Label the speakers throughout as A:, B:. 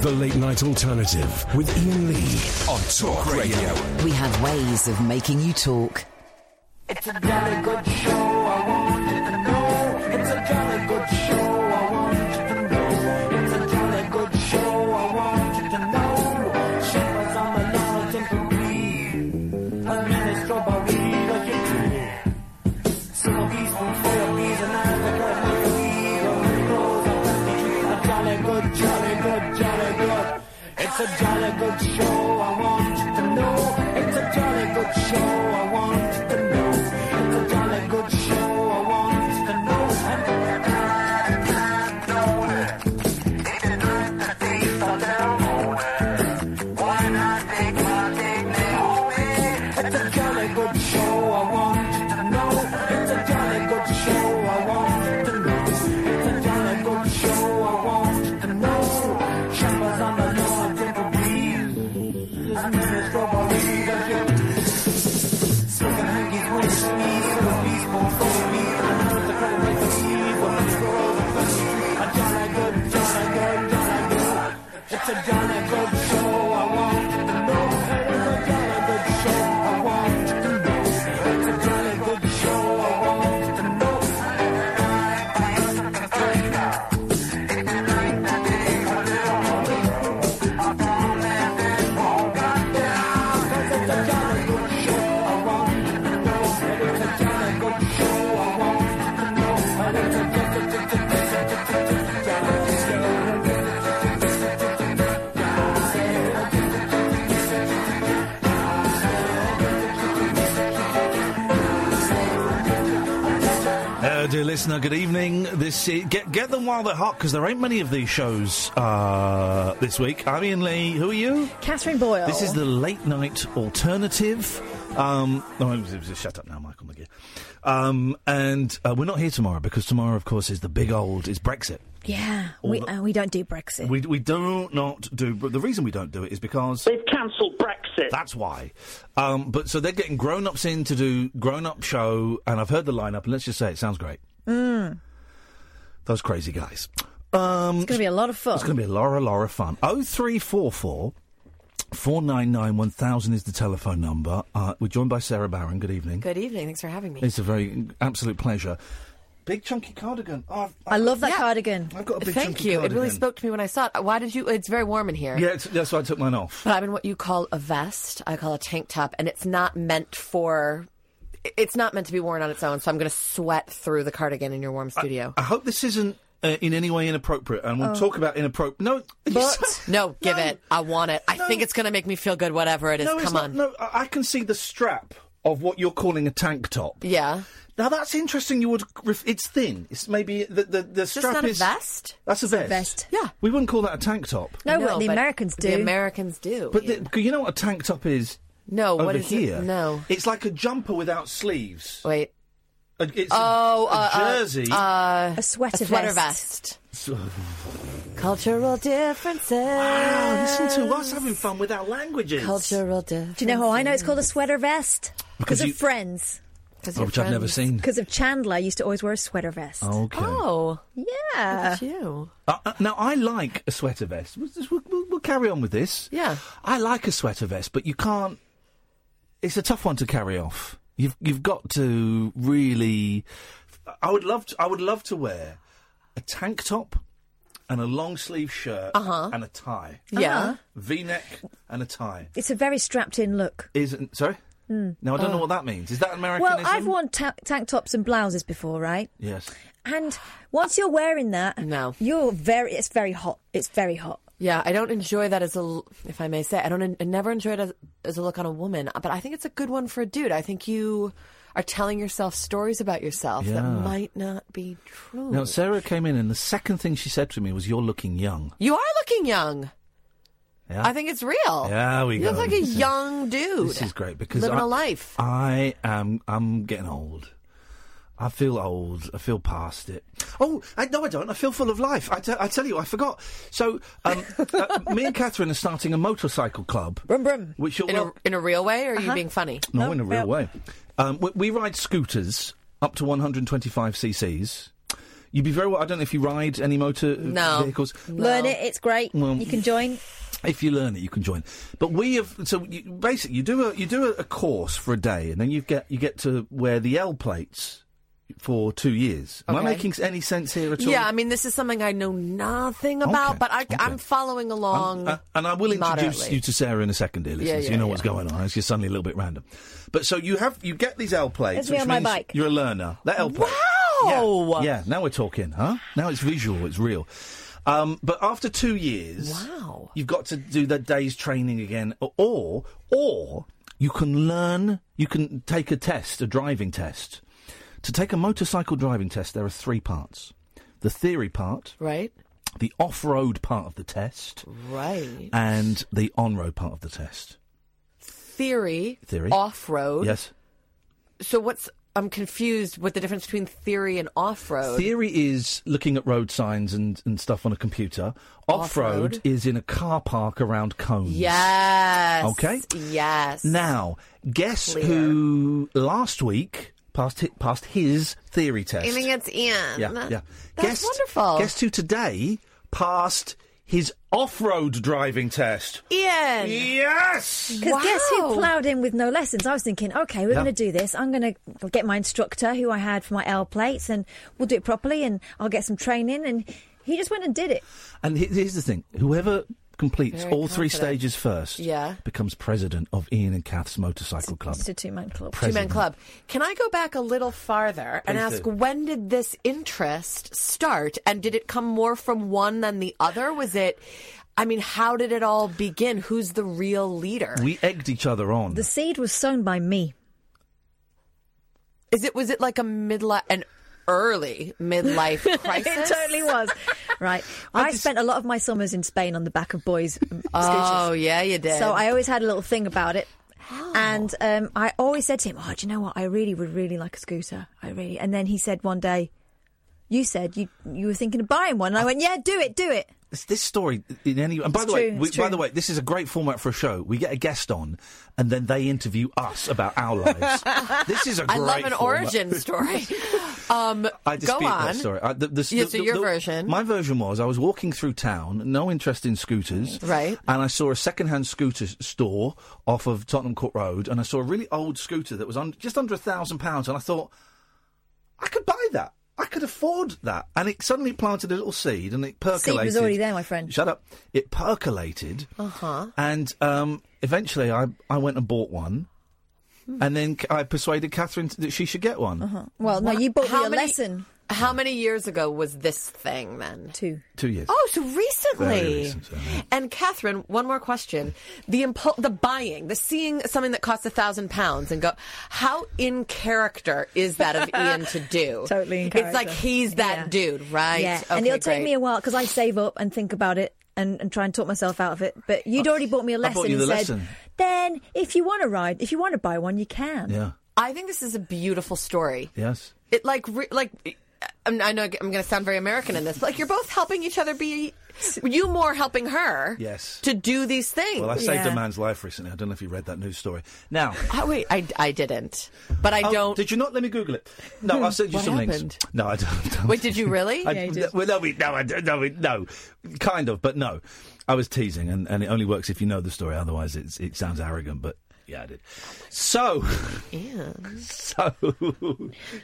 A: The Late Night Alternative with Ian Lee on Talk Radio.
B: We have ways of making you talk.
C: It's a jolly good show, I want you to know. It's a jolly good show, I want you to know. It's a jolly good show, I want you to know. Shepherds on the lawns and booty. A mini strawberry, a yippee. Smokies on firebees and Africa, Africa. Rolls on the street, a jolly good, jolly good, jolly good. It's a jolly good show, I want you to know. It's a jolly good show, I want you to know. It's a jolly good show, I want you to know. And It's a jolly good show, I want you to know. It's a jolly good show, I want you to know. It's a jolly good show, I want you to know. Shepherds on the north in the breeze. And then it's strawberry that you Smoking hankies when you sneeze. The beast won't follow me. I know the credit right to see. But it's for all the fancy. A jolly good, jolly good, jolly good. It's a jolly good show, I want you to know. It's a jolly good show, I want you to know. It's a jolly good show, I want you to know.
D: Uh, dear listener, good evening. This is, get get them while they're hot because there ain't many of these shows uh, this week. I'm Ian Lee. Who are you?
E: Catherine Boyle.
D: This is the late night alternative. Um, no, it was- it was- shut up now, Michael McGee. Um, and uh, we're not here tomorrow because tomorrow, of course, is the big old is Brexit.
E: Yeah, we, uh, we don't do Brexit.
D: We we do not do. But the reason we don't do it is because
F: they've cancelled Brexit.
D: That's why. Um, but so they're getting grown ups in to do grown up show, and I've heard the lineup, and let's just say it sounds great.
E: Mm.
D: Those crazy guys. Um, it's
E: going to be a lot of fun.
D: It's going to be a lot, of- lot of fun. 0344 499 1000 is the telephone number. Uh, we're joined by Sarah Barron. Good evening.
G: Good evening. Thanks for having me.
D: It's a very absolute pleasure. Big chunky cardigan. Oh, I've,
E: I love that cardigan.
D: I've got a big
G: Uh, Thank
D: chunky
G: you. It really
D: cardigan.
G: spoke to me when I saw it. Why did you? It's very warm in here.
D: Yeah, it's, that's why I took mine off.
G: But I'm in what you call a vest. I call a tank top, and it's not meant for. It's not meant to be worn on its own. So I'm going to sweat through the cardigan in your warm studio.
D: I hope this isn't uh, in any way inappropriate, and we'll
G: Oh.
D: talk about inappropriate. No,
G: But no, give it. I want it. I think it's going to make me feel good, whatever it is.
D: no,
G: Come
D: it's not-
G: on.
D: No, I I can see the strap of what you're calling a tank top.
G: Yeah.
D: Now that's interesting. You would. ref- It's thin. It's maybe the the, the
G: It's just
D: strap
G: not a
D: is
G: vest?
D: That's a
G: It's a
D: vest.
G: vest.
D: Yeah. We wouldn't call that a tank top.
G: I know, but The Americans do.
D: But the, 'cause you know what a tank top is?
G: Oh, No,
D: over
G: what is it?
D: here?
G: No.
D: It's like a jumper without sleeves.
G: Wait.
D: A, Uh, it's a-
G: oh,
D: a,
G: uh, uh,
D: jersey.
G: Uh, a
E: sweater
G: vest.
D: So-
G: Cultural differences.
D: Wow, listen to us having fun with our languages.
G: Cultural differences.
E: Do you know how I know it's called a sweater vest? Because
D: Because
E: of
D: you-
E: Friends.
D: Oh, which I've never seen.
E: Because of Chandler, I used to always wear a sweater vest.
D: Okay.
G: Oh,
E: yeah.
G: you.
D: Uh, uh, now I like a sweater vest. We'll, just- we'll- we'll- we'll carry on with this.
G: Yeah.
D: I like a sweater vest, but you can't. It's a tough one to carry off. You've you've got to really. I would love to. I would love to wear a tank top and a long sleeve shirt
E: Uh-huh.
D: and a tie.
E: Yeah. Uh-huh.
D: V neck and a tie.
E: It's a very strapped in look.
D: Isn't sorry.
E: Mm.
D: Now I don't know
G: Oh.
D: what that means. Is that American?
E: Well, I've worn ta- tank tops and blouses before, right?
D: Yes.
E: And once you're wearing that, no. you're very. It's very hot. It's very hot.
G: Yeah, I don't enjoy that as a, l- if I may say, I don't, I never enjoy it as, as a look on a woman, but I think it's a good one for a dude. I think you are telling yourself stories about yourself
D: Yeah.
G: that might not be true.
D: Now Sarah came in, and the second thing she said to me was, "You're looking young."
G: you are looking young.
D: Yeah?
G: I think it's real.
D: Yeah, we
G: you
D: go.
G: look Oh. like a
D: This is-
G: young dude.
D: This is great because
G: living
D: I,
G: a life.
D: I am. I'm getting old. I feel old. I feel past it. Oh I, no, I don't. I feel full of life. I, te- I tell you, I forgot. So, um, uh, me and Catherine are starting a motorcycle club.
E: Brum brum.
D: Which
G: In a, in a real way, or are you being funny?
D: Uh-huh. no, in a real way. Um, we, we ride scooters up to 125 cc's. You'd be very well. I don't know if you ride any motor
E: No.
D: vehicles.
E: Learn it. It's great.
D: Well-
E: you can join.
D: If you learn it, you can join. But we have so you, basically you do a you do a, a course for a day, and then you get you get to wear the L plates for two years. Am
G: Okay.
D: I making s- any sense here at all?
G: Yeah, I mean, this is something I know nothing about, but I, am following along.
D: Uh, and I will introduce
G: moderately.
D: you to Sarah in a second, dear listeners.
G: Yeah, yeah,
D: you know
G: yeah.
D: what's going on. It's just suddenly a little bit random. But so you have you get these L plates,
E: That's me
D: which
E: on my
D: means
E: bike.
D: you're a learner. That L plate.
G: Wow.
D: Yeah, yeah, now we're talking, huh? Now it's visual, it's real. Um, but after two years,
G: Wow.
D: you've got to do the day's training again, o- or or you can learn. You can take a test, a driving test. To take a motorcycle driving test, there are three parts: the theory part,
G: right,
D: the off-road part of the test,
G: right.
D: and the on-road part of the test.
G: Theory,
D: Theory.
G: off road.
D: Yes.
G: So what's I'm confused with the difference between theory and off road.
D: Theory is looking at road signs and, and stuff on a computer. Off road
G: Off-road.
D: is in a car park around cones.
G: Yes.
D: Okay.
G: Yes.
D: Now, guess who last week passed hi- passed his theory test?
G: I think it's Ian.
D: yeah, yeah.
G: That's
D: Guess-
G: wonderful.
D: Guess who today passed his off-road driving test?
G: Ian.
D: Yes.
E: Because guess who ploughed in with no lessons? I was thinking, okay, we're
D: Yeah.
E: going to do this. I'm going to get my instructor who I had for my L plates, and we'll do it properly, and I'll get some training. And he just went and did it.
D: And he- here's the thing: whoever completes
E: Very
D: all three
E: confident.
D: stages first,
G: Yeah.
D: becomes president of Ian and Kath's motorcycle club.
E: It's a two man club.
G: Two man
D: President.
G: club. Can I go back a little farther and
D: Please
G: ask
D: do.
G: when did this interest start? And did it come more from one than the other? Was it, I mean, how did it all begin? Who's the real leader?
D: We egged each other on.
E: The seed was sown by me.
G: Is it, was it like a midlife, an early midlife crisis?
E: It totally was. Right. I, spent a lot of my summers in Spain on the back of boys. um,
G: Oh,
E: scooters.
G: yeah, you did. Oh.
E: So I always had a little thing about it. And um, I always said to him, "Oh, do you know what? I really would really like a scooter. I really." And then he said one day, "You said you you were thinking of buying one." And I went, "Yeah, do it, do it."
D: This, this story in any and by
E: It's
D: the way,
E: true,
D: we,
E: it's
D: by
E: true.
D: the way, this is a great format for a show. We get a guest on, and then they interview us about our lives. this is a great.
G: I love an
D: format.
G: origin story. um,
D: I dispute
G: go on.
D: that story. I, the, the,
G: Yeah,
D: the-
G: so
D: the-
G: your
D: the-
G: version.
D: My version was I was walking through town, no interest in scooters,
G: Right.
D: And I saw a second-hand scooter s- store off of Tottenham Court Road, and I saw a really old scooter that was un- just under a thousand pounds, and I thought I could buy that. I could afford that, and it suddenly planted a little seed, and it percolated.
E: Seed was already there, my friend.
D: Shut up! It percolated.
G: Uh huh.
D: And um, eventually, I, I went and bought one,
G: Hmm.
D: and then c- I persuaded Catherine t- that she should get one
G: Uh-huh.
E: Well, no, you bought
G: How
E: me a
G: many-
E: lesson.
G: How many years ago was this thing then?
E: Two.
D: two years.
G: Oh, so recently.
D: Very recent, yeah.
G: And Catherine, one more question: the impu- the buying, the seeing something that costs a thousand pounds and go, how in character is that of Ian to do?
E: Totally in
G: It's like
E: character.
G: he's that
E: Yeah.
G: dude, right?
E: Yeah, and it'll take me
G: A-
E: a while because I save up and think about it and, and try and talk myself out of it. But you'd
G: Oh,
E: already bought me a
D: I
E: lesson
D: bought you
E: and
D: the
E: said,
D: lesson.
E: "Then, if you want to ride, if you want to buy one, you can."
D: Yeah.
G: I think this is a beautiful story.
D: Yes.
G: It like re- like. I'm- I know I'm going to sound very American in this, but like you're both helping each other be, you more helping her,
D: Yes.
G: to do these things.
D: Well, I saved
E: Yeah.
D: a man's life recently. I don't know if you read that news story. Now,
G: oh, wait, I, I didn't, but I
D: Oh,
G: don't.
D: Did you not? Let me Google it. No, I'll send you
G: What
D: some
G: happened?
D: links. No, I don't. don't.
G: Wait, did you really?
D: I, well, no, we, no, I don't- no, we, no, kind of, but no. I was teasing, and, and it only works if you know the story. Otherwise, it's, it sounds arrogant, but yeah, I did. So, so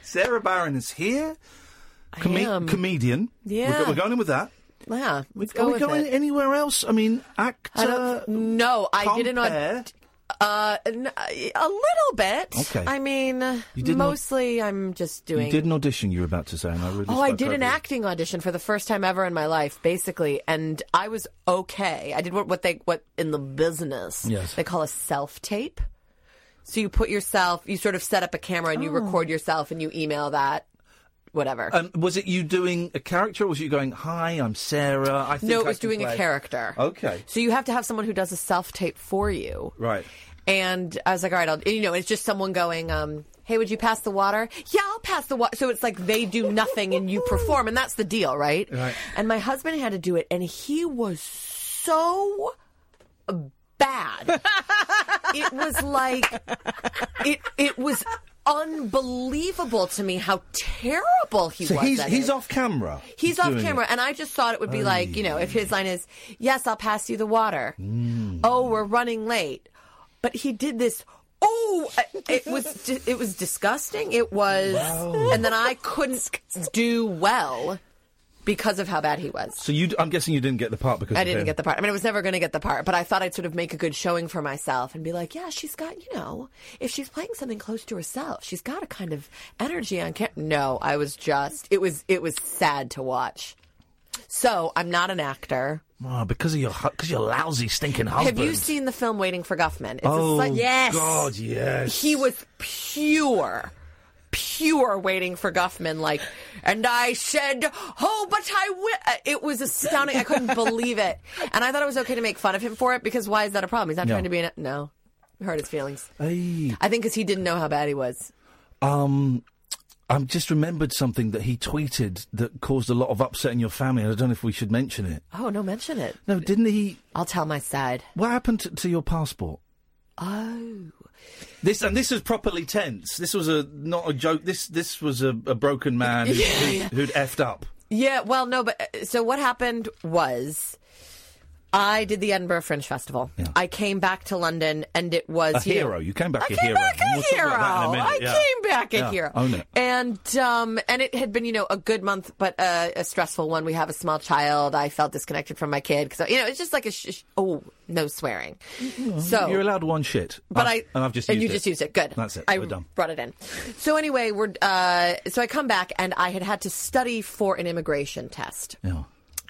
D: Sarah Barron is here, Come-
G: am.
D: comedian. We're go-
G: Yeah.
D: We're, going in with that.
G: Yeah, let's
D: Are
G: go
D: we
G: with
D: going
G: it.
D: anywhere else? I mean, actor.
G: I don't- no, I didn't.
D: compare.
G: Uh, n- a little bit.
D: Okay.
G: I mean,
D: You didn't-
G: mostly I'm just doing.
D: You did an audition. You were about to say, and I really.
G: Oh, I
D: spoke
G: did an
D: over you.
G: acting audition for the first time ever in my life, basically, and I was okay. I did what, what they what in the business
D: Yes.
G: they call a self tape. So you put yourself, you sort of set up a camera and you record yourself and you email that, whatever.
D: Oh. Um, was it you doing a character, or was you going, "Hi, I'm Sarah"? I think
G: no,
D: I
G: it was
D: can
G: doing
D: play."
G: a character.
D: Okay,
G: So you have to have someone who does a self tape for you.
D: right.
G: And I was like, all right, I'll, you know, it's just someone going, um, hey, would you pass the water? Yeah, I'll pass the water. So it's like they do nothing and you perform, and that's the deal, right?
D: Right.
G: And my husband had to do it, and he was so bad. it was like, it, it was unbelievable to me how terrible he
D: So
G: was.
D: he's
G: at
D: he's
G: it.
D: off camera.
G: He's off
D: doing
G: camera,
D: it. Oh,
G: and I just thought it would be like, you know, if his line is, Yes, I'll pass you the water.
D: Mm.
G: Oh, we're running late. But he did this. Oh, it was di- it was disgusting. It was, and then I couldn't do well because of how bad he was.
D: So you, d- I'm guessing you didn't get the part because
G: I
D: of
G: didn't
D: him.
G: get the part. I mean, I was never going to get the part, but I thought I'd sort of make a good showing for myself and be like, yeah, she's got, you know, if she's playing something close to herself, she's got a kind of energy on camera. No, I was just, it was, it was sad to watch. So I'm not an actor.
D: Oh, because of your because your lousy stinking husband.
G: Have you seen the film Waiting for Guffman? It's a
D: Oh,
G: slight-
E: Yes.
D: God, yes.
G: he was pure pure waiting for guffman like and i said oh but i will it was astounding i couldn't believe it and i thought it was okay to make fun of him for it because why is that a problem he's not
D: No.
G: trying to be an no hurt his feelings
D: Hey,
G: i think because he didn't know how bad he was
D: um, I've just remembered something that he tweeted that caused a lot of upset in your family. and I don't know if we should mention it.
G: oh no mention it
D: No, didn't he?
G: i'll tell my side
D: What happened to, to your passport?
G: oh
D: This and this was properly tense. This was a not a joke. This this was a, a broken man who, who'd, who'd effed up.
G: yeah well no but uh, so what happened was I did the Edinburgh Fringe Festival.
D: Yeah.
G: I came back to London and it was
D: A
G: you.
D: hero. You came back
G: I
D: a
G: came
D: hero.
G: back a
D: We'll talk
G: hero.
D: about that in a
G: I
D: minute. Yeah.
G: came back a
D: Yeah.
G: hero.
D: Own it.
G: And um, and it had been you know a good month, but uh, a stressful one. We have a small child. I felt disconnected from my kid because you know it's just like a sh- sh- oh no swearing. So
D: Mm-hmm. You're allowed one shit.
G: but
D: I've-
G: I
D: and I've just
G: and you
D: used it.
G: just used it. Good.
D: That's it.
G: I
D: We're done.
G: brought it in. So anyway, we're uh, so I come back and I had had to study for an immigration test.
D: Yeah.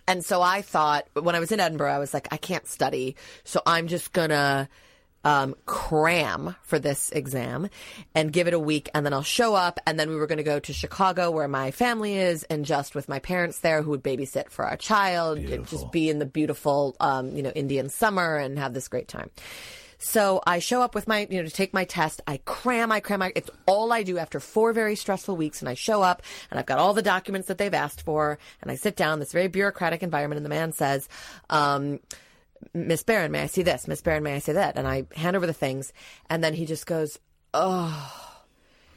G: And so I thought when I was in Edinburgh, I was like, I can't study, so I'm just gonna um, cram for this exam and give it a week, and then I'll show up. And then we were gonna go to Chicago, where my family is, and just with my parents there, who would babysit for our child, and
D: Beautiful.
G: just be in the beautiful, um, you know, Indian summer and have this great time. So I show up with my, you know, to take my test. I cram, I cram, I, it's all I do after four very stressful weeks. And I show up and I've got all the documents that they've asked for. And I sit down, this very bureaucratic environment. And the man says, um, Miss Barron, may I see this? Miss Barron, may I see that? And I hand over the things. And then he just goes, "Oh,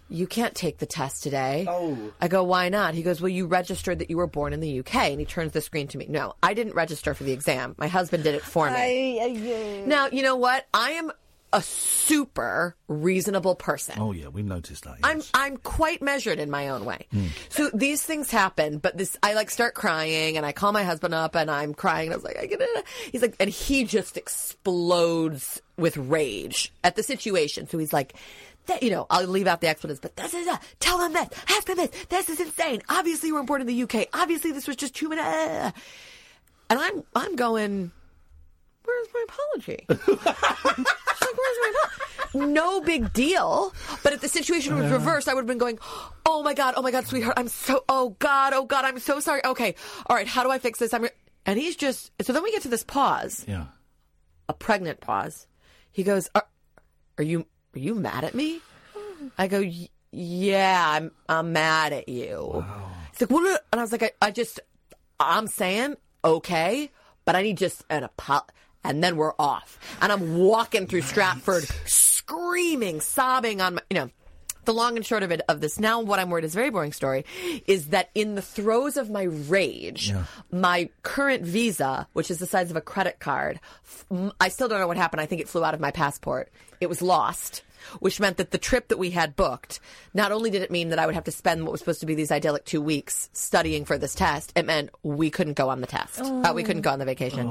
G: you can't take the test today. Oh. I go, why not? He goes, well, you registered that you were born in the UK. And he turns the screen to me. No, I didn't register for the exam. My husband did it for me. Now, you know what? I am a super reasonable person.
D: Oh yeah, we noticed that.
G: I'm
D: yes.
G: I'm quite measured in my own way. So these things happen, but this I like start crying and I call my husband up and I'm crying and I was like, I get it. He's like, and he just explodes with rage at the situation. So he's like. That, you know, I'll leave out the expletives, but this is a tell them this, ask them this. This is insane. Obviously, you were born in the UK. Obviously, this was just human. uh." And I'm I'm going. Where's my apology? like, where's my phone? No big deal. But if the situation was reversed, I would have been going, oh my God, oh my God, sweetheart, I'm so, oh God, oh God, I'm so sorry. Okay, all right, how do I fix this? I'm, re-" and he's just, so then we get to this pause,
D: yeah.
G: a pregnant pause. He goes, "Uh, are, are you, are you mad at me? I go, "Y- yeah, I'm, I'm mad at you. He's like, what? And I was like, I, I just, I'm saying, okay, but I need just an apo And then we're off. And I'm walking through Stratford screaming, sobbing on my, you know, the long and short of it, of this now, what I'm worried is a very boring story, is that in the throes of my rage, my current visa, which is the size of a credit card, f- m- I still don't know what happened. I think it flew out of my passport. It was lost which meant that the trip that we had booked, not only did it mean that I would have to spend what was supposed to be these idyllic two weeks studying for this test, it meant we couldn't go on the test. Uh, we couldn't go on the vacation.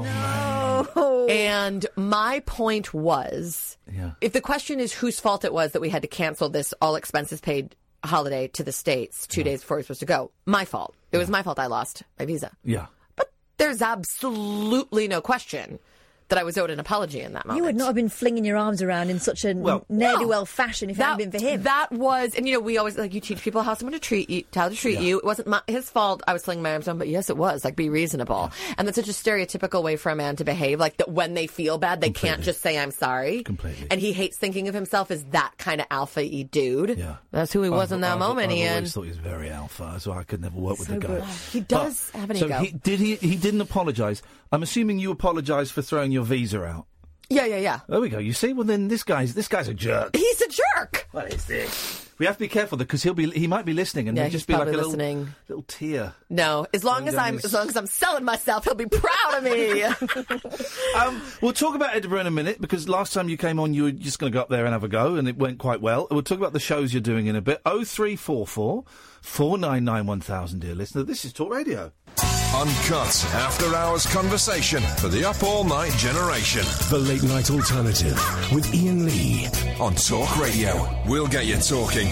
G: And my point was
D: Yeah.
G: if the question is whose fault it was that we had to cancel this all expenses paid holiday to the States two days before we were supposed to go, my fault. It was my fault I lost my visa.
D: Yeah.
G: But there's absolutely no question that I was owed an apology in that moment.
E: You would not have been flinging your arms around in such a
D: Well-
E: ne'er do well fashion if it hadn't been for him.
G: That was, and you know, we always like you teach people how someone to treat you, how to treat you. It wasn't my, his fault. I was slinging my arms around, but yes, it was. Like, be reasonable. And that's such a stereotypical way for a man to behave. Like that when they feel bad, they can't
D: Completely.
G: just say I'm sorry.
D: Completely.
G: And he hates thinking of himself as that kind of alpha y dude.
D: Yeah.
G: That's who he was
D: I've-
G: in that
D: I've-
G: moment,
D: I've
G: Ian.
D: always thought he was very alpha, so I could never work with the guy.
G: He does have an
D: so
G: ego.
D: He, did he? He didn't apologise. I'm assuming you apologised for throwing your visa out.
G: yeah, yeah, yeah.
D: There we go. You see? Well, then this guy's this guy's a jerk.
G: He's a jerk.
D: What is this? We have to be careful because he'll be he might be listening and
G: Yeah,
D: he'll just be
G: he's
D: like a
G: probably
D: little
G: listening.
D: little tear.
G: No, as long
D: Going
G: as
D: down
G: I'm
D: his-
G: as long as I'm selling myself, he'll be proud of me.
D: Um, we'll talk about Edinburgh in a minute because last time you came on, you were just going to go up there and have a go, and it went quite well. We'll talk about the shows you're doing in a bit. 0344 499 1000, dear listener. This is Talk Radio.
A: Uncut after hours conversation for the up all night generation. The late night alternative with Ian Lee on Talk Radio. We'll get you talking.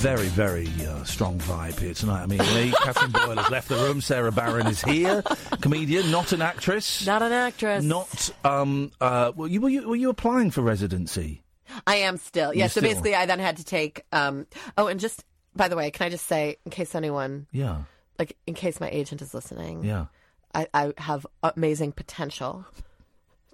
D: Very, very uh, strong vibe here tonight. I mean, Lee, Catherine Boyle has left the room. Sarah Barron is here, comedian, not an actress.
G: Not an actress.
D: Not um uh were you were you, were you applying for residency?
G: I am still.
D: You're
G: Yeah. So
D: still.
G: basically, I then had to take. Um. Oh, and just by the way, can I just say, in case anyone,
D: Yeah,
G: like, in case my agent is listening,
D: yeah.
G: I, I have amazing potential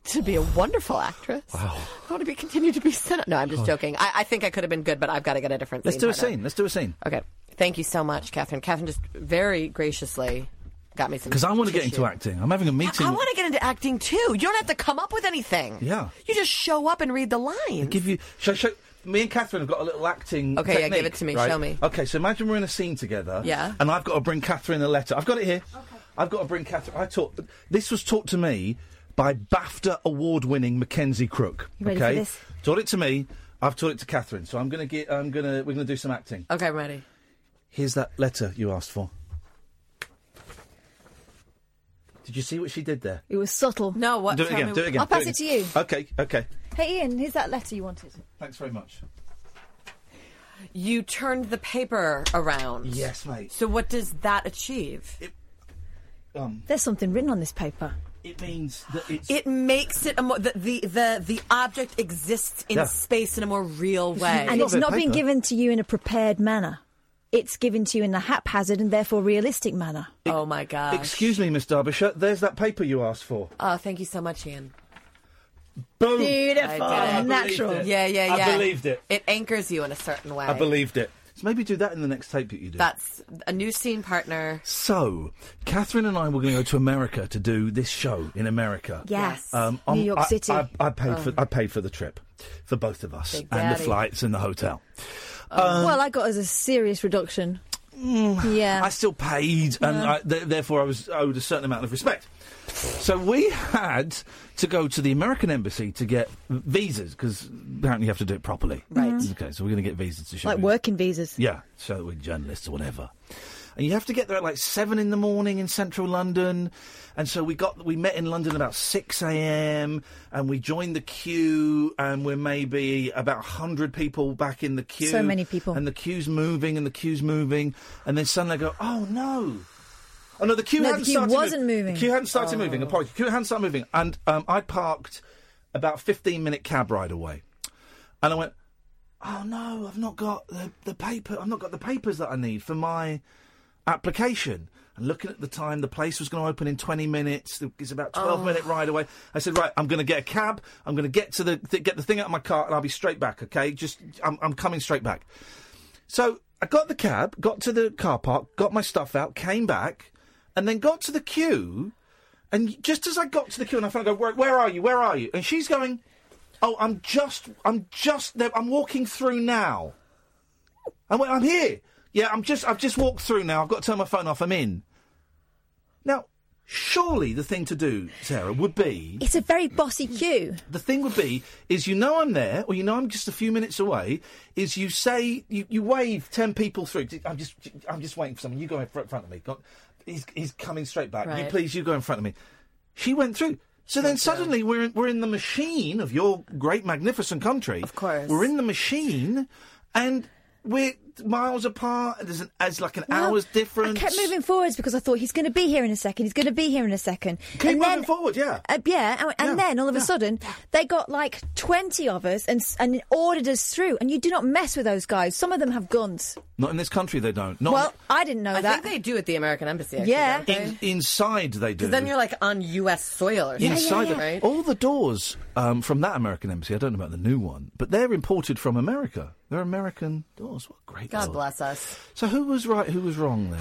G: to be a wonderful actress. Wow. I want to be continue to be sent. No, I'm just joking. I, I think I could have been good, but I've got to get a different.
D: Oh. Let's do a
G: partner.
D: scene. Let's do a scene.
G: Okay. Thank you so much, Catherine. Catherine just very graciously got me some.
D: Because I want to get
G: tissue.
D: into acting. I'm having a meeting.
G: I want to get into acting too. You don't have to come up with anything.
D: Yeah.
G: You just show up and read the lines.
D: give you. Shall I show, me and Catherine have got a little acting.
G: Okay, yeah,
D: technique,
G: give it to me.
D: right?
G: Show me.
D: Okay, so imagine we're in a scene together.
G: Yeah.
D: And I've got to bring Catherine a letter. I've got it here. Okay. I've got to bring Catherine. I taught. This was taught to me by BAFTA award-winning Mackenzie Crook.
E: You ready for
D: okay.
E: this?
D: Taught it to me. I've taught it to Catherine. So I'm gonna get. I'm gonna. We're gonna do some acting.
G: okay, I'm ready.
D: Here's that letter you asked for. Did you see what she did there?
E: It was subtle.
G: No, what?
D: do it
G: tell
D: again.
G: me-
D: Do it again.
E: I'll
D: do
E: pass it
D: again.
E: to you.
D: Okay. Okay.
E: Hey, Ian, here's that letter you wanted.
D: Thanks very much.
G: You turned the paper around.
D: Yes, mate.
G: So what does that achieve?
D: Um,
E: There's something written on this paper.
D: it means that it's
G: It makes it a more the the the, the object exists in
D: Yeah.
G: space in a more real way.
E: and
D: not
E: it's
D: a bit
E: not
D: of
E: been
D: paper.
E: given to you in a prepared manner. It's given to you in a haphazard and therefore realistic manner.
G: oh my god!
D: Excuse me, Miss Derbyshire. There's that paper you asked for.
G: oh, thank you so much, Ian.
D: Boom.
E: Beautiful.
G: I
D: believed
E: natural.
D: it.
G: Yeah, yeah,
D: I
G: yeah.
D: believed it.
G: It anchors you in a certain way.
D: I believed it. So maybe do that in the next tape that you do.
G: That's a new scene partner.
D: so, Catherine and I were going to go to America to do this show in America. Um,
E: Yes. New
D: I'm-
E: York
D: I,
E: City. Oh.
D: I, I paid for I paid for the trip, for both of us,
G: Big
D: and the
G: daddy.
D: flights and the hotel.
E: Oh,
D: Um,
E: well, I got as a serious reduction. yeah.
D: I still paid, and I, th- therefore I was owed a certain amount of respect. So we had to go to the American embassy to get visas because apparently you have to do it properly. Right. Okay, so we're going to get visas to show.
E: like
D: you.
E: working visas.
D: Yeah, so we're journalists or whatever. And you have to get there at like seven in the morning in central London. And so we got we met in London about six a.m. and we joined the queue and we're maybe about hundred people back in the queue.
E: So many people.
D: And the queue's moving and the queue's moving and then suddenly I go, oh no. Oh no, the queue
E: No, the
D: hadn't
E: queue
D: started
E: wasn't
D: mov-
E: moving. Oh.
D: The queue hadn't started moving. Apologies, the queue hadn't started moving, and um, I parked about fifteen minute cab ride away, and I went, oh no, I've not got the, the paper. I've not got the papers that I need for my application. And looking at the time, the place was going to open in 20 minutes. The- It's about 12 minute ride away. I said, right, I'm going to get a cab. I'm going to get to the th- get the thing out of my car, and I'll be straight back. Okay, just I'm, I'm coming straight back. So I got the cab, got to the car park, got my stuff out, came back, and then got to the queue. And just as I got to the queue, and I found, I go, where, where are you? Where are you? And she's going, oh, I'm just, I'm just, there. I'm walking through now. I went, I'm here. Yeah, I'm just, I've just walked through now. I've got to turn my phone off. I'm in. Now, surely the thing to do, Sarah, would be
E: It's a very bossy queue.
D: the thing would be is you know I'm there or you know I'm just a few minutes away is you say you, you wave ten people through I'm just I'm just waiting for someone you go in fr- front of me Go- he's he's coming straight back you
G: Right.
D: please you go in front of me she went through so then suddenly we're in, we're in the machine of your great magnificent country of
G: course.
D: we're in the machine and we're miles apart there's an as like an
E: Well,
D: hour's difference
E: I kept moving forwards because I thought he's going to be here in a second. He's going to be here in a second.
D: keep
E: And
D: moving
E: then-
D: forward yeah
E: Uh, yeah, and, and
D: Yeah,
E: then all of a
D: yeah,
E: sudden they got like twenty of us and s- and ordered us through. And you do not mess with those guys. Some of them have guns.
D: not in this country they don't not
E: Well, I didn't know
G: I
E: that.
G: think they do at the American embassy. Actually,
E: Yeah.
G: don't they?
D: in, inside they do
G: Then you're like on U.S. soil or something,
D: inside
G: yeah,
D: it.
G: right?
D: All the doors um, from that American embassy, I don't know about the new one, but they're imported from America. They're American doors. What a great
G: God
D: world.
G: bless us.
D: So who was right, who was wrong there?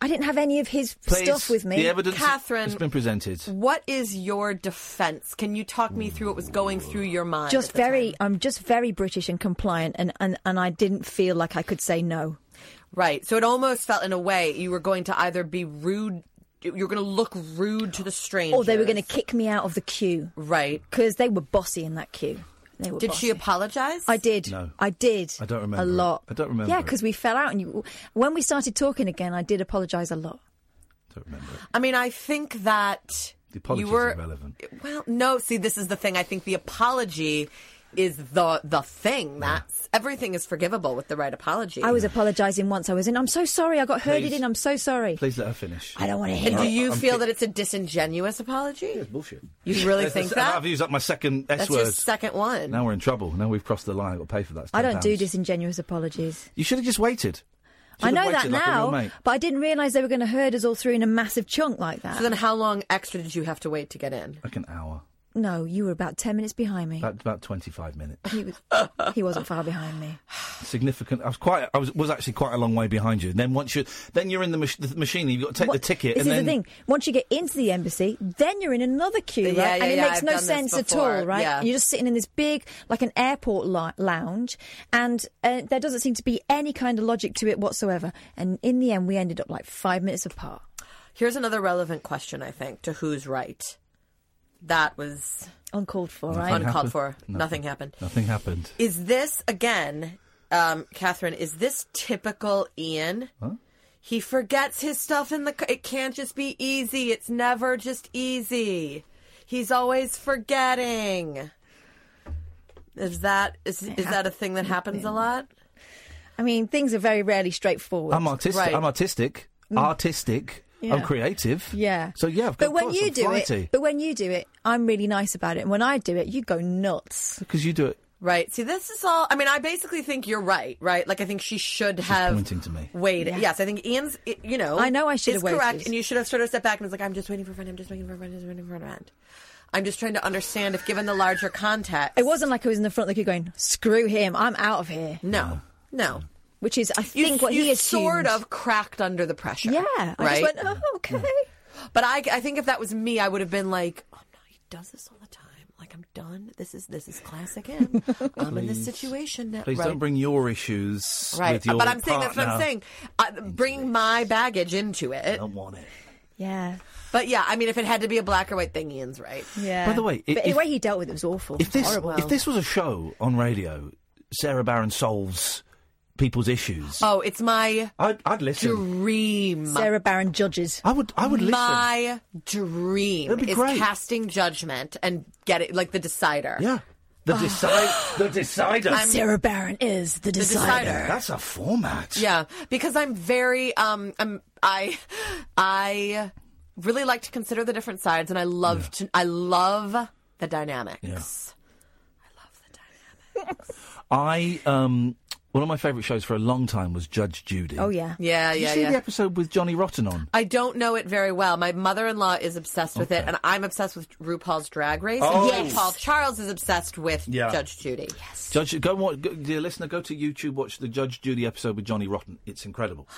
E: I didn't have any of his
D: Please,
E: stuff with me.
D: The evidence
G: Catherine.
D: has been presented.
G: What is your defense? Can you talk me through what was going through your mind?
E: just
G: at the
E: very,
G: time?
E: I'm just very British and compliant, and, and, and I didn't feel like I could say no.
G: right. So it almost felt in a way you were going to either be rude, you were going to look rude to the stranger,
E: Or they were going to kick me out of the queue
G: Right.
E: because they were bossy in that queue. They were
G: Did she
E: bossy.
G: apologize?
E: I did.
D: No.
E: I did.
D: I don't remember
E: A
D: it.
E: lot.
D: I don't remember
E: Yeah,
D: it.
E: because we fell out, and you, when we started talking again, I did apologise a lot.
D: Don't remember it.
G: I mean, I think that
D: The apology's
G: you were
D: irrelevant.
G: Well, no. See, this is the thing. I think the apology is the the thing. That's everything is forgivable with the right apology.
E: I was apologising once. I was in. I'm so sorry. I got herded
D: Please.
E: in. I'm so sorry.
D: Please let her finish.
E: I don't want to
G: And
E: hear
G: do
E: it.
G: you feel that it's a disingenuous apology?
D: That's bullshit.
G: You really
D: That's-
G: think
D: that's-
G: that?
D: I've used up my second S
G: That's
D: word.
G: your second one.
D: now we're in trouble. Now we've crossed the line. I've got to pay for that. It's
E: I don't do
D: £10.
E: disingenuous apologies.
D: You should have just waited.
E: I
D: Should have
E: know that
D: waited like a
E: now,
D: real mate.
E: but I didn't realise they were going to herd us all through in a massive chunk like that.
G: So then, how long extra did you have to wait to get in?
D: Like an hour.
E: no, you were about ten minutes behind me.
D: About, about 25 minutes.
E: He was. he wasn't far behind me.
D: Significant. I was quite. I was, was actually quite a long way behind you. And then once you, then you're in the, mach- the machine. and You've got to take
E: What-
D: the ticket.
E: This
D: and
E: is
D: then
E: the thing. Once you get into the embassy, then you're in another
G: Yeah,
E: queue, right?
G: yeah,
E: and it
G: yeah,
E: makes
G: I've
E: no
G: done this
E: sense at
G: before,
E: all, right?
G: yeah.
E: You're just sitting in this big, like an airport lo- lounge, and uh, there doesn't seem to be any kind of logic to it whatsoever. And in the end, we ended up like five minutes apart.
G: Here's another relevant question, I think, to who's right. That was
E: Uncalled for,
D: Nothing
E: right?
G: Uncalled
D: happened.
G: for. Nothing happened.
D: Nothing happened.
G: Is this again, um, Catherine? Is this typical Ian? He forgets his stuff in the. c- It can't just be easy. It's never just easy. He's always forgetting. Is that is is that a thing that happens a lot?
E: I mean, things are very rarely straightforward.
D: I'm artistic.
G: Right.
D: I'm artistic. Artistic. I'm
E: Mm. Yeah.
D: creative.
E: yeah.
D: So yeah. Of
E: but when
D: course,
E: you
D: I'm
E: do
D: flighty.
E: it, but when you do it, I'm really nice about it. And when I do it, you go nuts.
D: because you do it.
G: Right. See, this is all. I mean, I basically think you're right. Right. Like, I think she should have
D: pointing to me.
G: Waited. Yes, I think Ian's. i- You know,
E: I know I should
G: is
E: have waited.
G: correct, and you should have sort of stepped back and was like, "I'm just waiting for a friend. I'm just waiting for a friend. I'm just waiting for a friend." I'm just trying to understand if, given the larger context,
E: It wasn't like I was in the front of the queue going, "Screw him, I'm out of here."
G: No, no.
E: Which is, I
G: You,
E: think, what
G: you
E: he assumed.
G: sort of cracked under the pressure.
E: Yeah. I
G: right.
E: just went, oh, okay.
G: but I, I think if that was me, I would have been like, "Oh no, he does this all the time. Like I'm done. This is this is classic him. I'm in this situation now."
D: Please
G: right.
D: don't bring your issues
G: Right,
D: with your
G: but I'm saying that's what I'm
D: partner.
G: saying. Uh, bring my baggage into
D: I
G: it.
D: don't want it.
E: Yeah.
G: But yeah, I mean, if it had to be a black or white thing, Ian's right.
E: Yeah.
D: By the way, i-
E: but the
D: if-
E: way he dealt with it was awful.
D: If this
E: horrible.
D: if this was a show on radio, Sarah Barron solves people's issues.
G: Oh, it's my
D: I'd, I'd listen.
G: dream.
E: Sarah Barron judges.
D: I would. I would listen.
G: My dream
D: That'd be
G: is
D: great.
G: casting judgment and get it like the decider.
D: Yeah. The decide. the decider.
E: Ah. Sarah Barron is the
G: decider.
E: decider.
D: Yeah, that's a format.
G: Yeah, because I'm very um I'm I I really like to consider the different sides and I love to I love the dynamics.
D: I um. One of my favourite shows for a long time was Judge Judy.
E: Oh, yeah.
G: Yeah,
D: Did
G: yeah,
D: you see
G: yeah.
D: the episode with Johnny Rotten on?
G: I don't know it very well. My mother-in-law is obsessed with it, and I'm obsessed with RuPaul's Drag Race.
D: Oh.
G: And
D: Yes.
G: Paul Charles is obsessed with
D: Yeah.
G: Judge Judy.
D: Judge, go, watch, go, dear listener, go to YouTube, watch the Judge Judy episode with Johnny Rotten. It's incredible.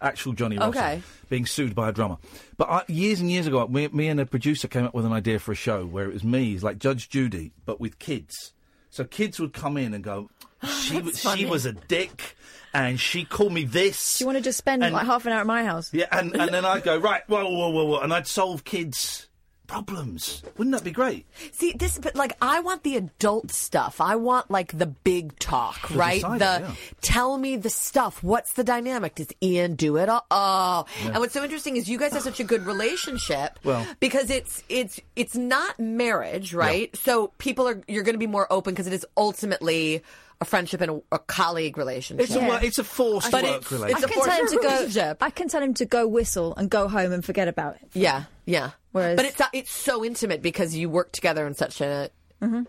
D: Actual Johnny Rotten
G: Okay.
D: being sued by a drummer. But I, years and years ago, me, me and a producer came up with an idea for a show where it was me, it's like Judge Judy, but with kids. So kids would come in and go,
E: Oh,
D: she, was- she
G: funny.
D: was a dick, and she called me this.
E: Do you want to just spend
D: And-
E: like half an hour at my house?
D: Yeah, and, and then I'd go, right, whoa, whoa, whoa, whoa, and I'd solve kids' problems. Wouldn't that be great?
G: See this, but like I want the adult stuff. I want like the big talk, right?
D: decider,
G: the
D: yeah.
G: tell me the stuff. What's the dynamic? Does Ian do it? all? Oh, and what's so interesting is you guys have such a good relationship.
D: Well-
G: because it's it's it's not marriage, right? So people are you're going to be more open because it is ultimately a friendship and a, a colleague relationship.
D: It's, a, wor- it's a forced
G: But
D: work
G: it's- it's
D: relationship.
E: I can
G: force
E: tell him to
G: of
E: go.
G: relationship.
E: I can tell him to go whistle and go home and forget about it.
G: yeah, yeah.
E: Whereas-
G: but it's it's so intimate because you work together in such an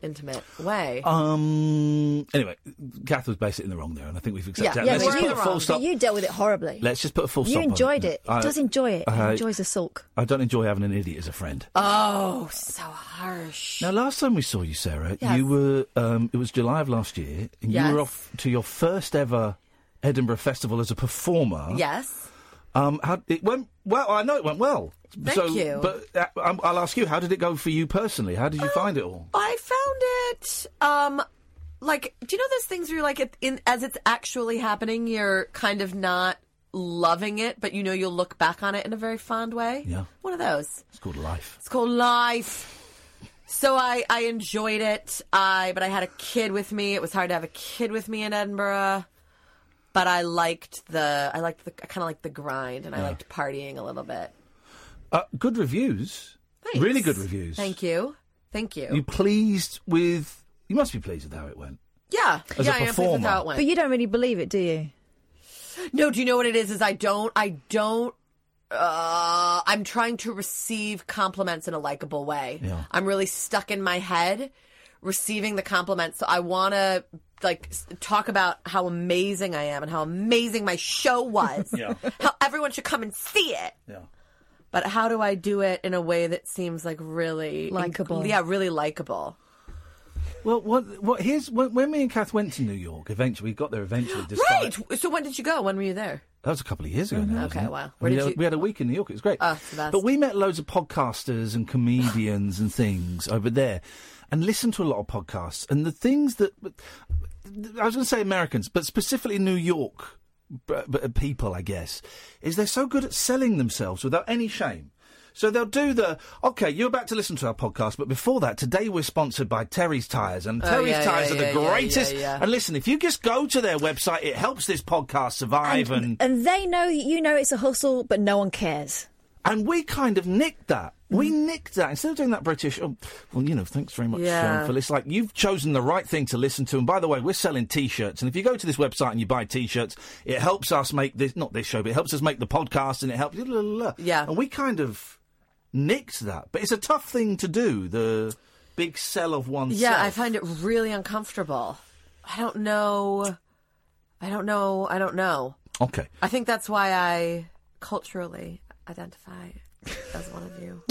G: intimate way.
D: Um. Anyway, Kath was basically in the wrong there, and I think we've
G: Yeah,
D: accepted that.
G: yeah,
D: Let's
G: but
D: just
G: you-
D: put a full
G: but
D: stop.
E: you dealt with it horribly.
D: Let's just put a full
E: you
D: stop. on
E: enjoyed it.
D: I-
E: He does enjoy it.
D: I-
E: he enjoys a sulk.
D: I don't enjoy having an idiot as a friend.
G: oh, so harsh.
D: now, last time we saw you, Sarah,
G: Yes.
D: you were. Um, it was July of last year, and you
G: Yes.
D: were off to your first ever Edinburgh Festival as a performer.
G: Yes.
D: Um, how, it went well. I know it went well.
G: Thank
D: so,
G: you.
D: But uh, um, I'll ask you, how did it go for you personally? How did you find it all?
G: I found it um like do you know those things where you're like it- in as it's actually happening you're kind of not loving it but you know you'll look back on it in a very fond way?
D: Yeah.
G: One of those.
D: It's called life.
G: It's called life. So I I enjoyed it. I but I had a kid with me. It was hard to have a kid with me in Edinburgh. But I liked the I liked the I kind of liked the grind and I liked partying a little bit.
D: Uh, good reviews.
G: Thanks.
D: Really good reviews.
G: Thank you. Thank you.
D: You pleased with? You must be pleased with how it went.
G: yeah.
D: As a
G: yeah, I am pleased with
D: performer.
G: how it went.
E: But you don't really believe it, do you?
G: No, do you know what it is? Is I don't, I don't. Uh, I'm trying to receive compliments in a likable way.
D: Yeah.
G: I'm really stuck in my head receiving the compliments. So I want to like s- talk about how amazing I am and how amazing my show was.
D: Yeah.
G: How everyone should come and see it.
D: Yeah.
G: But how do I do it in a way that seems like really
E: Likeable.
G: Yeah, really likable.
D: Well, what? What? Here's when, when me and Kath went to New York. Eventually, we got there. Eventually,
G: Right.
D: despite-
G: So when did you go? When were you there?
D: That was a couple of years ago now. wasn't
G: Mm, Okay,
D: it?
G: wow. Where
D: We
G: did
D: had,
G: you-
D: we had a week in New York. It was great.
G: Oh, it's the best.
D: But we met loads of podcasters and comedians and things over there and listened to a lot of podcasts. And the things that I was going to say Americans, but specifically New York b- b- people, I guess, is they're so good at selling themselves without any shame. So they'll do the okay. You're about to listen to our podcast, but before that, today we're sponsored by Terry's Tires, and
G: Oh,
D: Terry's
G: yeah,
D: Tires
G: yeah,
D: are the
G: yeah, yeah,
D: greatest.
G: yeah, yeah.
D: And listen, if you just go to their website, it helps this podcast survive. And,
E: And they know that you know it's a hustle, but no one cares.
D: And we kind of nicked that.
E: Mm.
D: We nicked that. Instead of doing that British, oh, well, you know, thanks very much,
G: Yeah.
D: Sean, for this. Like, you've chosen the right thing to listen to. And by the way, we're selling t shirts. And if you go to this website and you buy t shirts, it helps us make this, not this show, but it helps us make the podcast and it helps. la, la, la.
G: Yeah.
D: And we kind of nicked that. But it's a tough thing to do, the big sell of oneself.
G: Yeah, I find it really uncomfortable. I don't know. I don't know. I don't know.
D: Okay.
G: I think that's why I culturally identify as one of you.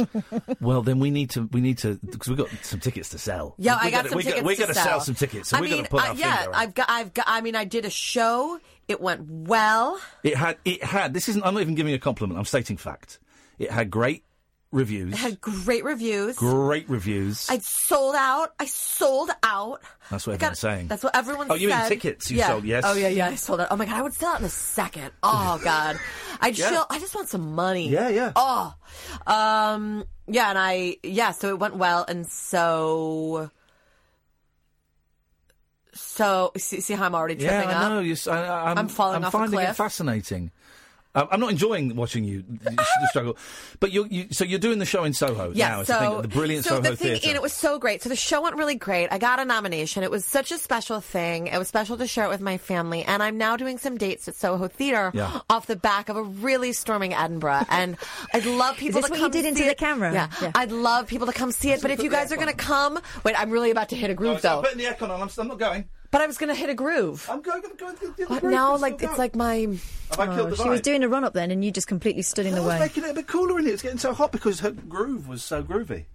D: Well, then we need to, we need to, because we've got some tickets to sell.
G: Yeah,
D: We're
G: I got
D: gonna-
G: some
D: we're gonna-
G: tickets.
D: We're
G: to
D: gonna sell. some tickets. So
G: I
D: we're
G: mean,
D: going to put
G: I-
D: our
G: yeah,
D: finger out.
G: I've got, I've got. I mean, I did a show. It went well.
D: It had. It had. This isn't. I'm not even giving you a compliment. I'm stating fact. It had great reviews.
G: It had great reviews.
D: great reviews.
G: I sold out. I sold out.
D: That's
G: I
D: what everyone's saying.
G: That's what everyone
D: Oh, you mean
G: said.
D: tickets you
G: yeah.
D: sold, yes.
G: Oh, yeah, yeah. I sold out. Oh, my God. I would sell out in a second. Oh, God. I'd
D: Yeah.
G: chill. I just want some money.
D: Yeah, yeah.
G: Oh. Um, yeah, and I, yeah, so it went well. And so, so, see, see how I'm already tripping
D: yeah, I
G: up?
D: know. You, s- I, am
G: I'm falling
D: I'm
G: off a
D: finding it
G: cliff.
D: fascinating. Um, I'm not enjoying watching you, you s- struggle, but you're you, so you're doing the show in Soho
G: Yeah,
D: now. It's
G: so
D: the, thing, at the brilliant
G: so
D: Soho
G: the thing,
D: Theatre.
G: and it was so great. So the show went really great. I got a nomination. It was such a special thing. It was special to share it with my family, and I'm now doing some dates at Soho Theater
D: Yeah.
G: off the back of a really storming Edinburgh, and I'd love people.
E: this
G: to
E: what you
G: come
E: did
G: see
E: into the
G: it.
E: camera?
G: Yeah.
E: Yeah.
G: I'd love people to come see it. But if you guys are going to come, wait, I'm really about to hit a
D: Oh,
G: groove
D: it's-
G: though.
D: I'm putting the aircon on. I'm, s- I'm not going.
G: But I was going to hit a groove.
D: I'm going. I'm going. to the
G: But
D: group,
G: now,
D: it's
G: like
D: still
G: it's
D: going.
G: like my
D: have I killed the
E: Oh, She was
D: vibe?
E: doing a run up then, and you just completely stood in
D: I
E: the
D: was
E: way.
D: making it a bit cooler in here. It's getting so hot because her groove was so groovy.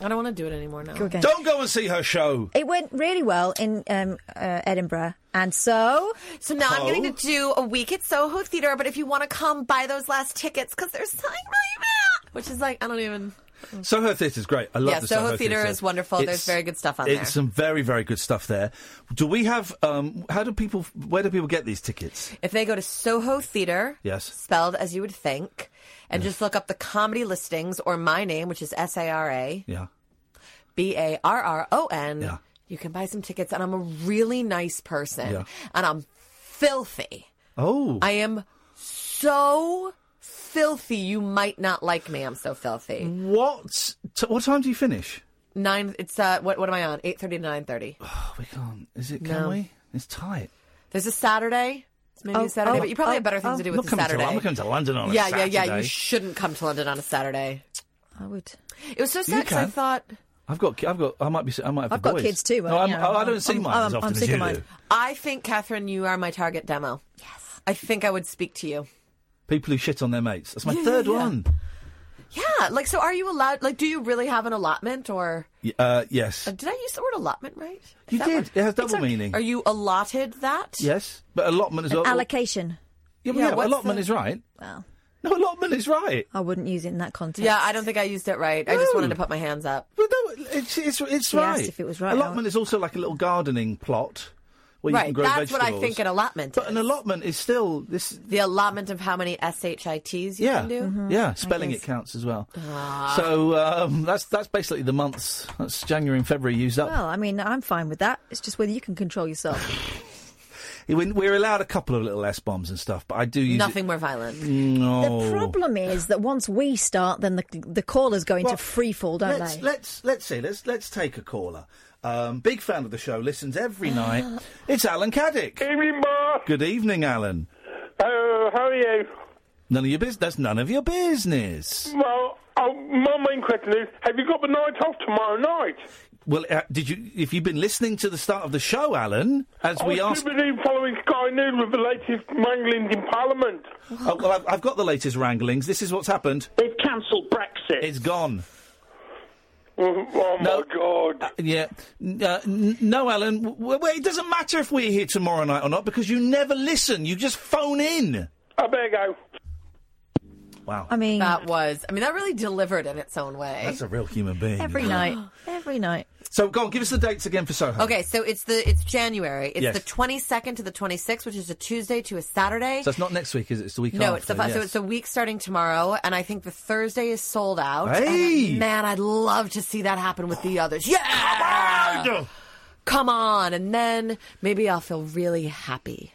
G: I don't want to do it anymore now.
E: Go again.
D: Don't go and see her show.
E: It went really well in um, uh, Edinburgh, and so
G: So now I'm
D: Oh.
G: going to do a week at Soho Theater. But if you want to come, buy those last tickets because they're selling really bad. Which is like I don't even.
D: Soho Theatre is great. I love
G: Mm. Yeah,
D: the Soho,
G: Soho Theatre is wonderful. There's very good stuff on
D: it's
G: there.
D: It's some very very good stuff there. Do we have? Um, how do people? Where do people get these tickets?
G: If they go to Soho Theater,
D: Yes.
G: spelled as you would think, and just look up the comedy listings or my name, which is S A R A
D: Yeah.
G: B A R R O
D: Yeah.
G: N, you can buy some tickets. And I'm a really nice person,
D: Yeah.
G: and I'm filthy.
D: Oh,
G: I am so filthy. You might not like me. I'm so filthy.
D: what? T- what time do you finish?
G: Nine. It's uh. What what am I on? Eight thirty to nine thirty.
D: Oh, we can't. Is it? Can
G: No.
D: we? It's tight.
G: There's a Saturday. It's maybe a Saturday,
E: oh,
G: but you probably
E: oh,
G: have better things to do
D: I'm
G: with the
D: not coming
G: Saturday.
D: To, I'm not coming to London on
G: yeah,
D: a Saturday.
G: yeah, yeah. You shouldn't come to London on a Saturday.
E: I would.
G: It was so sad 'cause I
D: can.
G: thought
D: I've got. ki- I've got. I might be. I might have.
E: I've
D: the
E: got
D: boys.
E: kids too,
D: No,
E: but,
D: I'm,
E: you know,
D: I don't
E: I'm-
D: see
E: I'm-
D: mine as
E: I'm-
D: often
E: I'm
D: as
E: sick
D: you
E: of mine.
D: do.
G: I think Catherine, you are my target demo. Yes. I think I would speak to you.
D: People who shit on their mates. That's my third
G: yeah.
D: one.
G: Yeah. Like, so are you allowed? Like, do you really have an allotment, or
D: Y- Uh, yes,
G: did I use the word allotment right? Is
D: you
G: that
D: did.
G: what-
D: It has
G: It's
D: double
G: okay.
D: meaning.
G: Are you allotted that?
D: yes, but allotment is
E: Allocation.
D: Yeah, but
G: Yeah,
D: yeah, but
G: what's
D: allotment
G: the-
D: is right.
E: Well,
D: No, a lot of money's right.
E: I wouldn't use it in that context.
G: Yeah, I don't think I used it right. I just
D: No.
G: wanted to put my hands up.
D: But no, it's it's, it's
E: She
D: right.
E: asked if it was right or
D: Allotment
E: not.
D: is also like a little gardening plot where you
G: Right,
D: can grow
G: that's what
D: vegetables.
G: I think an allotment
D: But an
G: is.
D: allotment is still this.
G: The allotment of how many shits you
D: Yeah,
G: can
D: Mm-hmm.
G: do. Mm-hmm.
D: yeah. Spelling it counts as well.
G: Ah.
D: So um, that's that's basically the months. That's January and February used up.
E: Well, I mean, I'm fine with that. It's just whether you can control yourself.
D: We- We're allowed a couple of little s bombs and stuff, but I do use Mm, oh.
G: Nothing more violent.
D: It. No.
E: The problem is that once we start, then the the callers go into
D: Well,
E: free fall, don't
D: let's,
E: they?
D: Let's let's see. Let's let's take a caller. Um, big fan of the show. Listens every night. It's Alan Caddick.
F: Evening, boss.
D: Good evening, Alan.
F: Oh, how are you?
D: None of your business. That's none of your business.
F: Well, oh, my main question is, have you got the night off tomorrow night?
D: Well, uh, did you? If you've been listening to the start of the show, Alan, as we
F: I was
D: asked.
F: super duper following Sky News with the latest wranglings in Parliament.
D: Oh, well, I've, I've got the latest wranglings. This is what's happened.
H: They've cancelled Brexit.
D: It's gone.
F: Oh, oh
D: No.
F: my God.
D: Yeah. N- Uh, n- no, Alan. W- w- wait, it doesn't matter if we're here tomorrow night or not because you never listen. You just phone in.
F: I better go.
D: Wow.
E: I mean,
G: That was, I mean, that really delivered in its own way.
D: That's a real human being.
E: every night, every night.
D: So go on, give us the dates again for Soho.
G: Okay, so it's the it's January. It's
D: Yes.
G: the 22nd to the 26th, which is a Tuesday to a Saturday.
D: So it's not next week, is it? It's the week after.
G: no, it's the fi- so
D: yes.
G: it's a week starting tomorrow, and I think the Thursday is sold out. And,
D: Hey!
G: man, I'd love to see that happen with the others. Yeah, come on, come on, and then maybe I'll feel really happy.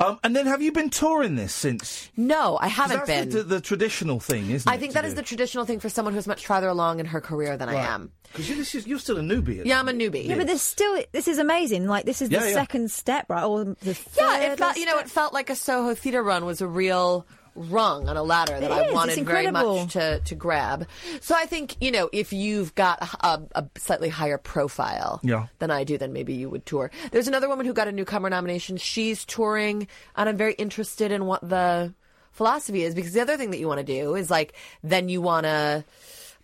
D: um, and then have you been touring this since?
G: No, I
D: 'cause
G: haven't
D: That's
G: been.
D: The, the, the traditional thing, isn't it?
G: I think that is the traditional thing for someone who's much farther along in her career than I am.
D: Because you're, this is- you're still a newbie. at-
G: Yeah, I'm a newbie.
E: Yeah, but this still this is amazing. Like this is
D: Yeah,
E: the
D: yeah.
E: second step, right? Or the third
G: Yeah, it felt
E: or
G: you know it felt like a Soho theater run was a real rung on a ladder that
E: It is,
G: I
E: it's
G: wanted very
E: incredible.
G: much to to grab. So I think you know if you've got a, a slightly higher profile
D: Yeah.
G: than I do, then maybe you would tour. There's another woman who got a newcomer nomination. She's touring, and I'm very interested in what the philosophy is because the other thing that you want to do is like then you want to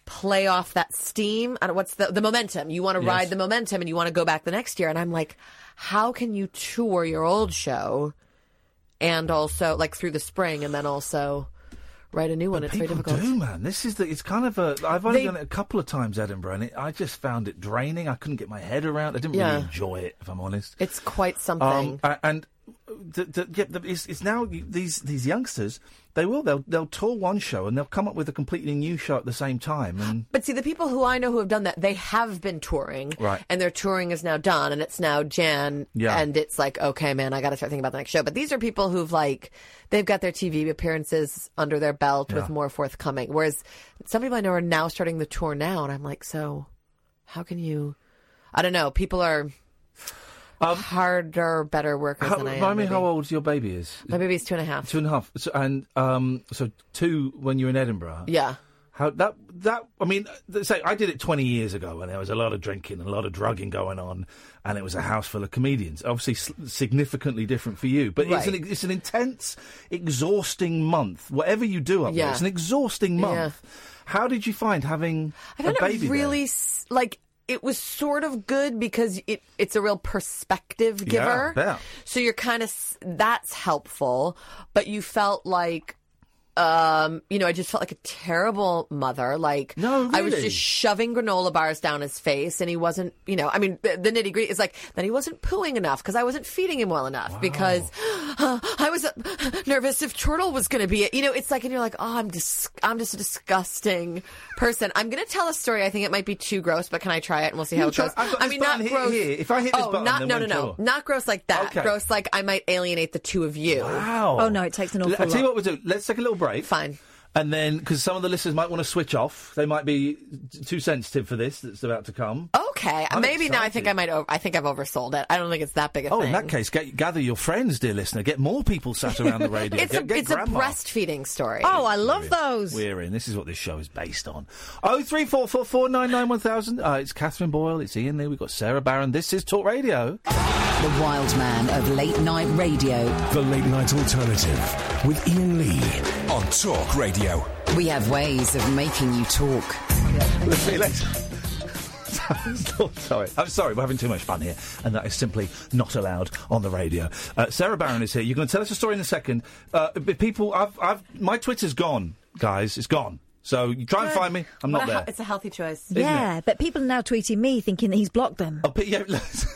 G: play off that steam and what's the the momentum you want to ride the momentum and you want to go back the next year and i'm like how can you tour your old show and also like through the spring and then also write a new one it's very
D: People
G: difficult
D: do, man. This is the. It's kind of a. I've only
G: They-
D: done it a couple of times, Edinburgh, and it, I just found it draining. I couldn't get my head around. it. I didn't
G: Yeah.
D: really enjoy it, if I'm honest.
G: it's quite something
D: Um, a- and the, the, yeah, the, it's, it's now you- these these youngsters. They will. They'll they'll tour one show and they'll come up with a completely new show at the same time. And
G: But see, the people who I know who have done that, they have been touring,
D: Right.
G: And their touring is now done, and it's now Jan,
D: Yeah.
G: And it's like, okay, man, I got to start thinking about the next show. But these are people who've like, they've got their TV appearances under their belt with more forthcoming. Whereas some people I know are now starting the tour now, and I'm like, so how can you? I don't know. People are harder, better workers
D: Um, how,
G: than I am.
D: remind me
G: maybe.
D: how old your baby is.
G: my baby's two and a half.
D: Two and a half. So, and um, so two when you're in Edinburgh.
G: yeah.
D: How that that I mean, th- say I did it 20 years ago, and there was a lot of drinking and a lot of drugging going on, and it was a house full of comedians. Obviously, s- significantly different for you, but it's an
G: Right.
D: it's an intense, exhausting month. Whatever you do up there,
G: Yeah.
D: it's an exhausting month. How did you find having
G: I found
D: a baby?
G: it
D: there?
G: really s like it was sort of good because it it's a real perspective
D: Yeah,
G: giver.
D: yeah.
G: So you're kind of that's helpful, but you felt like um, you know, I just felt like a terrible mother. Like
D: No,
G: I was
D: really?
G: just shoving granola bars down his face, and he wasn't. You know, I mean, the nitty gritty is like then he wasn't pooing enough because I wasn't feeding him well enough because I was uh, nervous if Turtle was going to be it. You know, it's like, and you're like, oh, I'm dis- I'm just a disgusting person. I'm going to tell a story. I think it might be too gross, but can I try it and we'll see how
D: You
G: it
D: try-
G: goes?
D: I've got
G: I
D: this
G: mean,
D: button
G: not
D: hit
G: gross.
D: here. If I hit this
G: oh,
D: button,
G: not
D: then
G: no,
D: we're
G: no,
D: in
G: no,
D: trouble.
G: not gross like that.
D: Okay.
G: Gross like I might alienate the two of you.
D: Wow.
E: Oh, no, it takes an
D: L-
E: awful
D: I'll tell you
E: lot.
D: what we'll do. Let's take a little break.
G: Fine.
D: And then, because some of the listeners might want to switch off, they might be t- too sensitive for this that's about to come.
E: Oh,
G: Okay,
D: I'm
G: maybe now I
D: excited.
G: think I might. Over- I think I've oversold it. I don't think it's that big a
D: Oh,
G: thing.
D: in that case, get, gather your friends, dear listener. Get more people sat around the radio.
G: it's
D: get,
G: a
D: get
G: it's a
D: grandma.
G: breastfeeding story.
E: Oh, I love those.
D: We're in. This is what this show is based on. Oh three four four four nine nine one thousand. Uh, it's Catherine Boyle. It's Ian Lee. We've got Sarah Barron. This is Talk Radio.
B: The wild man of late night radio.
A: The Late Night Alternative with Ian Lee. On Talk Radio.
B: We have ways of making you talk.
D: Let's see. Let's. sorry. I'm sorry, we're having too much fun here, and that is simply not allowed on the radio. Uh, Sarah Barron is here. You're going to tell us a story in a second. Uh, but people, I've, I've, my Twitter's gone, guys. It's gone. So you try and find me. I'm not
G: Well, a
D: there.
G: hea- it's a healthy choice.
D: Isn't
E: yeah, but people are now tweeting me thinking that he's blocked them.
D: Oh, but yeah, so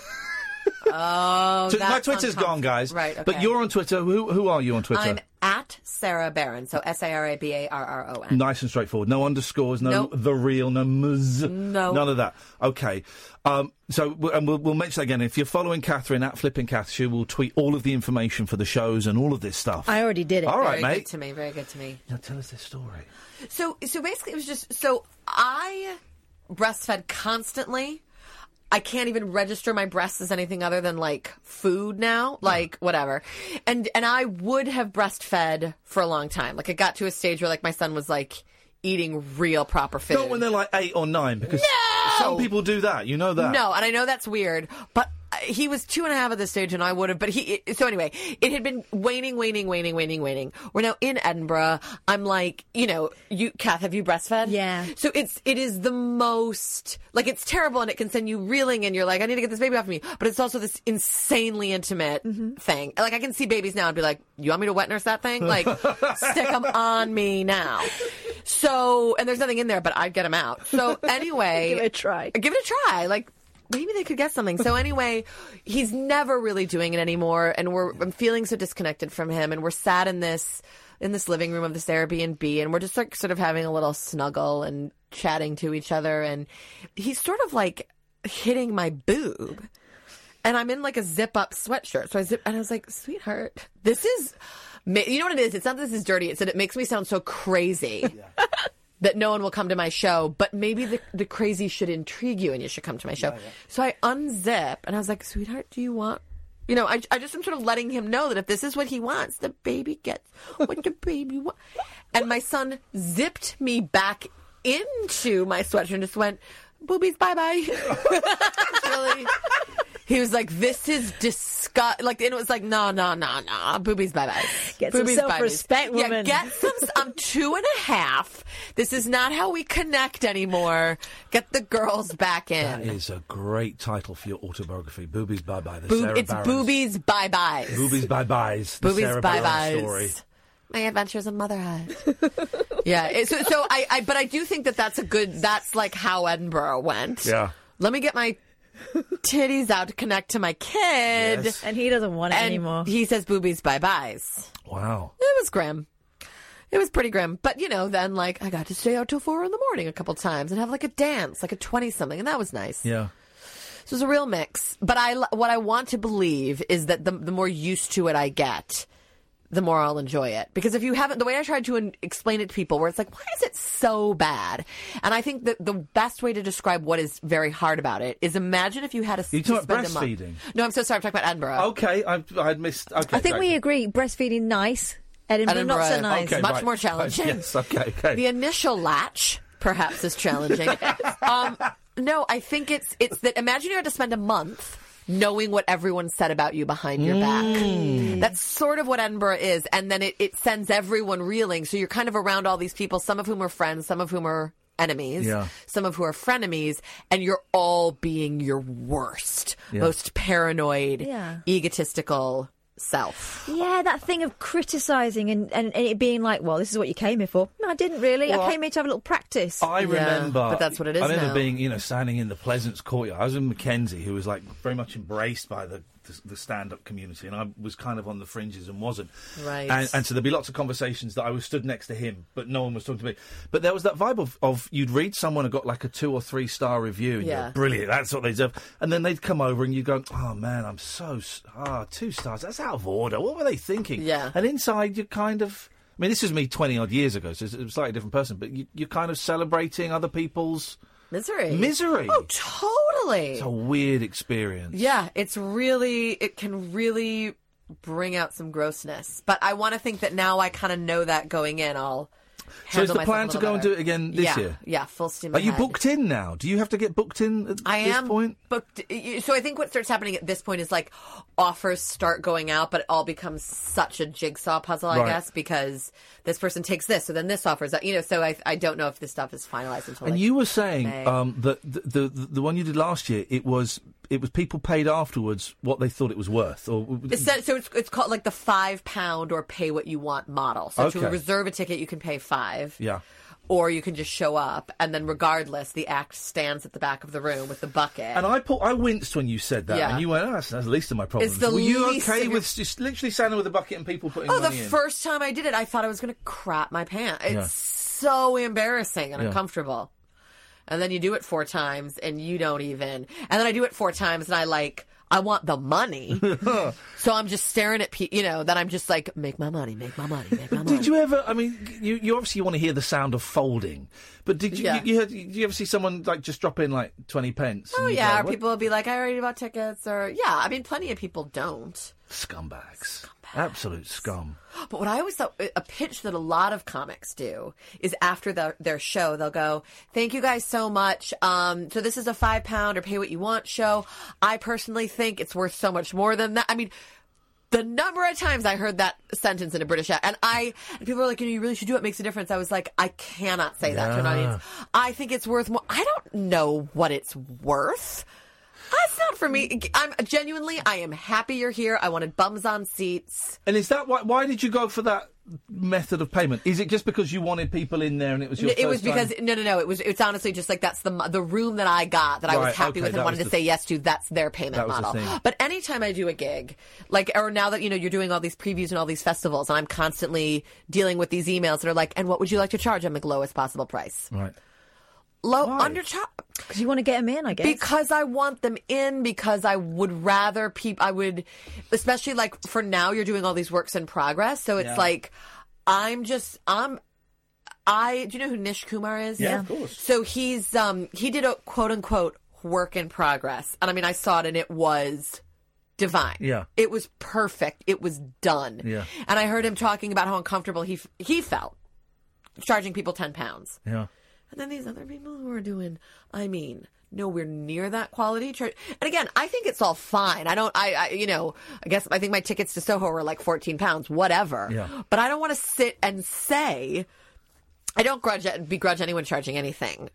G: Oh,
D: my
G: that's
D: Twitter's
G: uncomfortable.
D: gone, guys.
G: Right,
D: But
G: okay.
D: you're on Twitter. Who, who are you on Twitter?
G: I'm at Sarah Barron, so S A R A B A R R O N.
D: Nice and straightforward. No underscores. No
G: Nope.
D: the real. No muz.
G: No.
D: None of that. Okay. Um, so w- and we'll, we'll mention that again. If you're following Catherine at Flipping Cath, she will tweet all of the information for the shows and all of this stuff.
E: I already did it.
D: all right,
G: very
D: mate.
G: good to me. Very good to me.
D: Now tell us this story.
G: So, so basically, it was just so I breastfed constantly. I can't even register my breasts as anything other than like food now, like whatever. And and I would have breastfed for a long time. Like it got to a stage where like my son was like eating real proper food.
D: Not when they're like eight or nine, because
G: No!
D: some people do that. You know that.
G: No, and I know that's weird, but uh, he was two and a half at this stage, and I would have. But he. it- So anyway, it had been waning, waning, waning, waning, waning. We're now in Edinburgh. I'm like, you know, you, Kath, have you breastfed?
E: Yeah.
G: So it's it is the most like it's terrible, and it can send you reeling, and you're like, I need to get this baby off me. But it's also this insanely intimate thing. Like I can see babies now and be like, you want me to wet nurse that thing? Like, stick them on me now. So and there's nothing in there, but I'd get them out. So anyway,
E: Give it a try.
G: give it a try. Like maybe they could get something. So anyway, he's never really doing it anymore, and we're I'm feeling so disconnected from him, and we're sat in this in this living room of this Airbnb, and we're just like sort of having a little snuggle and chatting to each other, and he's sort of like hitting my boob. And I'm in like a zip up sweatshirt. So I zip, and I was like, sweetheart, this is, ma- you know what it is? It's not that this is dirty. It's that it makes me sound so crazy that no one will come to my show, but maybe the, the crazy should intrigue you and you should come to my show. So I unzip and I was like, sweetheart, do you want. You know, I, I just am sort of letting him know that if this is what he wants, the baby gets what the baby wants. And my son zipped me back into my sweatshirt and just went, boobies, bye bye. really. He was like, "This is disgust." Like, and it was like, "No, no, no, no, boobies, bye bye."
E: Get some
G: Boobies, bye-byes.
E: self-respect,
G: Yeah,
E: woman.
G: get some. I'm two and a half. This is not how we connect anymore. Get the girls back
D: That
G: in.
D: is a great title for your autobiography. Boobies bye bye. The
G: Boob-
D: Sarah
G: it's
D: Barron's-
G: boobies, bye bye.
D: Boobies bye byes. the
G: Boobies,
D: Sarah
G: bye
D: Barron Story.
G: bye. My adventures in motherhood. yeah. it- so, so I, I, but I do think that that's a good. That's like how Edinburgh went.
D: Yeah.
G: Let me get my titties out to connect to my kid.
D: Yes.
E: And he doesn't want it
G: And
E: anymore.
G: he says boobies, bye byes.
D: Wow.
G: It was grim. It was pretty grim. But, you know, then, like, I got to stay out till four in the morning a couple times and have, like, a dance, like a 20 something. And that was nice.
D: Yeah.
G: So it was a real mix. But I, what I want to believe is that the, the more used to it I get, the more I'll enjoy it. Because if you haven't, the way I tried to in- explain it to people, where it's like, why is it so bad? And I think that the best way to describe what is very hard about it is imagine if you had a. to
D: You talking
G: spend
D: about
G: a month-
D: breastfeeding?
G: No, I'm so sorry. I'm talking about Edinburgh.
D: Okay. I I missed. Okay,
E: I think we
D: exactly.
E: agree. Breastfeeding, nice. Edinburgh, not so
G: Edinburgh,
E: nice.
D: Okay,
G: much
D: right.
G: more challenging.
D: Right, yes. Okay. Okay.
G: the initial latch perhaps is challenging. um, no, I think it's it's that. Imagine you had to spend a month knowing what everyone said about you behind your
D: Mm.
G: back. That's sort of what Edinburgh is, and then it, it sends everyone reeling. So you're kind of around all these people, some of whom are friends, some of whom are enemies,
D: Yeah.
G: some of who are frenemies, and you're all being your worst,
D: Yeah.
G: most paranoid,
E: Yeah.
G: egotistical self.
E: Yeah, that thing of criticising and, and, and it being like, well, this is what you came here for. No, I didn't really.
D: Well,
E: I came here to have a little practice.
D: I
G: Yeah,
D: remember,
G: but that's what it is
D: I remember
G: now.
D: being, you know, standing in the Pleasance courtyard. I was with Mackenzie, who was like very much embraced by the the, the stand-up community, and I was kind of on the fringes and wasn't.
G: Right.
D: And, and so there'd be lots of conversations that I was stood next to him, but no one was talking to me. But there was that vibe of, of you'd read someone who got like a two or three star review, and
G: Yeah.
D: you're brilliant. That's what they deserve. And then they'd come over, and you go, oh man, I'm so s- ah two stars. That's out of order. What were they thinking?
G: Yeah.
D: And inside, you're kind of. I mean, this is me 20 odd years ago, so it's a slightly different person, but you, you're kind of celebrating other people's.
G: Misery.
D: Misery.
G: Oh, totally.
D: It's a weird experience.
G: yeah, it's really, it can really bring out some grossness. But I want to think that now I kind of know that going in, I'll
D: So is
G: handle
D: the
G: myself
D: plan
G: a
D: to
G: little
D: go and
G: better.
D: do it again this
G: yeah,
D: year?
G: Yeah, full steam
D: Are you
G: ahead.
D: booked in now? Do you have to get booked in at
G: I
D: this
G: am
D: point?
G: booked. you- So I think what starts happening at this point is like offers start going out, but it all becomes such a jigsaw puzzle, I
D: Right.
G: guess, because this person takes this, so then this offers that, you know. So I, I don't know if this stuff is finalized until.
D: And
G: like,
D: you were saying
G: May.
D: um, that the, the the one you did last year, it was it was people paid afterwards what they thought it was worth, or
G: It's set- so it's, it's called like the five pound or pay what you want model. So
D: Okay.
G: to reserve a ticket, you can pay five.
D: Yeah.
G: Or you can just show up, and then regardless, the act stands at the back of the room with the bucket.
D: And I pull, I winced when you said that,
G: Yeah.
D: and you went, oh, "That's, that's the least of my problems."
G: It's the
D: Were you
G: least
D: okay
G: of your-
D: with just literally standing with a bucket and people putting
G: Oh, the
D: money in?
G: first time I did it, I thought I was going to crap my pants. It's
D: Yeah.
G: so embarrassing and
D: Yeah.
G: uncomfortable. And then you do it four times and you don't even. And then I do it four times and I like, I want the money. so I'm just staring at people, you know, then I'm just like, make my money, make my money, make my money.
D: Did you ever? I mean, you, you obviously want to hear the sound of folding, but did you?
G: Yeah.
D: You, you heard? Did you ever see someone like just drop in like twenty pence?
G: Oh,
D: and you
G: yeah.
D: go,
G: Or
D: "What
G: people will be like, I already bought tickets. Or, yeah, I mean, plenty of people don't.
D: scumbags, absolute scum.
G: But what I always thought a pitch that a lot of comics do is after the, their show, they'll go, "Thank you guys so much. Um, so this is a five pound or pay what you want show. I personally think it's worth so much more than that. I mean." The number of times I heard that sentence in a British accent, and I, and people were like, you know, you really should do it. it makes a difference. I was like, I cannot say that to an
D: Yeah.
G: audience. I think it's worth more. I don't know what it's worth. That's not for me. I'm genuinely, I am happy you're here. I wanted bums on seats.
D: And is that why? Why did you go for that method of payment? Is it just because you wanted people in there and it was your?
G: No, it was
D: first time?
G: because no, no, no. It was. It's honestly just like that's the mo- the room that I got that I
D: Right,
G: was happy
D: okay,
G: with
D: that
G: and wanted to
D: was the-
G: say yes to. That's their payment
D: That was the
G: model.
D: thing.
G: But anytime I do a gig, like or now that you know you're doing all these previews and all these festivals, and I'm constantly dealing with these emails that are like, and what would you like to charge? I'm like lowest possible price,
D: right.
G: low
D: Why?
G: under charge.
E: Because you want to get him in, I guess.
G: Because I want them in. Because I would rather people. I would, especially like for now, you're doing all these works in progress. So it's
D: Yeah.
G: like, I'm just I'm. I do you know who Nish Kumar is?
D: Yeah, of Yeah. course.
G: So he's um he did a quote unquote work in progress, and I mean I saw it and it was divine.
D: Yeah.
G: it was perfect. It was done.
D: Yeah.
G: and I heard him talking about how uncomfortable he f- he felt charging people ten pounds.
D: Yeah.
G: And then these other people who are doing, I mean, nowhere near that quality. Char- and again, I think it's all fine. I don't, I, I, you know, I guess I think my tickets to Soho were like 14 pounds, whatever.
D: Yeah.
G: But I don't want to sit and say, I don't grudge, begrudge anyone charging anything.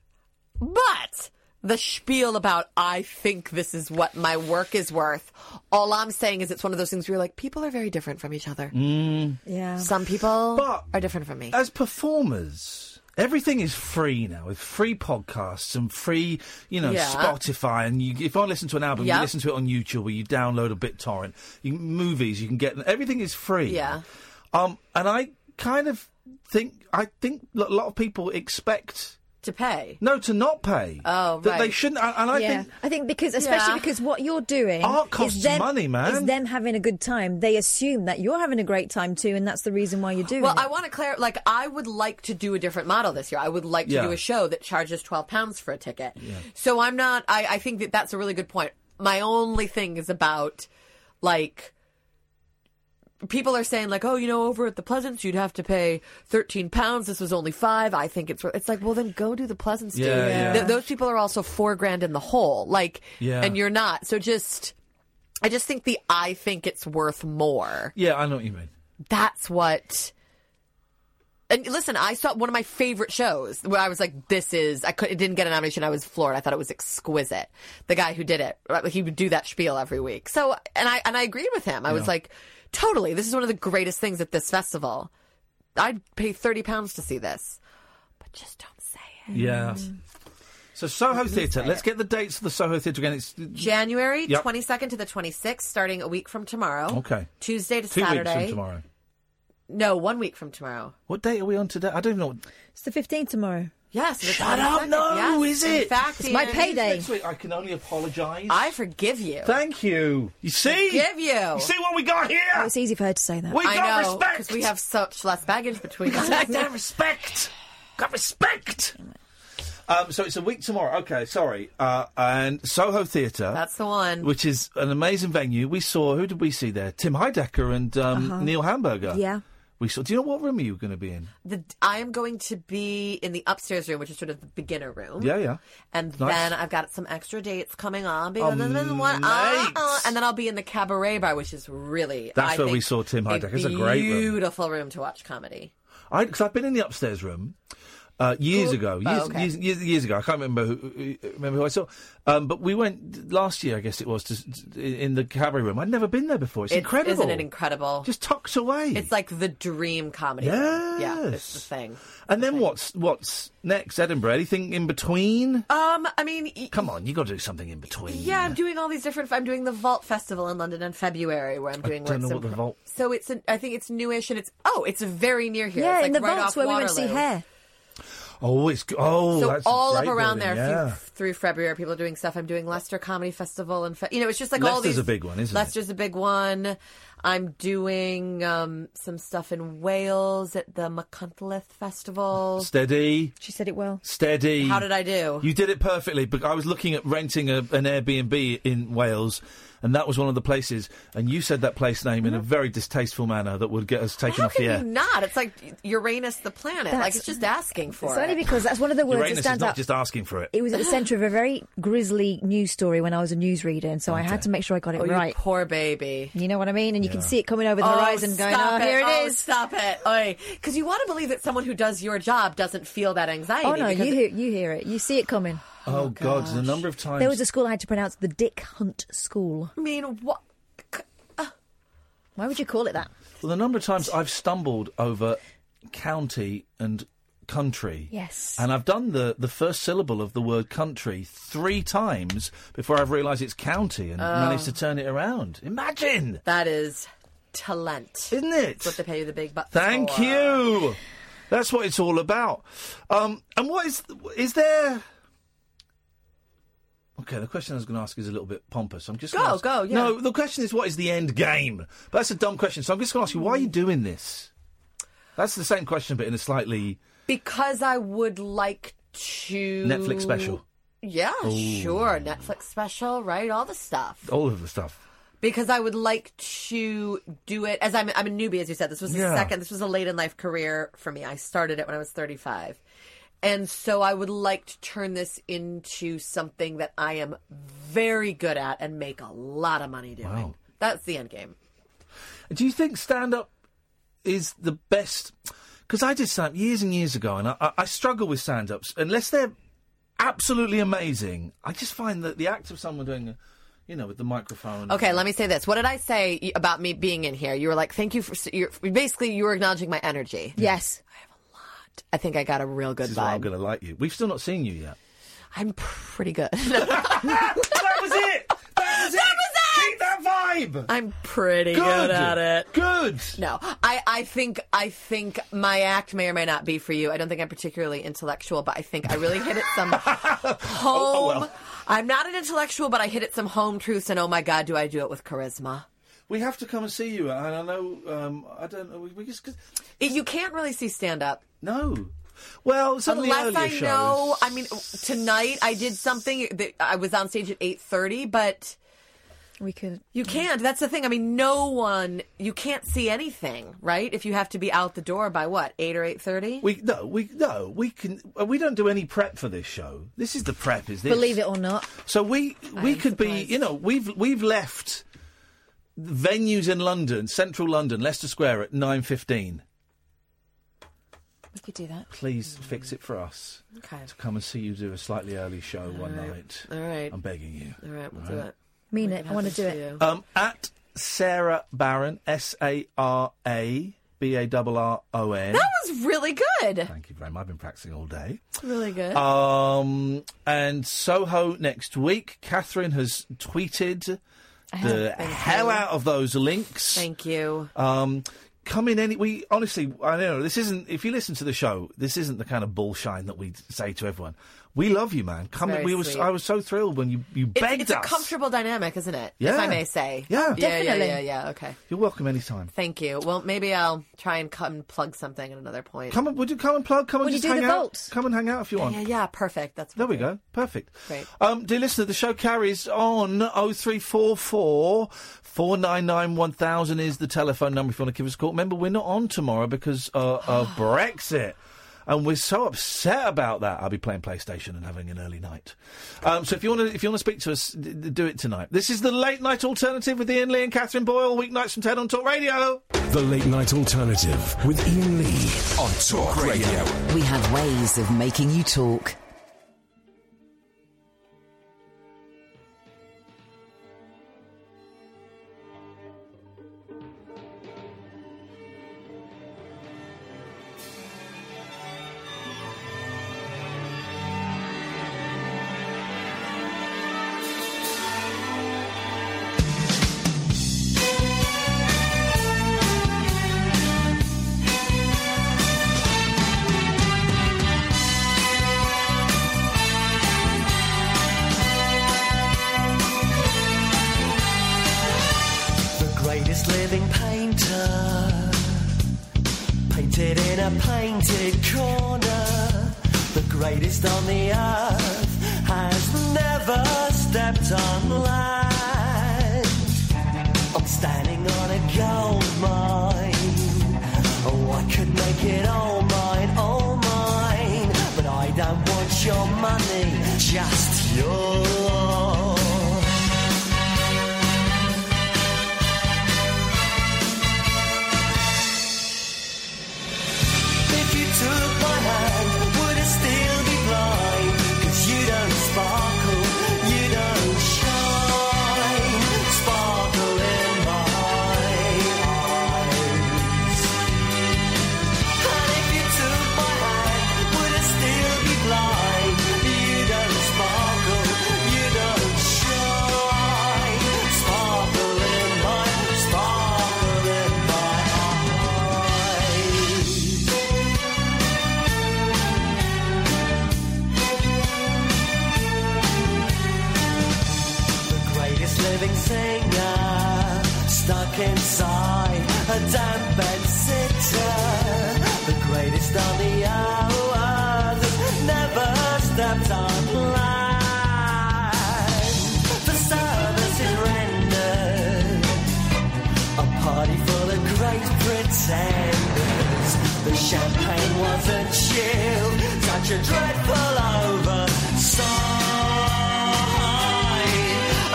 G: But the spiel about, I think this is what my work is worth. All I'm saying is it's one of those things where you're like, people are very different from each other.
E: yeah.
G: Some people
D: But-
G: are different from me.
D: Mm. as performers, everything is free now with free podcasts and free, you know,
G: Yeah.
D: Spotify. And you, if I listen to an album, you
G: Yeah.
D: listen to it on YouTube or you download a BitTorrent. You, movies, you can get everything is free.
G: Yeah.
D: Um, and I kind of think I think a lot of people expect
G: to pay.
D: no to not pay.
G: Oh,
D: that they
G: right.
D: shouldn't. And and I
E: yeah,
D: think.
E: I think because especially
G: Yeah.
E: because what you're doing
D: Art costs
E: is them,
D: money, man.
E: Is them having a good time. They assume that you're having a great time too, and that's the reason why you're doing
G: Well,
E: it.
G: I want to clarify. Like, I would like to do a different model this year. I would like to
D: Yeah.
G: do a show that charges twelve pounds for a ticket. So I'm not. I, I think that that's a really good point. My only thing is about like people are saying like, oh, you know, over at the Pleasance, you'd have to pay thirteen pounds. This was only five. I think it's. wor-" It's like, well, then go do the Pleasance. dude.
D: Yeah, yeah.
G: Th- those people are also four grand in the hole. Like,
D: Yeah.
G: and you're not. So just. I just think the I think it's worth more
D: Yeah, I know what you mean.
G: that's what and listen i saw one of my favorite shows where i was like this is i could, it didn't get a nomination i was floored i thought it was exquisite the guy who did it uh, he would do that spiel every week so and i and i agreed with him i was like totally this is one of the greatest things at this festival i'd pay 30 pounds to see this but just don't say it
D: Yeah.
G: Mm.
D: So Soho Theatre. Let's get the dates of the Soho Theatre again. It's
G: january
D: Yep.
G: 22nd to the 26th starting a week from tomorrow
D: Okay.
G: tuesday to
D: two weeks
G: saturday
D: from tomorrow.
G: no one week from tomorrow
D: What date are we on today? I don't even know. What,
E: it's the 15th tomorrow.
G: Yes. the
D: Shut up,
G: 22nd.
D: no,
G: Yes.
D: is
G: In
D: it?
G: fact,
E: It's my
G: Ian,
E: payday. Hey.
D: Next week, I can only apologise.
G: I forgive you.
D: Thank you. You see?
G: Give you.
D: You see what we got here?
E: Oh, It's easy for her to say that.
D: we
G: I
D: got
G: know
D: respect.
G: we have such less baggage between us.
D: goddamn respect. Got respect. Um, so it's a week tomorrow. Okay, sorry. Uh, and Soho Theatre.
G: That's the one.
D: Which
G: Uh-huh.
D: is an amazing venue. We saw who did we see there? Tim Heidecker and um, Neil Hamburger.
E: Yeah.
D: We saw. Do you know what room are you going to be in?
G: The, I am going to be in the upstairs room, which is sort of the beginner room.
D: Yeah, yeah.
G: And
D: Nice.
G: then I've got some extra dates coming on. Because one,
D: nice.
G: and then I'll be in the cabaret bar, which is really
D: That's
G: I
D: where we
G: think,
D: saw Tim Heidecker. It's a great room.
G: beautiful room to watch comedy.
D: I because I've been in the upstairs room uh, years ago,
G: oh,
D: years,
G: okay.
D: years, years, years ago. I can't remember who who- remember who I saw, um, but we went last year. I guess it was to, in the cabaret room. I'd never been there before. Oh, It's, incredible,
G: isn't it incredible?
D: Just tucked away.
G: it's like the dream comedy. room. yeah, it's the
D: Yes.
G: thing.
D: and then what's what's next? Edinburgh? Anything in between?
G: Um, I mean, y-
D: Come on, you got to do something in between.
G: Yeah, I'm doing all these different. I'm doing the Vault Festival in London in February, where I'm doing.
D: don't
G: works
D: know
G: in
D: what the
G: pro-
D: Vault-
G: So it's. An, I think it's newish, and it's. Oh, it's very near here.
E: Yeah,
G: It's
E: in the
G: like right
E: vaults
G: off
E: where we went to see
G: Waterloo.
E: hair.
D: Oh, it's g- oh,
G: So
D: that's a
G: all up
D: great
G: around
D: building,
G: there
D: Yeah.
G: through, through February, people are doing stuff. I'm doing Leicester Comedy Festival, and fe- you know, it's just like all
D: Leicester's
G: these.
D: a big one, isn't it?
G: Leicester's a big one. I'm doing um, some stuff in Wales at the McCuntleth Festival.
D: Steady,
E: She said it well.
D: steady.
G: How did I do?
D: You did it perfectly. But I was looking at renting a, an Airbnb in Wales, and that was one of the places. And you said that place name in a very distasteful manner that would get us taken
G: How
D: off the
G: can
D: air.
G: you not? It's like Uranus, the planet. like
E: That's-
G: it's just asking for
E: It's
G: it.
E: only because that's one of the words
D: Uranus
E: that
D: is
E: stands
D: not
E: out.
D: just asking for it.
E: It was at the centre of a very grisly news story when I was a newsreader, and so I had to make sure I got it
G: oh, you
E: right.
G: poor baby.
E: You know what I mean? And you can see it coming over the
G: Oh,
E: horizon going,
G: stop
E: oh,
G: it.
E: here
G: Oh,
E: it is.
G: Stop it. Because you want to believe that someone who does your job doesn't feel that anxiety.
E: Oh, no,
G: because
E: you hear, you hear it. You see it coming.
D: oh God, the number of times.
E: There was a school I had to pronounce the Dick Hunt School.
G: I mean, what? c-
E: Why would you call it that?
D: well, the number of times I've stumbled over county and country.
E: Yes.
D: And I've done the, the first syllable of the word country three times before I've realised it's county and managed to turn it around. Imagine,
G: That is talent.
D: isn't it?
G: That's what they pay you the big bucks.
D: Thank
G: for.
D: you. That's what it's all about. Um, and what is is there? Okay, the question I was going to ask is a little bit pompous. I'm just
G: Go,
D: gonna ask-
G: go, yeah.
D: No, the question is what is the end game? But that's a dumb question. So I'm just going to ask you why are you doing this? That's the same question, but in a slightly
G: Because I would like to
D: Netflix special.
G: Yeah, sure. Netflix special, right? All the stuff.
D: All of the stuff.
G: because I would like to do it as I'm I'm a newbie as you said. This was the
D: Yeah.
G: second this was a late in life career for me. I started it when I was 35. And so I would like to turn this into something that I am very good at and make a lot of money doing.
D: Wow.
G: That's the end game.
D: Do you think stand up is the best? Because I did stand up years and years ago, and I, I, I struggle with stand ups unless they're absolutely amazing. I just find that the act of someone doing, a, you know, with the microphone.
G: Okay, let me say this. What did I say y- about me being in here? You were like, "Thank you for." s- You're, basically, you were acknowledging my energy.
E: Yes.
G: I think I got a real good
D: This is why I'm
G: vibe.
D: going to like you. We've still not seen you yet.
G: I'm pretty good.
D: that was it. That was it. That was it. Keep that vibe.
G: I'm pretty
D: Good.
G: good at it.
D: Good.
G: No, I, I think I think my act may or may not be for you. I don't think I'm particularly intellectual, but I think I really hit at some home.
D: Oh, oh, well.
G: I'm not an intellectual, but I hit at some home truths, and oh my god, do I do it with charisma?
D: We have to come and see you. And I know. Um, I don't know. We, we just cause,
G: It- you can't really see stand up
D: no. Well, some of
G: unless
D: the
G: I
D: earlier
G: know.
D: shows-
G: I mean, tonight I did something. That I was on stage at eight thirty, but
E: We could.
D: Mm.
G: you can't. That's the thing. I mean, no one. You can't see anything, right? If you have to be out the door by what eight or eight thirty.
D: We no, we no, we can. uh, We don't do any prep for this show. This is the prep. Is this?
E: Believe it or not.
D: So we we
G: am
D: could
G: surprised.
D: be. You know, we've we've left venues in London, central London, Leicester Square at nine fifteen.
E: We could do that.
D: Please fix it for us
G: Okay.
D: to come and see you do a slightly early show one night.
G: All right.
D: I'm begging you.
G: All right, we'll do it.
E: Mean it. I want to do
G: See
E: it.
G: you.
D: Um, at Sarah Barron, S A R A B A R R O N.
G: That was really good.
D: Thank Uh, you very much. I've been practicing all day.
G: Really good.
D: Um, and Soho next week. Catherine has tweeted the hell out of those links.
G: Thank you.
D: Um, come in any. We honestly, I don't know. This isn't. If you listen to the show, this isn't the kind of bullshine that we say to everyone. we love you, man. Come.
G: very
D: in." We was
G: sweet.
D: I was so thrilled when you you
G: It's,
D: begged
G: it's a
D: us.
G: comfortable dynamic, isn't it? If
D: Yeah.
G: I may say.
D: Yeah.
G: Yeah,
I: Definitely.
G: yeah, yeah, yeah. Okay.
D: You're welcome anytime.
G: Thank you. Well, maybe I'll try and come and plug something at another point.
D: Come and would you come and plug? Come and
I: Would you
D: just
I: do
D: hang
I: the
D: out.
I: vault?
D: Come and hang out if you want.
G: Yeah, yeah. Perfect. That's
D: There we go. Perfect.
G: Great.
D: Um, dear listener, the show carries on. 0344 499 1000 is the telephone number if you want to give us a call. Remember, we're not on tomorrow because uh, of Brexit. And we're so upset about that. I'll be playing PlayStation and having an early night. Um, so if you want to, if you want to speak to us, d- d- do it tonight. This is the late night alternative with Ian Lee and Catherine Boyle, weeknights from ten on Talk Radio.
A: The Late Night Alternative with Ian Lee on Talk Radio.
J: We have ways of making you talk.
C: the greatest living painter. Painted in a painted corner, the greatest on the earth has never stepped on land. I'm standing on a gold mine. Oh, I could make it all mine, all mine. But I don't want your money, just yours. If you took my hand, would I still be blind? 'Cause you don't sparkle, you don't shine. Sparkle in my eyes. And if you took my hand, would I still be blind? You don't sparkle, you don't shine. Sparkle in my, sparkle in my eyes. the greatest living singer. Stuck inside a damp bed sitter. The greatest on the earth. Never stepped on land. The service is rendered. A party full of great pretenders. The champagne was a chill, such a dreadful oversight.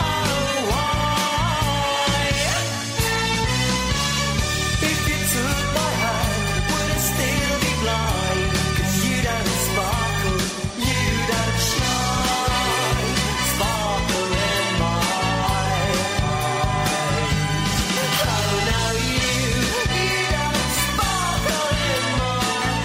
C: Oh, why? If you took my hand, would I still be blind? 'Cause you don't sparkle, you don't shine. Sparkle in my eyes. Oh, now you, you don't sparkle in my heart.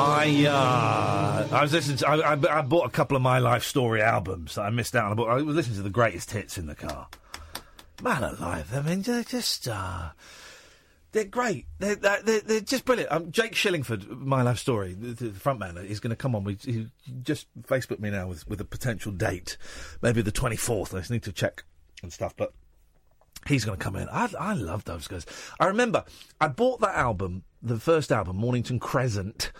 D: I uh, I was listening. To, I, I, I bought a couple of my life story albums that I missed out on. I, bought, I was listening to the greatest hits in the car. Man alive! I mean, they're just uh, they're great. They're, they're, they're- they're just brilliant. Um, Jake Shillingford, my life story, the, the front man, is going to come on. We he just Facebooked me now with with a potential date, maybe the twenty fourth. I just need to check and stuff, but. He's going to come in. I, I love those guys. I remember I bought that album, the first album, Mornington Crescent,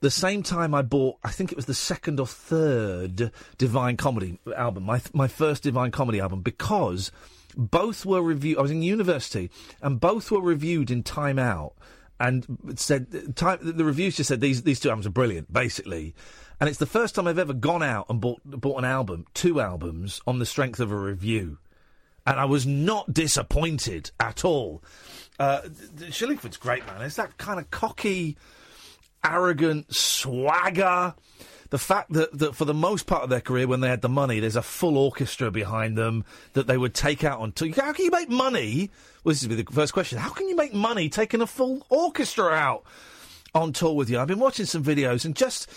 D: the same time I bought, I think it was the second or third Divine Comedy album, my, my first Divine Comedy album, because both were reviewed. I was in university, and both were reviewed in Time Out, and it said time, the reviews just said these these two albums are brilliant, basically. And it's the first time I've ever gone out and bought bought an album, two albums, on the strength of a review and I was not disappointed at all. Uh, th- th- Shillingford's great, man. It's that kind of cocky, arrogant swagger. The fact that, that for the most part of their career, when they had the money, there's a full orchestra behind them that they would take out on tour. How can you make money? Well, this would be the first question. How can you make money taking a full orchestra out on tour with you? I've been watching some videos and just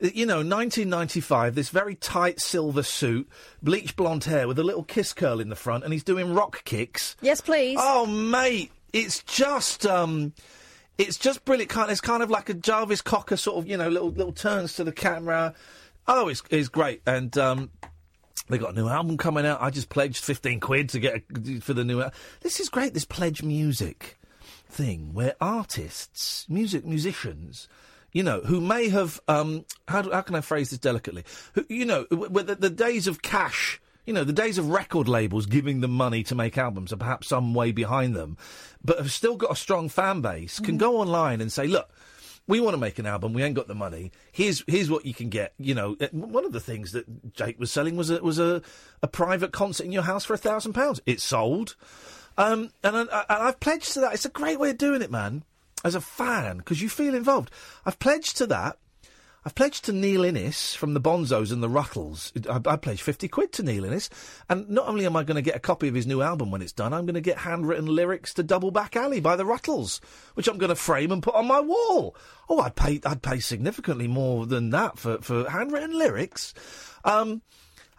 D: you know, 1995, this very tight silver suit, bleach blonde hair with a little kiss curl in the front, and he's doing rock kicks.
E: Yes, please.
D: Oh, mate, it's just, um, it's just brilliant. Kind, it's kind of like a Jarvis Cocker sort of, you know, little little turns to the camera. Oh, it's it's great, and um, they got a new album coming out. I just pledged fifteen quid to get a, for the new. al- This is great. This pledge music thing where artists, music musicians, you know, who may have um, how do, how can I phrase this delicately? Who, you know, w- w- the, the days of cash. You know, the days of record labels giving them money to make albums are perhaps some way behind them, but have still got a strong fan base. Can go online and say, look, we want to make an album. We ain't got the money. Here's here's what you can get. You know, Uh, w- one of the things that Jake was selling was a was a, a private concert in your house for a thousand pounds. It sold, um, and I, I- and I've pledged to that. It's a great way of doing it, man. As a fan, because you feel involved. I've pledged to that. I've pledged to Neil Innes from the Bonzos and the Ruttles. I, I pledged 50 quid to Neil Innes. And not only am I going to get a copy of his new album when it's done, I'm going to get handwritten lyrics to Double Back Alley by the Ruttles, which I'm going to frame and put on my wall. Oh, I'd pay, I'd pay significantly more than that for, for handwritten lyrics. Um,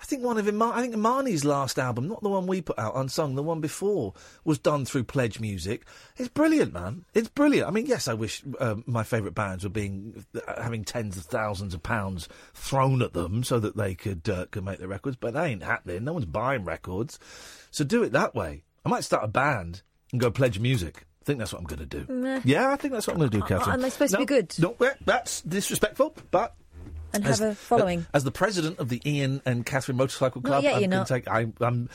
D: I think one of Ima- I think Imani's last album, not the one we put out, Unsung, the one before, was done through Pledge Music. It's brilliant, man. It's brilliant. I mean, yes, I wish uh, my favourite bands were being uh, having tens of thousands of pounds thrown at them so that they could uh, could make their records, but that ain't happening. No one's buying records, so do it that way. I might start a band and go Pledge Music. I think that's what I'm going to do.
E: Meh.
D: Yeah, I think that's what I'm going to do, Catherine.
E: Am I supposed to
D: No,
E: be good?
D: No, eh, that's disrespectful, but
E: And have a following.
D: as the president of the Ian and Catherine Motorcycle
E: Not
D: Club,
E: yet,
D: I'm,
E: you're
D: gonna
E: not.
D: Take, I, I'm,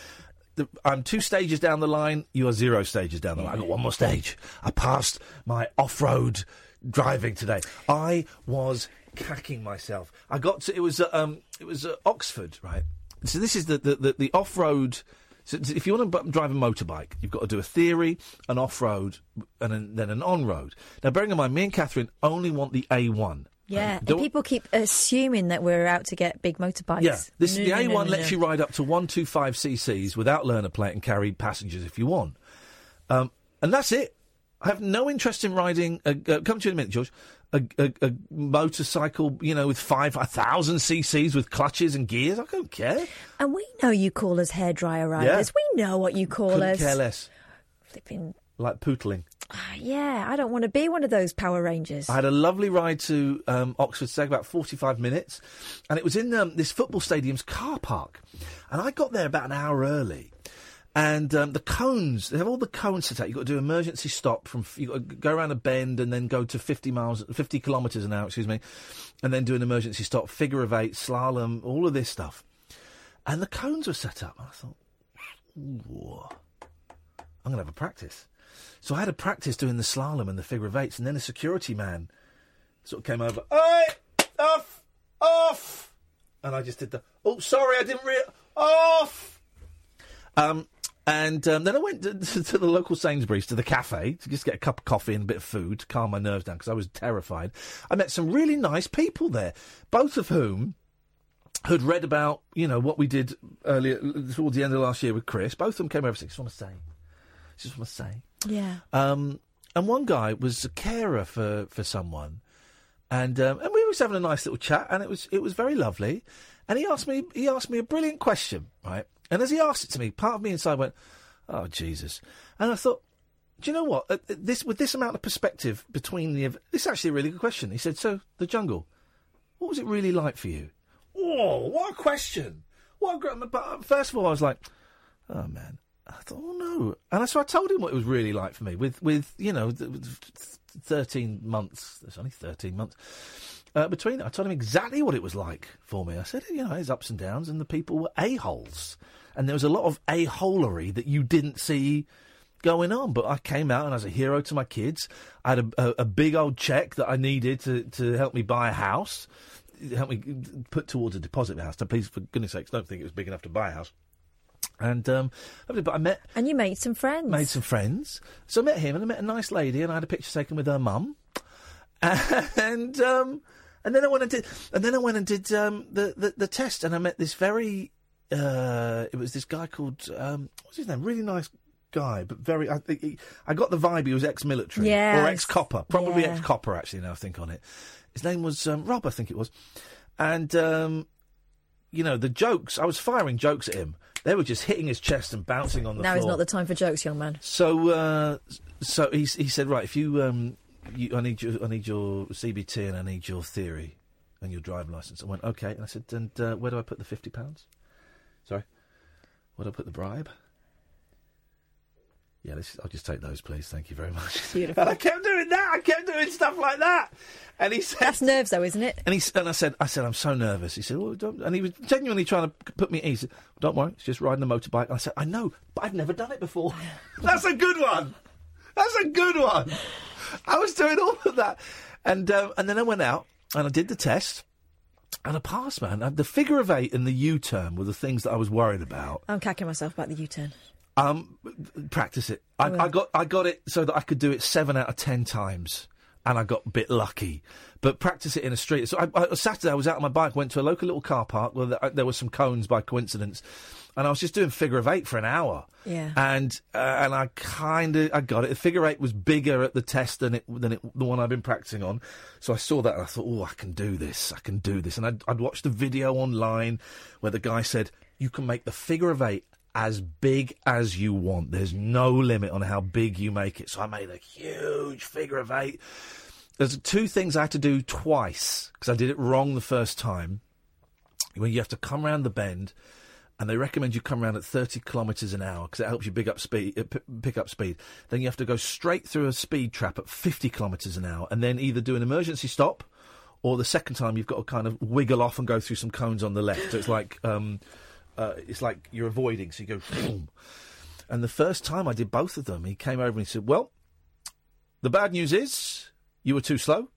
D: the, I'm two stages down the line. You are zero stages down the line. I got one more stage. I passed my off-road driving today. I was cacking myself. I got to. It was uh, um. It was uh, Oxford, right? So this is the the, the, the off-road. So it's- if you want to drive a motorbike, you've got to do a theory, an off-road, and an, then an on-road. Now, bearing in mind, me and Catherine only want the A1.
E: Yeah, and
D: Don't-
E: people keep assuming that we're out to get big motorbikes.
D: yeah, this
E: No,
D: the
E: no,
D: A1
E: no, no,
D: lets
E: no.
D: you ride up to 125 cc's without learner plate and carry passengers if you want. Um, and that's it. I have no interest in riding. A, uh, come to you in a minute, George. A, a, a motorcycle, you know, with five a thousand cc's with clutches and gears. I don't care.
E: And we know you call us hairdryer riders. We know what you call
D: Couldn't
E: us.
D: care less.
E: Flipping. uh,
D: Like pootling.
E: Yeah, I don't want to be one of those Power Rangers.
D: I had a lovely ride to um, Oxford Stag, about 45 minutes, and it was in um, this football stadium's car park. And I got there about an hour early. And um, the cones, they have all the cones set out. You've got to do emergency stop from, you've got to go around a bend and then go to 50 miles, 50 kilometres an hour, excuse me, and then do an emergency stop, figure of eight, slalom, all of this stuff. And the cones were set up. And I thought, Ooh, I'm going to have a practice. So I had a practice doing the slalom and the figure of eights, and then a security man sort of came over, Oi! Off! Off! And I just did the, oh, sorry, I didn't real Off! Um, and um, then I went to, to, to the local Sainsbury's, to the cafe, to just get a cup of coffee and a bit of food to calm my nerves down because I was terrified. I met some really nice people there, both of whom who'd read about, you know, what we did earlier, towards the end of last year with Chris. Both of them came over and said, just want to say, just want to say.
E: yeah.
D: Um, and one guy was a carer for, for someone, and um, and we was having a nice little chat, and it was it was very lovely. And he asked me he asked me a brilliant question, right? And as he asked it to me, part of me inside went, "Oh Jesus!" And I thought, do you know what? Uh, uh, this with this amount of perspective between the ev- this is actually a really good question. He said, "So the jungle, what was it really like for you?" Oh, what a question! What a great, but uh, first of all, I was like, "Oh man," I thought, "Oh no," and I- so I told him what it was really like for me with with you know th- with th- thirteen months. There's only thirteen months. Uh, between, I told him exactly what it was like for me. I said, you know, his ups and downs, and the people were a-holes. And there was a lot of a-holery that you didn't see going on. But I came out and I was a hero to my kids. I had a, a, a big old check that I needed to, to help me buy a house, help me put towards a deposit of a house. Now, please, for goodness sakes, don't think it was big enough to buy a house. And, um, lovely, but I met
E: And you made some friends.
D: Made some friends. So I met him and I met a nice lady and I had a picture taken with her mum. And um, and then I went and did and then I went and did um, the, the the test and I met this very uh, it was this guy called um, what's his name? Really nice guy, but very I think he, I got the vibe he was ex-military
K: Yes.
D: or ex-copper, probably
K: Yeah.
D: ex-copper actually. Now I think on it, his name was um, Rob, I think it was, and um, you know the jokes. I was firing jokes at him. They were just hitting his chest and bouncing on the
E: now
D: floor.
E: is not the time for jokes, young man.
D: So, uh, so he he said, right, if you, um, you, I need your, I need your CBT and I need your theory and your driving license. I went, okay, and I said, and uh, where do I put the fifty pounds? Sorry, where do I put the bribe? Yeah, this, I'll just take those, please. Thank you very much. Beautiful. I kept doing that. I kept doing stuff like that. And he said,
E: "That's nerves, though, isn't it?"
D: And he s- and I said, I said, I'm so nervous. He said, well, don't, and he was genuinely trying to put me at ease. Don't worry, it's just riding a motorbike. And I said, I know, but I've never done it before. That's a good one. That's a good one. I was doing all of that, and um, and then I went out and I did the test, and I passed, man. Uh, The figure of eight and the U turn were the things that I was worried about.
E: I'm cacking myself about the U-turn.
D: Um, practice it. I, I got I got it so that I could do it seven out of ten times, and I got a bit lucky. But practice it in a street. So I, I, Saturday I was out on my bike, went to a local little car park where uh, there, there were some cones by coincidence, and I was just doing figure of eight for an hour.
E: Yeah.
D: And uh, and I kind of I got it. The figure eight was bigger at the test than it than it the one I've been practicing on. So I saw that and I thought, oh, I can do this. I can do this. And I'd, I'd watched a video online where the guy said you can make the figure of eight as big as you want. There's no limit on how big you make it. So I made a huge figure of eight. There's two things I had to do twice because I did it wrong the first time when you have to come round the bend, and they recommend you come round at 30 kilometres an hour because it helps you pick up speed. Uh, p- pick up speed. Then you have to go straight through a speed trap at 50 kilometres an hour, and then either do an emergency stop, or the second time you've got to kind of wiggle off and go through some cones on the left. So it's like um, uh, it's like you're avoiding. So you go. boom. And the first time I did both of them, he came over and he said, "Well, the bad news is you were too slow.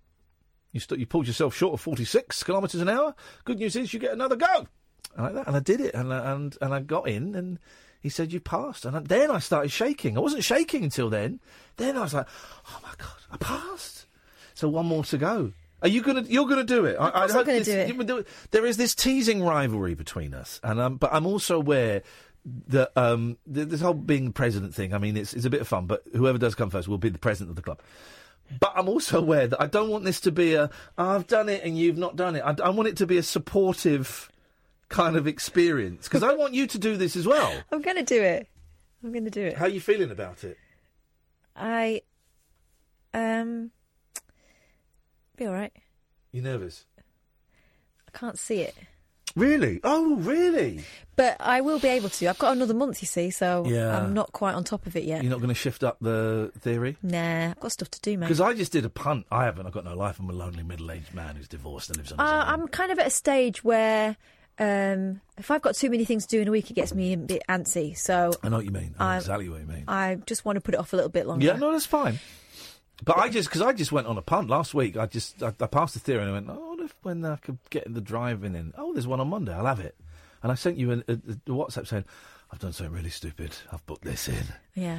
D: You, st- you pulled yourself short of 46 kilometres an hour. Good news is you get another go. And like that. And I did it. And, I- and, and I got in and he said, you passed. And I, then I started shaking. I wasn't shaking until then. Then I was like, oh my God, I passed. So one more to go. Are you gonna? You're gonna do it. I, I
E: course I'm
D: hope
E: gonna
D: this-
E: do it.
D: you will do it. There is this teasing rivalry between us, and um, but I'm also aware that um, th- this whole being president thing. I mean, it's it's a bit of fun, but whoever does come first will be the president of the club. But I'm also aware that I don't want this to be a I've done it and you've not done it. I, I want it to be a supportive kind of experience because I want you to do this as well.
E: I'm going to do it. I'm going to do it.
D: How are you feeling about it?
E: I, um, be all right.
D: You nervous?
E: I can't see it,
D: Really? Oh, really?
E: but I will be able to. I've got another month, you see, so
D: Yeah.
E: I'm not quite on top of it yet.
D: You're not going to shift up the theory?
E: Nah, I've got stuff to do, mate.
D: Because I just did a punt. I haven't. I've got no life. I'm a lonely middle-aged man who's divorced and lives on his
E: Uh, I'm kind of at a stage where um, if I've got too many things to do in a week, it gets me a bit antsy. So
D: own. I know what you mean. I know
E: I'm-
D: exactly what you mean.
E: I just want to put it off a little bit longer.
D: Yeah, no, that's fine. But I just because I just went on a punt last week. I just I, I passed the theory and I went, oh, what if when I could get the driving in? Oh, there's one on Monday. I'll have it. And I sent you an- a, a WhatsApp saying, I've done something really stupid. I've booked this in.
E: Yeah.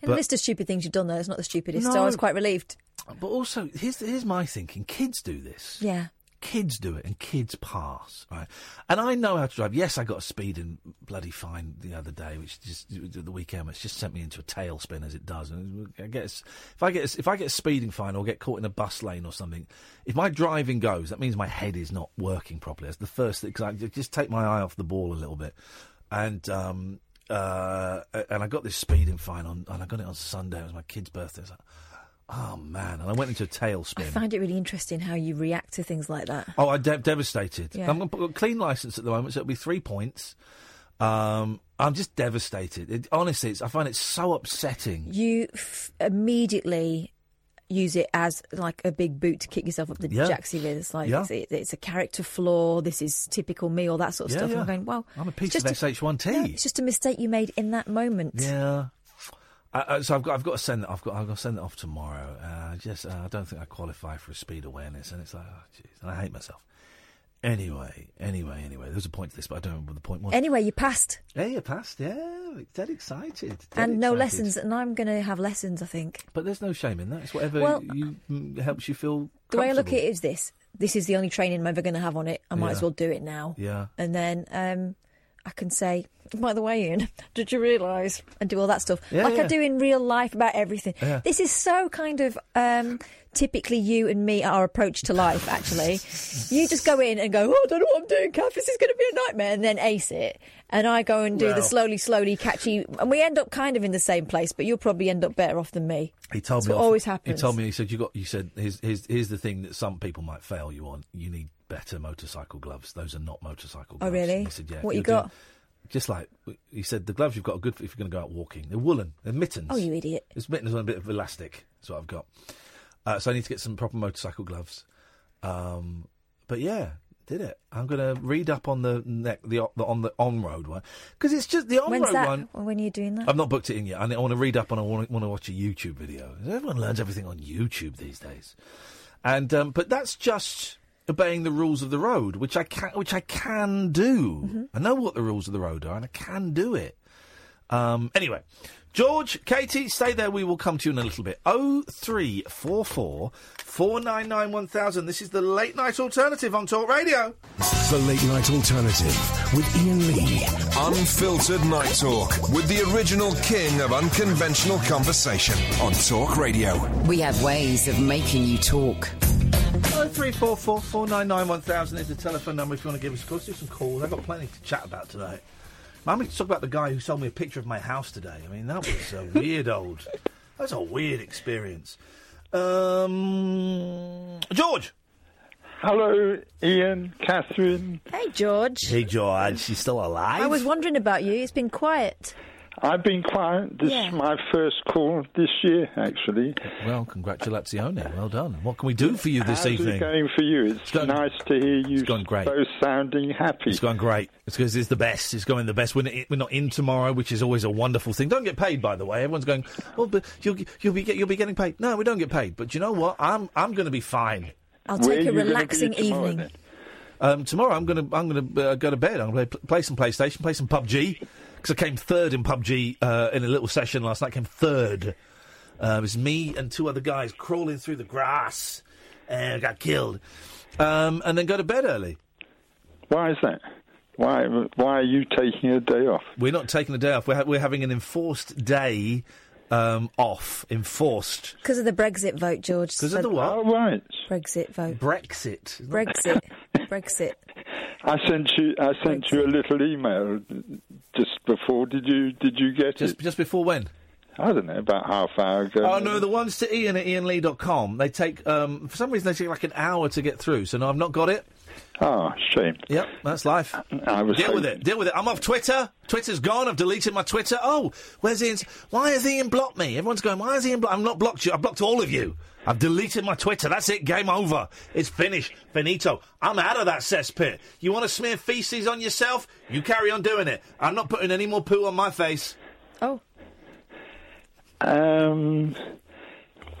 E: In
D: But-
E: the list of stupid things you've done, though, it's not the stupidest. So
D: No.
E: I was quite relieved.
D: But also, here's here's my thinking. Kids do this.
E: Yeah.
D: Kids do it, and kids pass, right? And I know how to drive. Yes, I got a speeding bloody fine the other day, which just the weekend. It's just sent me into a tailspin as it does. And I guess if I get a, if I get a speeding fine or get caught in a bus lane or something, if my driving goes, that means my head is not working properly. That's the first thing. Cause I just take my eye off the ball a little bit, and um, uh, and I got this speeding fine on, and I got it on Sunday. It was my kid's birthday. It was like, oh man! And I went into a tailspin.
E: I find it really interesting how you react to things like that.
D: Oh, I de- devastated.
E: Yeah.
D: I'm going to put a clean license at the moment, so it'll be three points. Um, I'm just devastated. It, honestly, it's, I find it so upsetting.
E: You f- immediately use it as like a big boot to kick yourself up the
D: Yeah.
E: jacksy with. It's like
D: Yeah.
E: it's, it's a character flaw. This is typical me, all that sort of
D: Yeah,
E: stuff. And
D: yeah.
E: I'm going, well,
D: I'm a
E: it's
D: piece of
E: just
D: SH1T.
E: no, it's just a mistake you made in that moment.
D: Yeah. I, I, so I've got I've got to send that I've got I've got to send that off tomorrow. Uh, just uh, I don't think I qualify for a speed awareness, and it's like oh, jeez, and I hate myself. Anyway, anyway, anyway, there's a point to this, but I don't remember what the point was.
E: Anyway, you passed,
D: yeah, you passed. Yeah, dead excited. dead
E: and no
D: excited.
E: lessons, and I'm going to have lessons. I think.
D: But there's no shame in that. It's whatever
E: Well,
D: you, mm, helps you feel.
E: The way I look at
D: comfortable.
E: it is this: this is the only training I'm ever going to have on it. I might
D: Yeah.
E: as well do it now.
D: Yeah.
E: and then um, I can say, by the way, Ian, did you realise? And do all that stuff
D: Yeah,
E: like
D: yeah.
E: I do in real life about everything.
D: Yeah.
E: This is so kind of um, typically you and me, our approach to life, actually. you just go in and go, oh, I don't know what I'm doing, Kath, this is going to be a nightmare, and then ace it. And I go and do
D: Well.
E: the slowly, slowly catchy, and we end up kind of in the same place, but you'll probably end up better off than me.
D: He told
E: That's
D: me
E: what
D: off-
E: always happens.
D: He told me he said you got. You said here's, here's here's the thing that some people might fail you on. You need better motorcycle gloves. Those are not motorcycle
E: Oh,
D: gloves.
E: really?
D: He said yeah. if
E: What you
D: you're doing-
E: got?
D: just like he said, the gloves you've got are good for if you're going to go out walking. They're woolen. They're mittens.
E: Oh, you idiot.
D: It's mittens on a bit of elastic. That's what I've got. Uh, so I need to get some proper motorcycle gloves. Um, but yeah, did it. I'm going to read up on the neck the, o- the on the on road one because it's just the on
E: When's
D: road
E: that?
D: one. Um,
E: When are you doing that?
D: I've not booked it in yet. I want to read up and I want to, want to watch a YouTube video. Everyone learns everything on YouTube these days, and um, but that's just obeying the rules of the road, which I can which I can do. I know what the rules of the road are, and I can do it. Um, anyway, George, Katie, stay there. We will come to you in a little bit. Oh three four four four nine nine one thousand. This is the late night alternative on Talk Radio.
A: The Late Night Alternative with Ian Lee.
K: Unfiltered Night Talk with the original king of unconventional conversation on Talk Radio.
B: We have ways of making you talk.
D: Oh three four four four nine nine one thousand is the telephone number if you want to give us a call. Let's do some calls. I've got plenty to chat about tonight. I'm going to talk about the guy who sold me a picture of my house today. I mean, that was a weird old. That's a weird experience. Um, George.
F: Hello, Ian, Catherine.
E: hey, George.
D: Hey, George. You still alive?
E: I was wondering about you. It's been quiet.
F: I've been quiet. This
E: Yeah.
F: is my first call this year, actually.
D: Well, congratulazione. Well done. What can we do for you this
F: How's
D: evening?
F: it going for you? It's,
D: going-
F: nice to hear you
D: going great.
F: both sounding happy.
D: It's going great. It's because it's the best. It's going the best. We're not, we're not in tomorrow, which is always a wonderful thing. Don't get paid, by the way. Everyone's going, well, but you'll, you'll be get- you'll be getting paid. No, we don't get paid. But you know what? I'm I'm going to be fine.
E: I'll
F: Where
E: take
F: are
E: a
F: you gonna be
E: relaxing
F: tomorrow,
E: evening.
F: then?
D: Um, tomorrow I'm going to I'm going to uh, go to bed. I'm going to play, play some PlayStation, play some PUBG because I came third in PUBG uh, in a little session last night. came third. Uh, it was me and two other guys crawling through the grass and I got killed. Um, and then go to bed early.
F: Why is that? Why, why are you taking a day off?
D: We're not taking a day off. We're, ha- we're having an enforced day um, off. Enforced.
E: Because of the Brexit vote, George.
D: Because of the what?
F: All right.
E: Brexit vote.
D: Brexit. Isn't that-
E: Brexit. Brexit.
F: I sent you. I sent you a little email just before. Did you? Did you get
D: Just,
F: it?
D: just before when?
F: I don't know. About half hour ago.
D: Oh, no, the ones to Ian at ianlee.com, they take, um, for some reason, they take like an hour to get through. So, no, I've not got it.
F: Ah, shame.
D: Yep, that's life.
F: Uh, I was
D: Deal with
F: hoping-
D: it. Deal with it. I'm off Twitter. Twitter's gone. I've deleted my Twitter. Oh, where's Ian's? Why has Ian blocked me? Everyone's going, why has Ian blocked? I'm not blocked you. I've blocked all of you. I've deleted my Twitter. That's it. Game over. It's finished. Finito. I'm out of that cesspit. You want to smear feces on yourself? You carry on doing it. I'm not putting any more poo on my face.
E: Oh,
F: Um.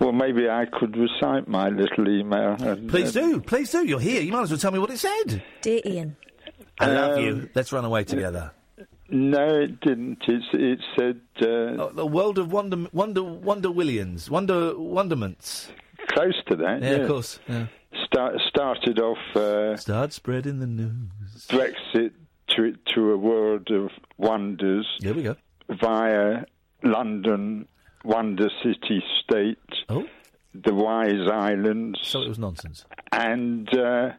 F: Well, maybe I could recite my little email. And,
D: Please
F: uh,
D: do. Please do. You're here. You might as well tell me what it said.
E: dear Ian.
D: I love
F: Um,
D: you. Let's run away together.
F: No, it didn't. It's, it said uh,
D: Oh, the world of wonder, wonder, wonder, Williams, wonder, wonderments.
F: close to that.
D: Yeah, of course. Yeah.
F: start, started off. Uh,
D: Start spreading the news.
F: Brexit to to a world of wonders.
D: There we go.
F: Via London, Wonder City State,
D: Oh.
F: the Wise Islands,
D: So it was nonsense.
F: and uh,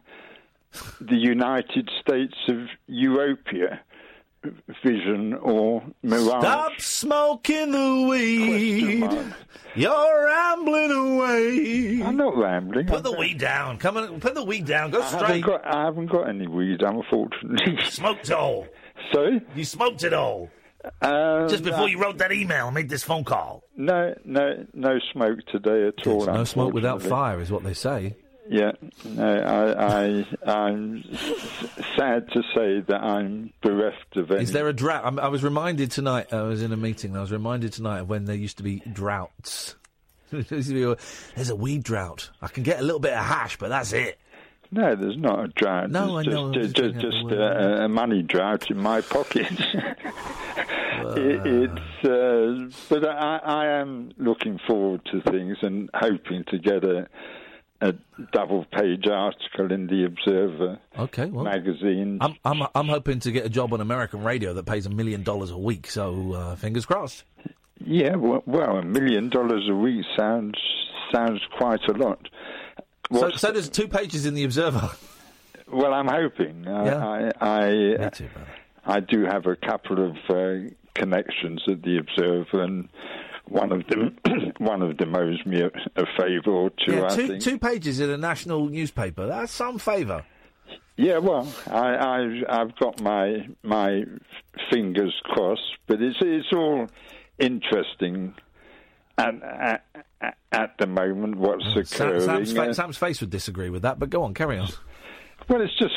F: the United States of Europia vision or mirage.
D: Stop smoking the
F: Question
D: weed.
F: mark.
D: You're rambling away.
F: I'm not rambling.
D: Put the
F: I-
D: weed down. Come on, put the weed down. Go
F: I haven't
D: straight.
F: got. I haven't got any weed, unfortunately.
D: Smoked it all.
F: Sorry.
D: You smoked it all
F: Um,
D: just before you wrote that email and made this phone call.
F: No, no, no smoke today at all.
D: no smoke without
F: unfortunately.
D: fire is what they say.
F: Yeah, no, I, I, I'm s- sad to say that I'm bereft of any.
D: Is there a drought? I'm, I was reminded tonight. I was in a meeting. and I was reminded tonight of when there used to be droughts. There used to be a- There's a weed drought. I can get a little bit of hash, but that's it.
F: no, there's not a drought.
D: No,
F: There's
D: I know, I'm
F: Just,
D: just
F: just,
D: bringing up
F: just
D: the word.
F: a, a money drought in my pocket. it, it's, uh, but I, I am looking forward to things and hoping to get a, a double-page article in the Observer
D: Okay, well,
F: magazine.
D: I'm, I'm I'm hoping to get a job on American radio that pays a million dollars a week. So uh, fingers crossed.
F: Yeah, well, well, a million dollars a week sounds sounds quite a lot.
D: So,
F: What's-
D: so there's two pages in the Observer.
F: Well, I'm hoping. I,
D: Yeah.
F: I, I,
D: Me too, brother.
F: I do have a couple of uh, connections at the Observer, and one of them, one of them owes me a, a favour or two.
D: yeah,
F: I
D: two
F: think.
D: two pages in a national newspaper. That's some favour.
F: Yeah, well, I, I, I've got my my fingers crossed, but it's it's all interesting. At, at, at- at the moment, what's
D: Sam,
F: occurring?
D: Sam's, fa-
F: Uh,
D: Sam's face would disagree with that, but go on, carry on.
F: Well, it's just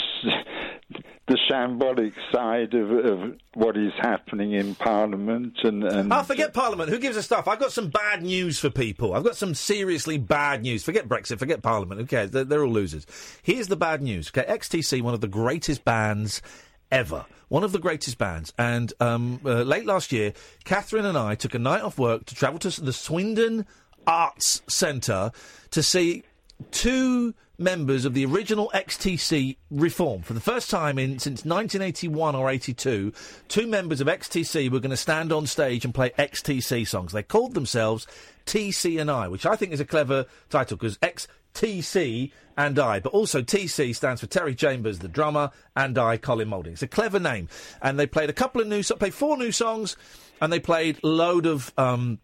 F: the shambolic side of, of what is happening in Parliament, and, and
D: Ah, forget Parliament. Who gives a stuff? I've got some bad news for people. I've got some seriously bad news. Forget Brexit. Forget Parliament. Who cares? They're, they're all losers. Here's the bad news. Okay, XTC, one of the greatest bands ever. One of the greatest bands. And um, uh, late last year, Catherine and I took a night off work to travel to s- the Swindon Arts Centre to see two members of the original XTC reform. For the first time in since 1981 or 82, two members of XTC were going to stand on stage and play XTC songs. They called themselves TC and I, which I think is a clever title because XTC and I, but also TC stands for Terry Chambers, the drummer, and I, Colin Moulding. It's a clever name. And they played a couple of new, so- played four new songs, and they played load of. Um,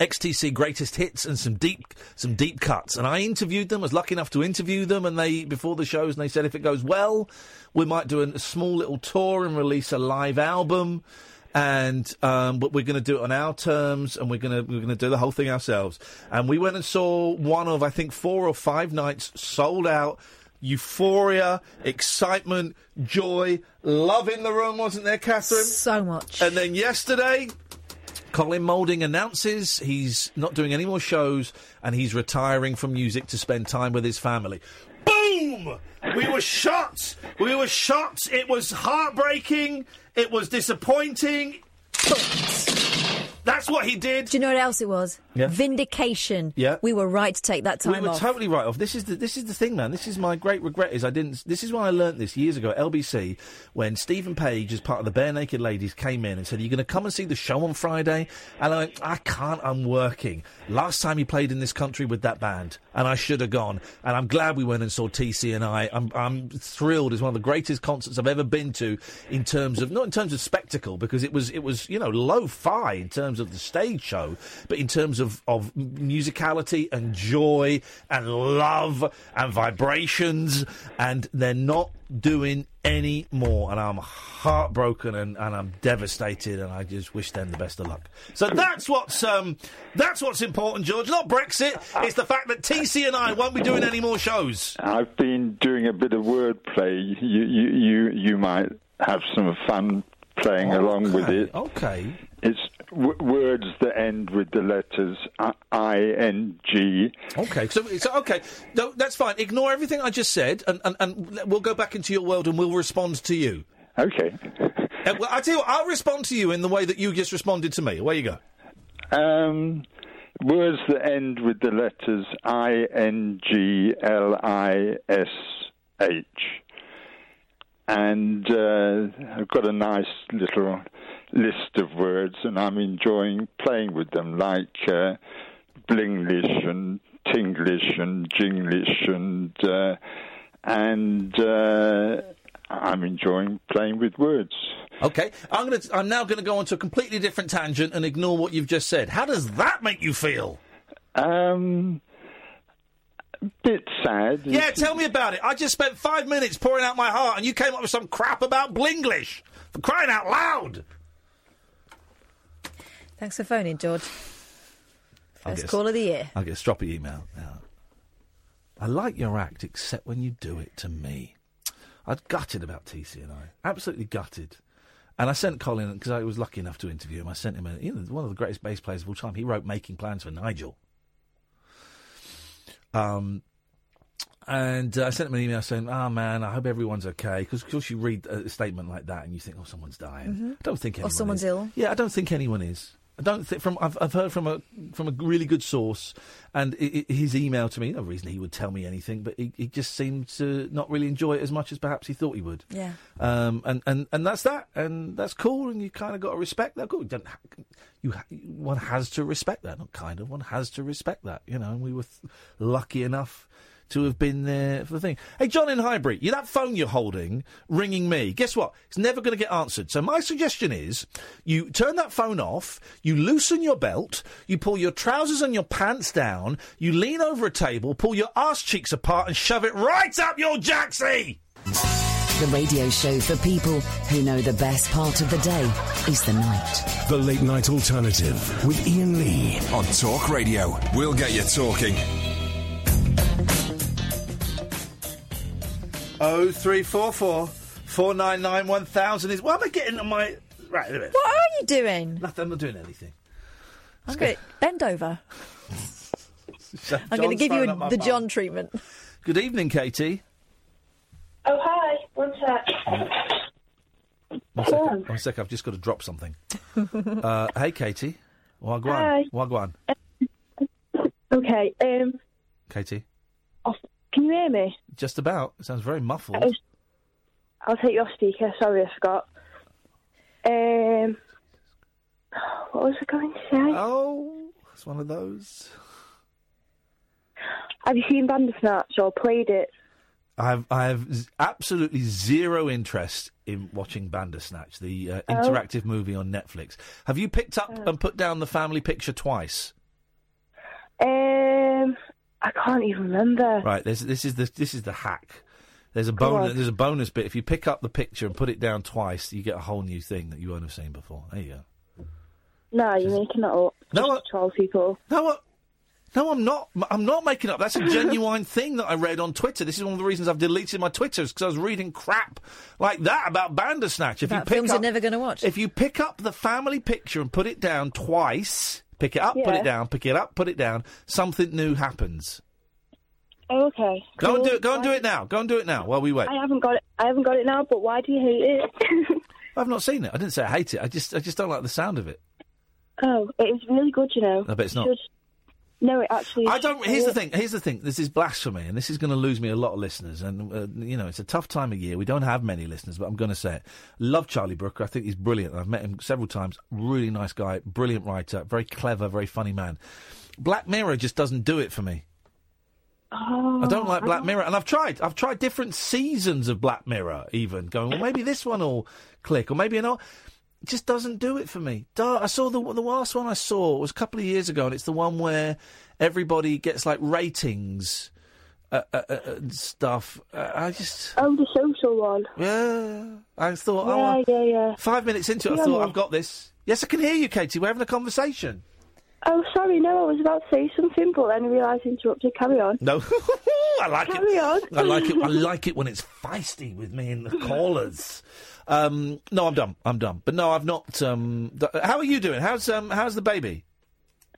D: XTC greatest hits and some deep some deep cuts. And I interviewed them. I was lucky enough to interview them, and they before the shows, and they said if it goes well, we might do an- a small little tour and release a live album. And um, but we're going to do it on our terms, and we're going to we're going to do the whole thing ourselves. And we went and saw one of I think four or five nights sold out. Euphoria, excitement, joy, love in the room, wasn't there, Catherine?
E: So much.
D: And then yesterday, Colin Moulding announces he's not doing any more shows and he's retiring from music to spend time with his family. Boom! We were shot. We were shot. It was heartbreaking. It was disappointing. That's what he did.
E: Do you know what else it was?
D: Yeah.
E: Vindication.
D: Yeah.
E: We were right to take that time
D: We were
E: off.
D: totally right off. This is the this is the thing, man. This is my great regret is I didn't. This is why I learnt this years ago at LBC when Stephen Page, as part of the Bare Naked Ladies, came in and said, "Are you going to come and see the show on Friday?" And I went, "I can't. I'm working." Last time he played in this country with that band, and I should have gone. And I'm glad we went and saw TC and I. I'm I'm thrilled. It's one of the greatest concerts I've ever been to in terms of not in terms of spectacle because it was it was you know lo-fi in terms of the stage show, but in terms of of musicality and joy and love and vibrations, and they're not doing any more. And I'm heartbroken and, and I'm devastated, and I just wish them the best of luck. So that's what's um that's what's important, George. Not Brexit. It's the fact that TC and I won't be doing any more shows.
F: I've been doing a bit of wordplay. You you you, you might have some fun playing
D: Oh.
F: along with
D: Okay,
F: it.
D: Okay.
F: It's w- words that end with the letters I- ing.
D: Okay, so, so okay, no, that's fine. Ignore everything I just said, and, and, and we'll go back into your world, and we'll respond to you.
F: Okay.
D: Uh, well, I tell you, what, I'll respond to you in the way that you just responded to me. Away you go.
F: Um, words that end with the letters I N G L I S H. And uh, I've got a nice little list of words, and I'm enjoying playing with them, like uh, blinglish and tinglish and jinglish, and uh, and uh, I'm enjoying playing with words.
D: Okay, I'm going to. I'm now going to go on to a completely different tangent and ignore what you've just said. How does that make you feel?
F: Um, bit sad.
D: Yeah, tell me about it. I just spent five minutes pouring out my heart, and you came up with some crap about Blinglish. For crying out loud!
E: Thanks for phoning, George.
D: I'll
E: First
D: get a-
E: call of the year.
D: I'll get a stroppy email. now. I like your act, except when you do it to me. I'd gutted about TC and I. Absolutely gutted. And I sent Colin, because I was lucky enough to interview him, I sent him a, you know, one of the greatest bass players of all time. He wrote Making Plans for Nigel. Um, and uh, I sent him an email saying, oh man, I hope everyone's okay. Because, of course, you read a a statement like that and you think, oh, someone's dying.
E: Mhm.
D: I don't think
E: Or
D: anyone
E: someone's
D: is.
E: ill.
D: Yeah, I don't think anyone is. I don't think from I've, I've heard from a from a really good source, and i i his email to me. No reason he would tell me anything, but he, he just seemed to not really enjoy it as much as perhaps he thought he would.
E: Yeah.
D: Um, and, and, and that's that, and that's cool, and you kind of got to respect that. Cool. You, don't ha- you ha- one has to respect that, not kind of. One has to respect that, you know. And we were th- lucky enough to have been there for the thing. Hey, John in Highbury, you that phone you're holding ringing me. Guess what? It's never going to get answered. So my suggestion is, you turn that phone off, you loosen your belt, you pull your trousers and your pants down, you lean over a table, pull your arse cheeks apart, and shove it right up your jacksie.
B: The radio show for people who know the best part of the day is the night.
K: The Late Night Alternative with Ian Lee.
A: On Talk Radio, we'll get you talking.
D: Oh three four four four nine nine one thousand is. Why am I getting on my right? What
E: What are you doing?
D: Nothing. I'm not doing anything.
E: I'm going to bend over. I'm going to
D: John's
E: give you
D: phone up my
E: a, the
D: bum.
E: John treatment.
D: Good evening, Katie.
L: Oh, hi. One sec.
D: One second. One sec. I've just got to drop something. uh, hey, Katie.
L: Hi.
D: Wagwan. Wagwan.
L: Okay. Um,
D: Katie.
L: off, can you hear me?
D: Just about. It sounds very muffled.
M: Uh,
L: I'll- I'll take you off speaker. Sorry, I forgot. Um, what was I going to say?
D: Oh, it's one of those.
L: Have you seen Bandersnatch or played it?
D: I have, I have z- absolutely zero interest in watching Bandersnatch, the uh,
L: Oh.
D: interactive movie on Netflix. Have you picked up and put down the family picture twice?
L: Um, I can't even remember.
D: Right. There's, this is the this is the hack. There's a
L: Go
D: bonus.
L: on.
D: There's a bonus bit. If you pick up the picture and put it down twice, you get a whole new thing that you won't have seen before. There you go.
L: No, you're making that up.
D: No, I-
L: Twelve people.
D: No, I, no, I'm not. I'm not making up. That's a genuine thing that I read on Twitter. This is one of the reasons I've deleted my Twitters because I was reading crap like that about Bandersnatch. If
E: About
D: you pick
E: films
D: up,
E: you're never going to watch.
D: If you pick up the family picture and put it down twice, pick it up, put
L: Yeah.
D: it down, pick it up, put it down, something new happens.
L: Oh, okay.
D: Go and
L: cool.
D: do it. Go and do it now. Go and do it now while we wait.
L: I haven't got it. I haven't got it now. But why do you hate it?
D: I've not seen it. I didn't say I hate it. I just I just don't like the sound of it.
L: oh, it was really good. You know.
D: I bet it's not.
L: Should- No, it actually.
D: I don't. Here's the thing. Here's the thing. This is blasphemy, and this is going to lose me a lot of listeners. And uh, you know, it's a tough time of year. We don't have many listeners, but I'm going to say it. Love Charlie Brooker. I think he's brilliant. I've met him several times. Really nice guy. Brilliant writer. Very clever. Very funny man. Black Mirror just doesn't do it for me.
L: Oh,
D: I don't like Black Mirror, and I've tried. I've tried different seasons of Black Mirror, even going. Well, maybe this one will click, or maybe not. It Just doesn't do it for me. Duh, I saw the the last one I saw was a couple of years ago, and it's the one where everybody gets like ratings uh, uh, uh, and stuff. Uh, I just
L: Oh, the social one.
D: yeah, I thought.
L: Yeah,
D: oh,
L: yeah, yeah.
D: Five minutes into it, I
L: Yeah,
D: thought
L: mate.
D: I've got this. Yes, I can hear you, Katie. We're having a conversation.
L: Oh, sorry. No, I was about to say something, but then I realised I interrupted. Carry on.
D: No, I like
L: Carry
D: it.
L: on.
D: I like it. I like it when it's feisty with me and the callers. Um, no, I'm done. I'm done. But no, I've not. Um, th- how are you doing? How's um, how's the baby?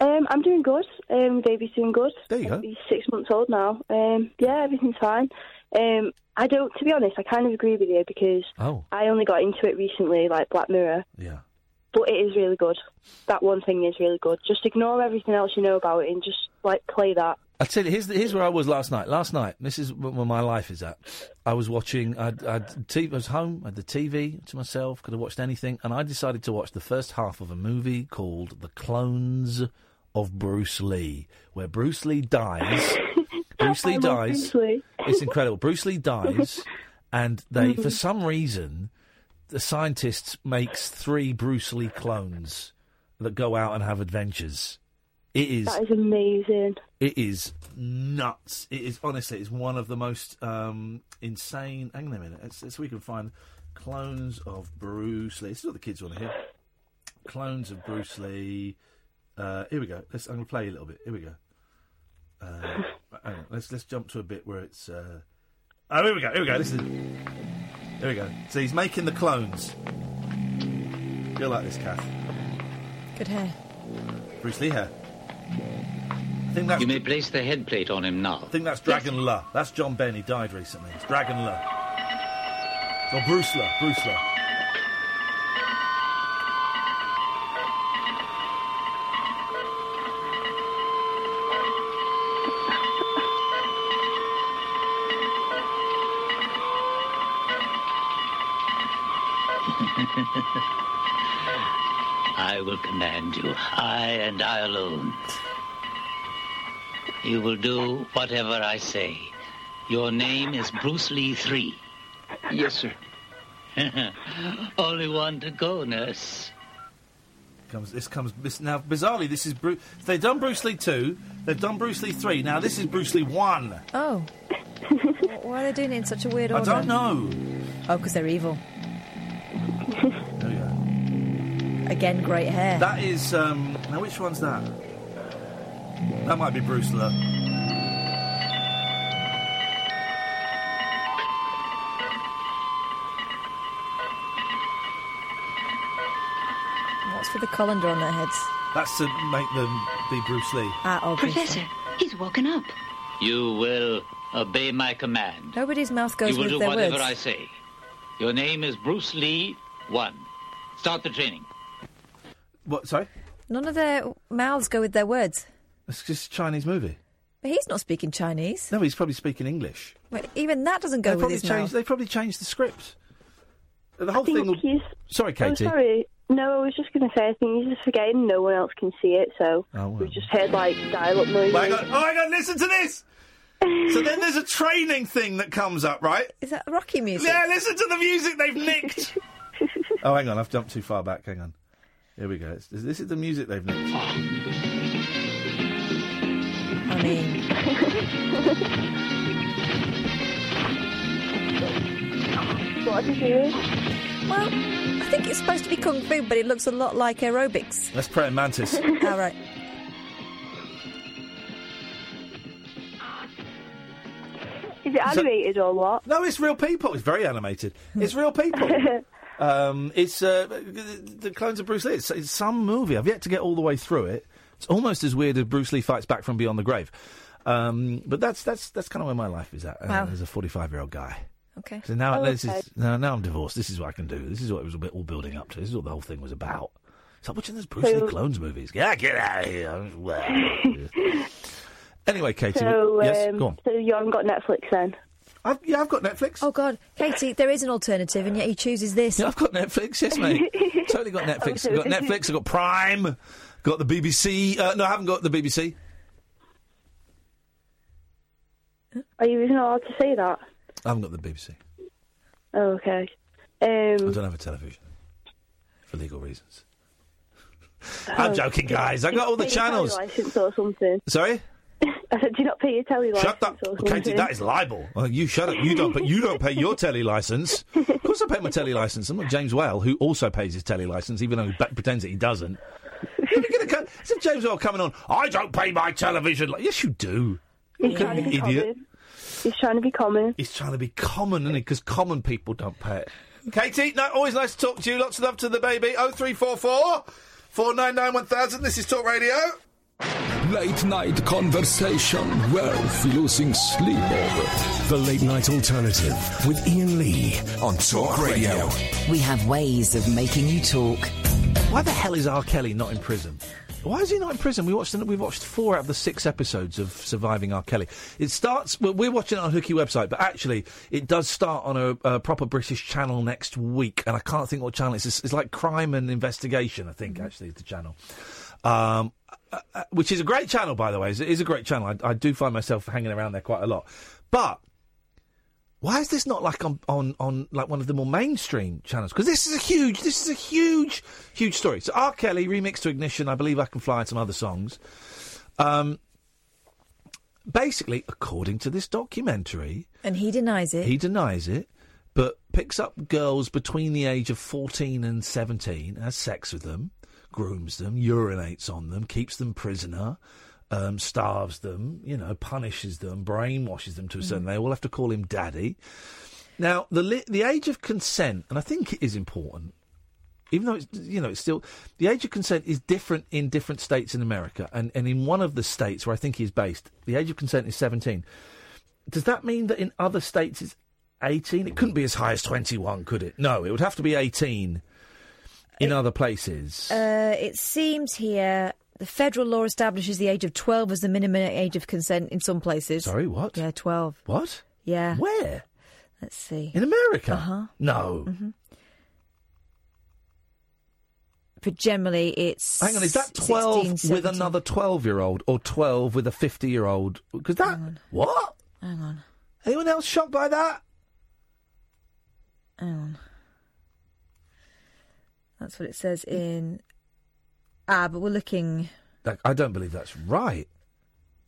L: Um, I'm doing good. Um, baby's doing good.
D: There you go.
L: He's six months old now. Um, yeah, everything's fine. Um, I don't. To be honest, I kind of agree with you because
D: Oh,
L: I only got into it recently, like Black Mirror.
D: yeah.
L: But it is really good. That one thing is really good. Just ignore everything else you know about it and just like play that.
D: I tell you, here's, here's where I was last night. Last night, this is wh- where my life is at. I was watching. I'd, I'd t- I was home. I had the TV to myself. Could have watched anything, and I decided to watch the first half of a movie called "The Clones of Bruce Lee," where Bruce Lee dies. Bruce Lee
L: I love
D: dies.
L: Bruce Lee.
D: It's incredible. Bruce Lee dies, and they,
L: Mm-hmm.
D: for some reason, the scientists makes three Bruce Lee clones that go out and have adventures. It is
L: That is amazing.
D: it is nuts. It is honestly, it's one of the most um, insane. Hang on a minute, let's, let's we can find clones of Bruce Lee. This is what the kids want to hear. Clones of Bruce Lee. Uh, here we go. Let's, I'm going to play you a little bit. Here we go. Uh, hang on. Let's let's jump to a bit where it's. Uh... Oh, here we go. Here we go. This is. Here we go. So he's making the clones. You'll like this, Kath.
E: Good hair.
D: Bruce Lee hair. I think that's
N: You may place the head plate on him now.
D: I think that's Dragon La. That's John Benn. He died recently. It's Dragon La. Or Bruce La. Bruce La.
N: I will command you. I and I alone. You will do whatever I say. Your name is Bruce Lee 3. Yes, sir. Only one to go, nurse.
D: Comes, this comes this, now. Bizarrely, this is Bruce. They've done Bruce Lee two. They've done Bruce Lee three. Now this is Bruce Lee one.
E: Oh. Wh- Why are they doing it in such a weird
D: I
E: order?
D: don't know.
E: Oh, because they're evil.
D: There we go.
E: Again, great hair.
D: That is um, now. Which one's that? That might be Bruce La.
E: What's with the colander on their heads?
D: That's to make them be Bruce Lee.
E: Ah, obviously.
O: Professor, he's woken up.
N: You will obey my command.
E: Nobody's mouth goes
N: you will
E: with
N: do
E: their
N: whatever
E: words.
N: I say. Your name is Bruce Lee 1. Start the training.
D: What? Sorry.
E: None of their mouths go with their words.
D: It's just a Chinese movie.
E: But he's not speaking Chinese.
D: No, he's probably speaking English.
E: Wait, even that doesn't
D: They
E: go with
D: probably
E: his
D: changed.
E: mouth.
D: They probably changed the script. The whole
L: I think
D: thing. Will...
L: he's.
D: Sorry,
L: I'm
D: Katie.
L: Oh, sorry. No, I was just going to say, I think he's just forgetting no one else can see it, so
D: Oh, well.
L: we just heard like dial up noises.
D: Oh my god! Oh my god! Listen to this. So then there's a training thing that comes up, right?
E: Is that Rocky music?
D: Yeah, listen to the music they've nicked. oh, hang on, I've jumped too far back. Hang on. Here we go. It's- this is the music they've nicked.
E: I mean,
L: What are they doing?
E: well, I think it's supposed to be kung fu, but it looks a lot like aerobics.
D: Let's pray mantis.
E: All right.
L: Is it
D: So-
L: animated or what?
D: No, it's real people. It's very animated. It's real people. Um, it's uh, the, the clones of Bruce Lee. It's, it's some movie. I've yet to get all the way through it. It's almost as weird as Bruce Lee fights back from beyond the grave. Um, but that's that's that's kind of where my life is at uh,
E: Wow.
D: as a forty-five-year-old guy.
E: Okay.
D: So now,
L: Oh,
D: this
L: okay.
D: is, now, now I'm divorced. This is what I can do. This is what it was a bit all building up to. This is what the whole thing was about. Stop watching those Bruce
L: So-
D: Lee clones movies. Yeah, get out of here. Well, anyway, Katie.
L: So,
D: we- yes,
L: um,
D: go on.
L: so you haven't got Netflix then?
D: I've, yeah, I've got Netflix.
E: Oh God, Katie, there is an alternative, and yet he chooses this.
D: Yeah, I've got Netflix. Yes, mate. totally got
L: Oh,
D: Netflix. I've got Netflix. I've got Prime. Got the BBC. Uh, no, I haven't got the BBC.
L: Are you even allowed to say that?
D: I haven't got the BBC.
L: Oh, okay.
D: I
L: Um,
D: don't have a television for legal reasons.
L: Oh,
D: I'm joking, guys. I got all the
L: pay your
D: channels.
L: telly License or something.
D: Sorry.
L: I said, do you not pay your telly license?
D: Shut up,
L: or
D: Katie.
L: something?
D: That is libel. Oh, you shut up. You don't. But you don't pay your telly license. Of course, I pay my telly license. I'm not James Whale, who also pays his telly license, even though he ba- pretends that he doesn't. If you're gonna come- as if James Whale coming on, I don't pay my television. Li-. Yes, you do.
L: He's trying to be
D: Idiot.
L: common. He's trying to be common.
D: He's trying to be common, isn't he? Because common people don't pay it. Katie, no, always nice to talk to Oh you. Lots of love to the baby. 0344 499 1000. This is Talk Radio.
O: Late night conversation worth losing sleep over.
K: The Late Night Alternative with Ian Lee on Talk Radio.
B: We have ways of making you talk.
D: Why the hell is R. Kelly not in prison? Why is he not in prison? We watched we watched four out of the six episodes of Surviving R. Kelly. It starts. Well, we're watching it on Hooky website, but actually, it does start on a, a proper British channel next week, and I can't think what channel it is. It's, it's like Crime and Investigation, I think. Actually, is the channel, um, uh, uh, which is a great channel, by the way. It is a great channel. I, I do find myself hanging around there quite a lot, but why is this not like on on, on like one of the more mainstream channels? Because this is a huge, this is a huge, huge story. So R. Kelly remix to Ignition, I believe I can fly, and some other songs. Um, basically, according to this documentary,
E: And he denies it.
D: he denies it, but picks up girls between the age of 14 and 17, has sex with them, grooms them, urinates on them, keeps them prisoner, um, starves them, you know, punishes them, brainwashes them to a certain.
P: Mm.
D: They all have to call him daddy. Now, the li- the age of consent, and I think it is important, even though it's you know it's still the age of consent is different in different states in America, and and in one of the states where I think he is based, the age of consent is seventeen. Does that mean that in other states it's eighteen? It couldn't be as high as twenty one, could it? No, it would have to be eighteen
E: Eh.
D: in other places.
E: Uh, it seems here the federal law establishes the age of 12 as the minimum age of consent in some places.
D: Sorry, what?
E: Yeah, 12.
D: What?
E: Yeah.
D: Where?
E: Let's see.
D: In America?
E: Uh-huh.
D: No.
E: Mhm. But generally, it's.
D: Hang on, is that 12
E: 16,
D: with
E: 17.
D: another 12 year old or 12 with a 50 year old? Because that. What?
E: Hang on.
D: Anyone else shocked by that?
E: Hang on. That's what it says in. Ah, but we're looking.
D: That- I don't believe that's right.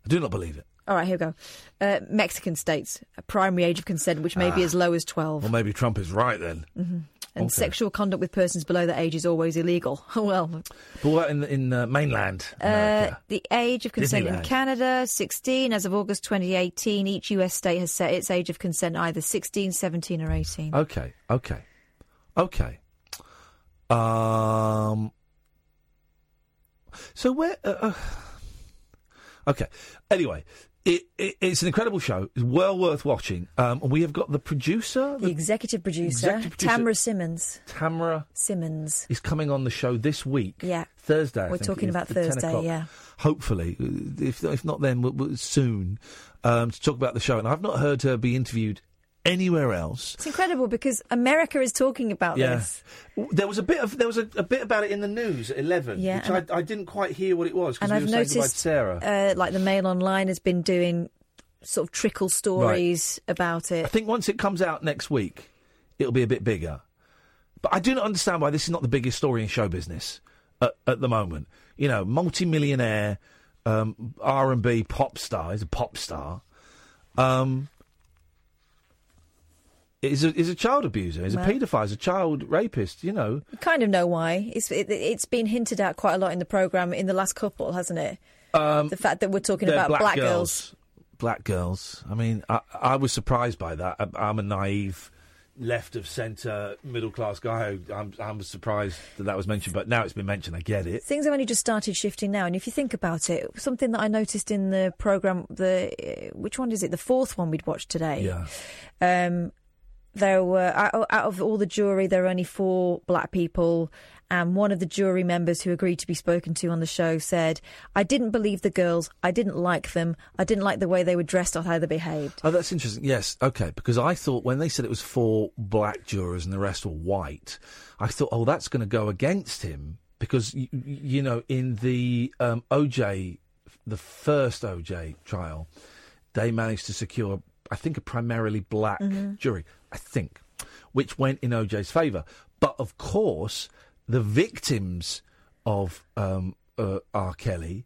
D: I do not believe it.
E: All right, here we go. Uh, Mexican states, a primary age of consent, which may be
D: Ah.
E: as low as 12.
D: Well, maybe Trump is right then.
E: hmm And
D: Okay.
E: sexual conduct with persons below that age is always illegal. well,
D: But what in, in uh, mainland?
E: uh, the age of consent in
D: Disneyland.
E: Canada, 16. As of August 2018, each US state has set its age of consent either 16, 17, or 18.
D: Okay, okay, okay. Um. So where? Uh, uh, okay. Anyway, it, it, it's an incredible show. It's well worth watching. Um, and we have got the producer,
E: The executive producer,
D: Executive producer-
E: Tamara Simmons.
D: Tamara
E: Simmons.
D: is coming on the show this week.
E: Yeah.
D: Thursday. I
E: We're
D: think it
E: talking
D: is,
E: about
D: for 10
E: Thursday,
D: o'clock.
E: yeah.
D: Hopefully, uh, if if not then, we'll, we'll- soon um, to talk about the show. And I've not heard her be interviewed anywhere else.
E: It's incredible because America is talking about this.
D: Yeah. There was a bit of there was a, a bit about it in the news at eleven,
E: Yeah,
D: which
E: and-
D: I, I didn't quite hear what it was
E: And
D: because we
E: I've
D: were saying goodbye to
E: noticed,
D: Sarah.
E: Uh, like the Mail Online has been doing sort of trickle stories about
D: I
E: it.
D: think once it comes out next week, it'll be a bit bigger. But I do not understand why this is not the biggest story in show business at, at the moment. You know, multi-millionaire um, R and B pop star is a pop star. Um, is a, is a child abuser, is
E: Well-
D: a paedophile, is a child rapist. You know,
E: You kind of know why. It's it, it's been hinted at quite a lot in the program in the last couple, hasn't it?
D: um,
E: the fact that we're talking
D: They're
E: about black, girls.
D: Black girls. I mean, I, I was surprised by that. I, I'm a naive, left of centre, middle class guy. who- I'm, I'm surprised that that was mentioned, but now it's been mentioned. I get it.
E: Things have only just started shifting now, and if you think about it, something that I noticed in the program, the uh, which one is it? The fourth one we'd watched today.
C: Yeah.
E: Um, there were out out of all the jury, there were only four black people, and one of the jury members who agreed to be spoken to on the show said, "I didn't believe the girls. I didn't like them. I didn't like the way they were dressed or how they behaved."
D: Oh, that's interesting. Yes, okay. Because I thought when they said it was four black jurors and the rest were white, I thought, oh, that's going to go against him because you, you know in the um, OJ, the first OJ trial, they managed to secure, I think, a primarily black
E: Mm-hmm.
P: Mhm.
D: jury. I think, which went in OJ's favour. But of course, the victims of um, uh, R. Kelly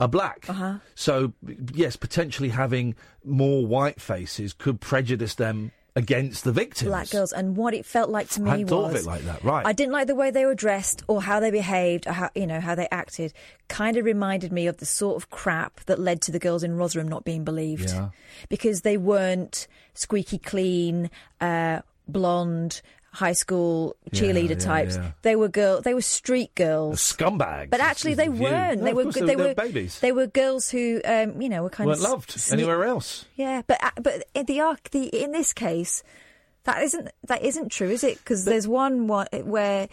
D: are black. Uh-huh. So, b- yes, potentially having more white faces could prejudice them against the victims.
E: Black girls, and what it felt like to me
D: I hadn't thought of
E: was
D: it like that, right.
E: I didn't like the way they were dressed or how they behaved or how you know how they acted. Kind of reminded me of the sort of crap that led to the girls in Rotherham not being believed
C: Yeah.
E: because they weren't squeaky clean, uh, blonde, high school cheerleader
D: yeah,
E: types.
D: yeah.
E: They were girl. They were street girls.
D: Scumbags.
E: But actually, they
D: View.
E: weren't.
D: No,
E: they
D: of
E: were.
D: course
E: g-
D: They,
E: They
D: were
E: were.
D: babies.
E: They were girls who, um, you know, were kind
D: weren't
E: of s-
D: loved
E: sne-
D: anywhere else.
E: Yeah, but uh, but in the arc, the in this case, that isn't that isn't true, is it? Because there's one one where,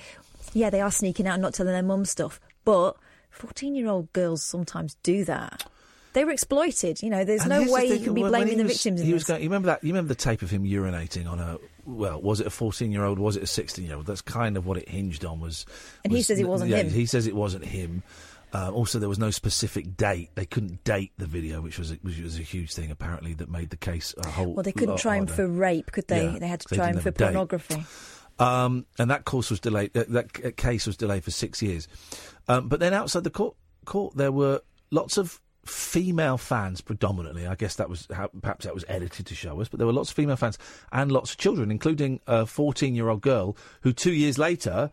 E: yeah, they are sneaking out and not telling their mum stuff, but fourteen-year-old girls sometimes do that. They were exploited. You know, there's
D: And
E: no
D: here's the
E: way you
D: thing,
E: can be
D: when- when he
E: blaming the
D: was-
E: victims. In
D: He was
E: this.
D: going, you remember that? You remember the tape of him urinating on a well, was it a fourteen-year-old? Was it a sixteen-year-old? That's kind of what it hinged on. Was
E: And he
D: was-
E: says it wasn't
D: yeah,
E: him.
D: He says it wasn't him. Uh, also, there was no specific date. They couldn't date the video, which was a, which was a huge thing apparently that made the case a whole.
E: well, they couldn't
D: lot
E: try him
D: harder.
E: for rape, could they?
D: Yeah,
E: they had to
D: they
E: try him
D: didn't
E: for
D: have a date.
E: pornography.
D: Um, and that course was delayed. Uh, that c- case was delayed for six years. Um, but then outside the court, court there were lots of female fans, predominantly. I guess that was how, perhaps that was edited to show us. But there were lots of female fans and lots of children, including a fourteen-year-old girl who, two years later,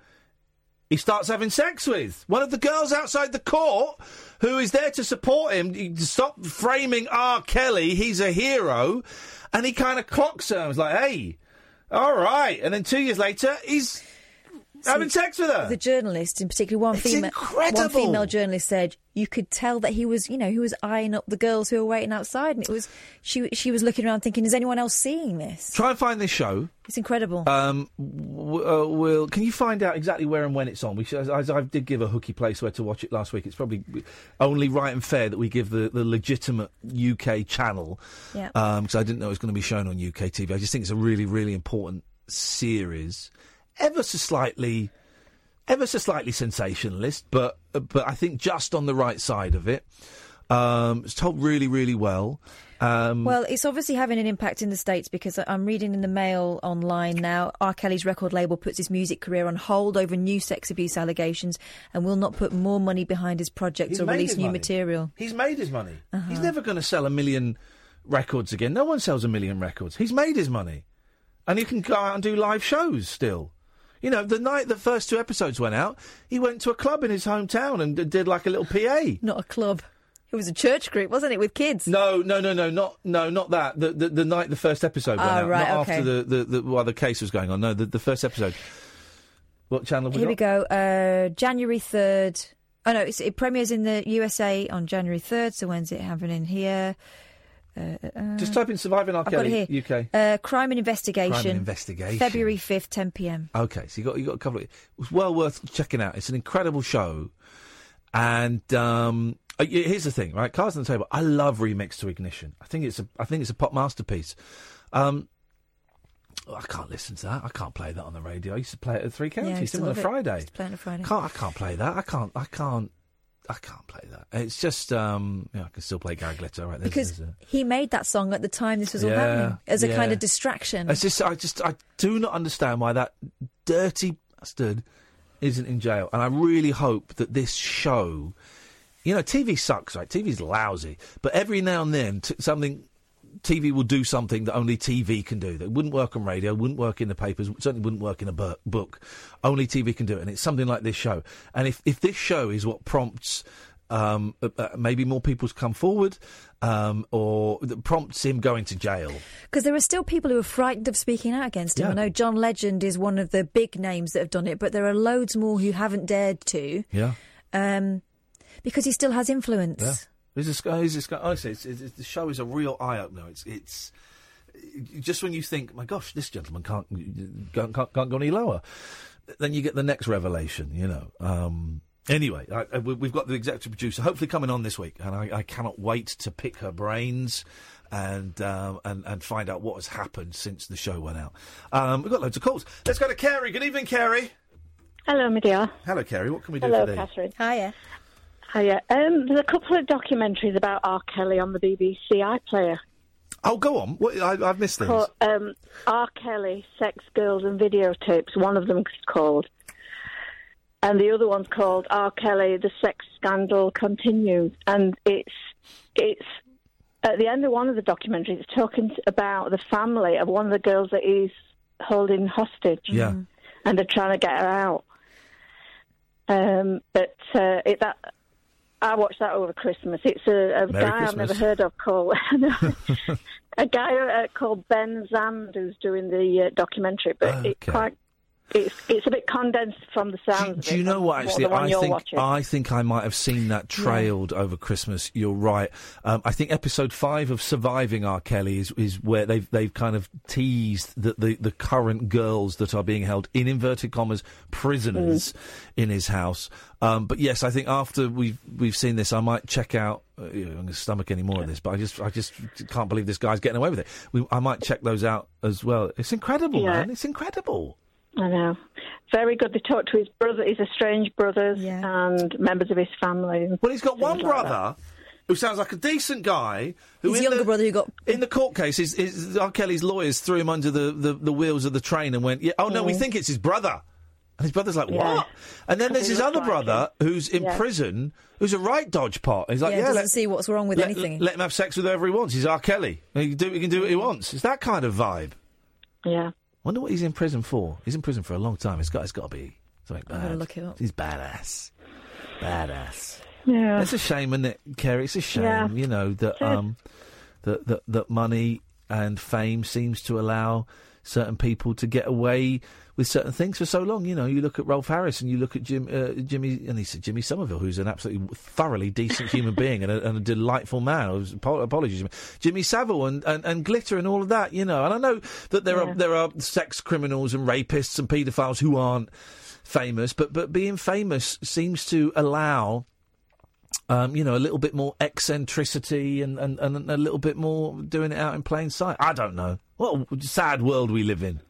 D: he starts having sex with one of the girls outside the court who is there to support him. You Stop framing R. Kelly, he's a hero. And he kind of clocks her and is like, hey, all right. And then two years later, he's having sex with her.
E: The journalist, in particular, one
D: It's
E: female, one
D: incredible.
E: female journalist said you could tell that he was, you know, he was eyeing up the girls who were waiting outside, and it was she. She was looking around, thinking, "Is anyone else seeing this?"
D: Try and find this show.
E: It's incredible.
D: Um, w- uh, will can you find out exactly where and when it's on? We should, as I did give a hooky place where to watch it last week. It's probably only right and fair that we give the, the legitimate UK channel.
E: Yeah.
D: Because I didn't know it was going to be shown on UK TV. I just think it's a really really important series, ever so slightly, ever so slightly sensationalist, but uh, but I think just on the right side of it. Um, it's told really really well. Um,
E: Well, it's obviously having an impact in the States because I- I'm reading in the mail online now R. Kelly's record label puts his music career on hold over new sex abuse allegations and will not put more money behind his project
D: He's
E: or
D: made
E: release
D: his
E: new
D: money.
E: material.
D: He's made his money.
E: Uh-huh.
D: He's never going to sell a million records again. No one sells a million records. He's made his money. And he can go out and do live shows still. You know, the night the first two episodes went out, he went to a club in his hometown and d- did like a little PA.
E: Not a club. It was a church group, wasn't it, with kids?
D: No, no, no, no, not no, not that. The the, the night the first episode went
E: Ah,
D: out,
E: right,
D: not
E: okay.
D: after the, the, the while the case was going on. No, the, the first episode. What channel? Have we
E: Here we
D: got?
E: go. Uh, January 3rd. Oh, no, it's, it premieres in the USA on January 3rd, so when's it happening here? Uh, uh,
D: Just type in "Surviving R.
E: I've got it
D: Kelly
E: here.
D: UK."
E: Uh, Crime and Investigation.
D: Crime and Investigation.
E: February 5th, 10 p.m.
D: Okay, so you got you got a couple. Of, it was well worth checking out. It's an incredible show, and um, uh, y- here's the thing, right? Cars on the table. I love remix to ignition. I think it's a I think it's a pop masterpiece. Um, oh, I can't listen to that. I can't play that on the radio. I used to play it at Three
E: Yeah, I
D: Counties
E: used to
D: still on a
E: love it.
D: Friday.
E: Used to play it on a Friday.
D: Can't I can't play that. I can't I can't I can't play that. It's just um, yeah, I can still play Gary Glitter. All right, there's,
E: Because
D: there's a-
E: he made that song at the time this was all
D: Yeah,
E: happening as a kind
D: yeah.
E: of distraction.
D: It's just, I just, I do not understand why that dirty bastard isn't in jail. And I really hope that this show, you know, TV sucks, right? TV's lousy, but every now and then, t- something. TV will do something that only TV can do. That wouldn't work on radio, wouldn't work in the papers, certainly wouldn't work in a bu- book. Only TV can do it, and it's something like this show. And if if this show is what prompts um, uh, uh, maybe more people to come forward, um, or that prompts him going to jail,
E: Because there are still people who are frightened of speaking out against him.
D: Yeah.
E: I know John Legend is one of the big names that have done it, but there are loads more who haven't dared to
D: yeah.
E: um, because he still has influence.
D: Yeah. There's this guy. There's this guy. Honestly, it's, it's, the show is a real eye opener. It's it's just when you think, my gosh, this gentleman can't can't, can't, can't go any lower, then you get the next revelation. You know. Um, anyway, I, I, we- we've got the executive producer hopefully coming on this week, and I, I cannot wait to pick her brains. And, um, and and find out what has happened since the show went out. Um, we've got loads of calls. Let's go to Carrie. Good evening, Carrie.
P: Hello, my dear.
D: Hello, Carrie. What can we do
P: Hello,
D: for thee?
P: Catherine.
E: Hiya.
P: Hiya. Um, there's a couple of documentaries about R. Kelly on the BBC iPlayer
D: Oh, go on. What, I, I've missed these.
P: called um, R. Kelly, Sex, Girls and Videotapes. One of them's called. And the other one's called R. Kelly, The Sex Scandal Continues. And it's, it's at the end of one of the documentaries, it's talking about the family of one of the girls that he's holding hostage.
D: Yeah.
P: and they're trying to get her out. Um, but uh, it, that I watched that over Christmas. It's a, a
Q: Merry
P: guy I've
Q: Christmas.
P: never heard of called a guy uh, called Ben Zand who's doing the uh, documentary. But it's
D: Okay.
P: quite it's it's a bit condensed from the sound. of
D: Do you
P: it,
D: know what?
P: from
D: Actually,
P: the one
D: I
P: you're
D: think
P: watching.
D: I think I might have seen that trailed over Christmas. You're right. Um, I think episode five of Surviving R. Kelly is, is where they've they've kind of teased that the the current girls that are being held in inverted commas
P: Mm.
D: prisoners in his house. Um, but yes, I think after we've we've seen this, I might check out. Uh, I'm going to stomach any more of this, but I just I just can't believe this guy's getting away with it. We, I might check those out as well. It's incredible,
P: Yeah.
D: man. It's incredible.
P: I know. Very good. They talked to his brother, his estranged brothers, and members of his family.
D: Well, he's got one brother who sounds like a decent guy. Who
P: His
D: in
P: younger
D: the,
P: brother who got
D: in the court case. Is, is R. Kelly's lawyers threw him under the, the, the wheels of the train and went, "Yeah, oh no, we
Q: Mm.
D: think it's his brother." And his brother's like,
Q: Yeah.
D: "What?" And then
Q: Doesn't
D: there's his
Q: look
D: other
Q: like
D: brother who's in
E: Yeah.
D: prison, who's a right dodgepot. He's like,
E: yeah,
D: "Yeah,
E: doesn't
D: let,
E: see what's wrong with
D: let-
E: anything.
D: let him have sex with whoever he wants. He's R. Kelly. He can do he can do what he wants. It's that kind of vibe."
P: Yeah.
D: Wonder what he's in prison for. He's in prison for a long time. It's got it's got to be something bad.
E: I'm gonna look it up.
D: He's badass, badass.
P: Yeah.
D: It's a shame, isn't it, Kerry? It's a shame,
P: Yeah.
D: you know, that
P: It is.
D: um, that, that that money and fame seems to allow certain people to get away with certain things for so long. You know, you look at Rolf Harris and you look at Jim, uh, Jimmy, and he said Jimmy Somerville, who's an absolutely thoroughly decent human being and a, and a delightful man. I was- apo- Apologies, Jimmy, Jimmy Savile and, and, and Glitter and all of that. You know, and I know that there are
Q: Yeah.
D: there are sex criminals and rapists and paedophiles who aren't famous, but but being famous seems to allow um, you know, a little bit more eccentricity and, and, and a little bit more doing it out in plain sight. I don't know. What a sad world we live in.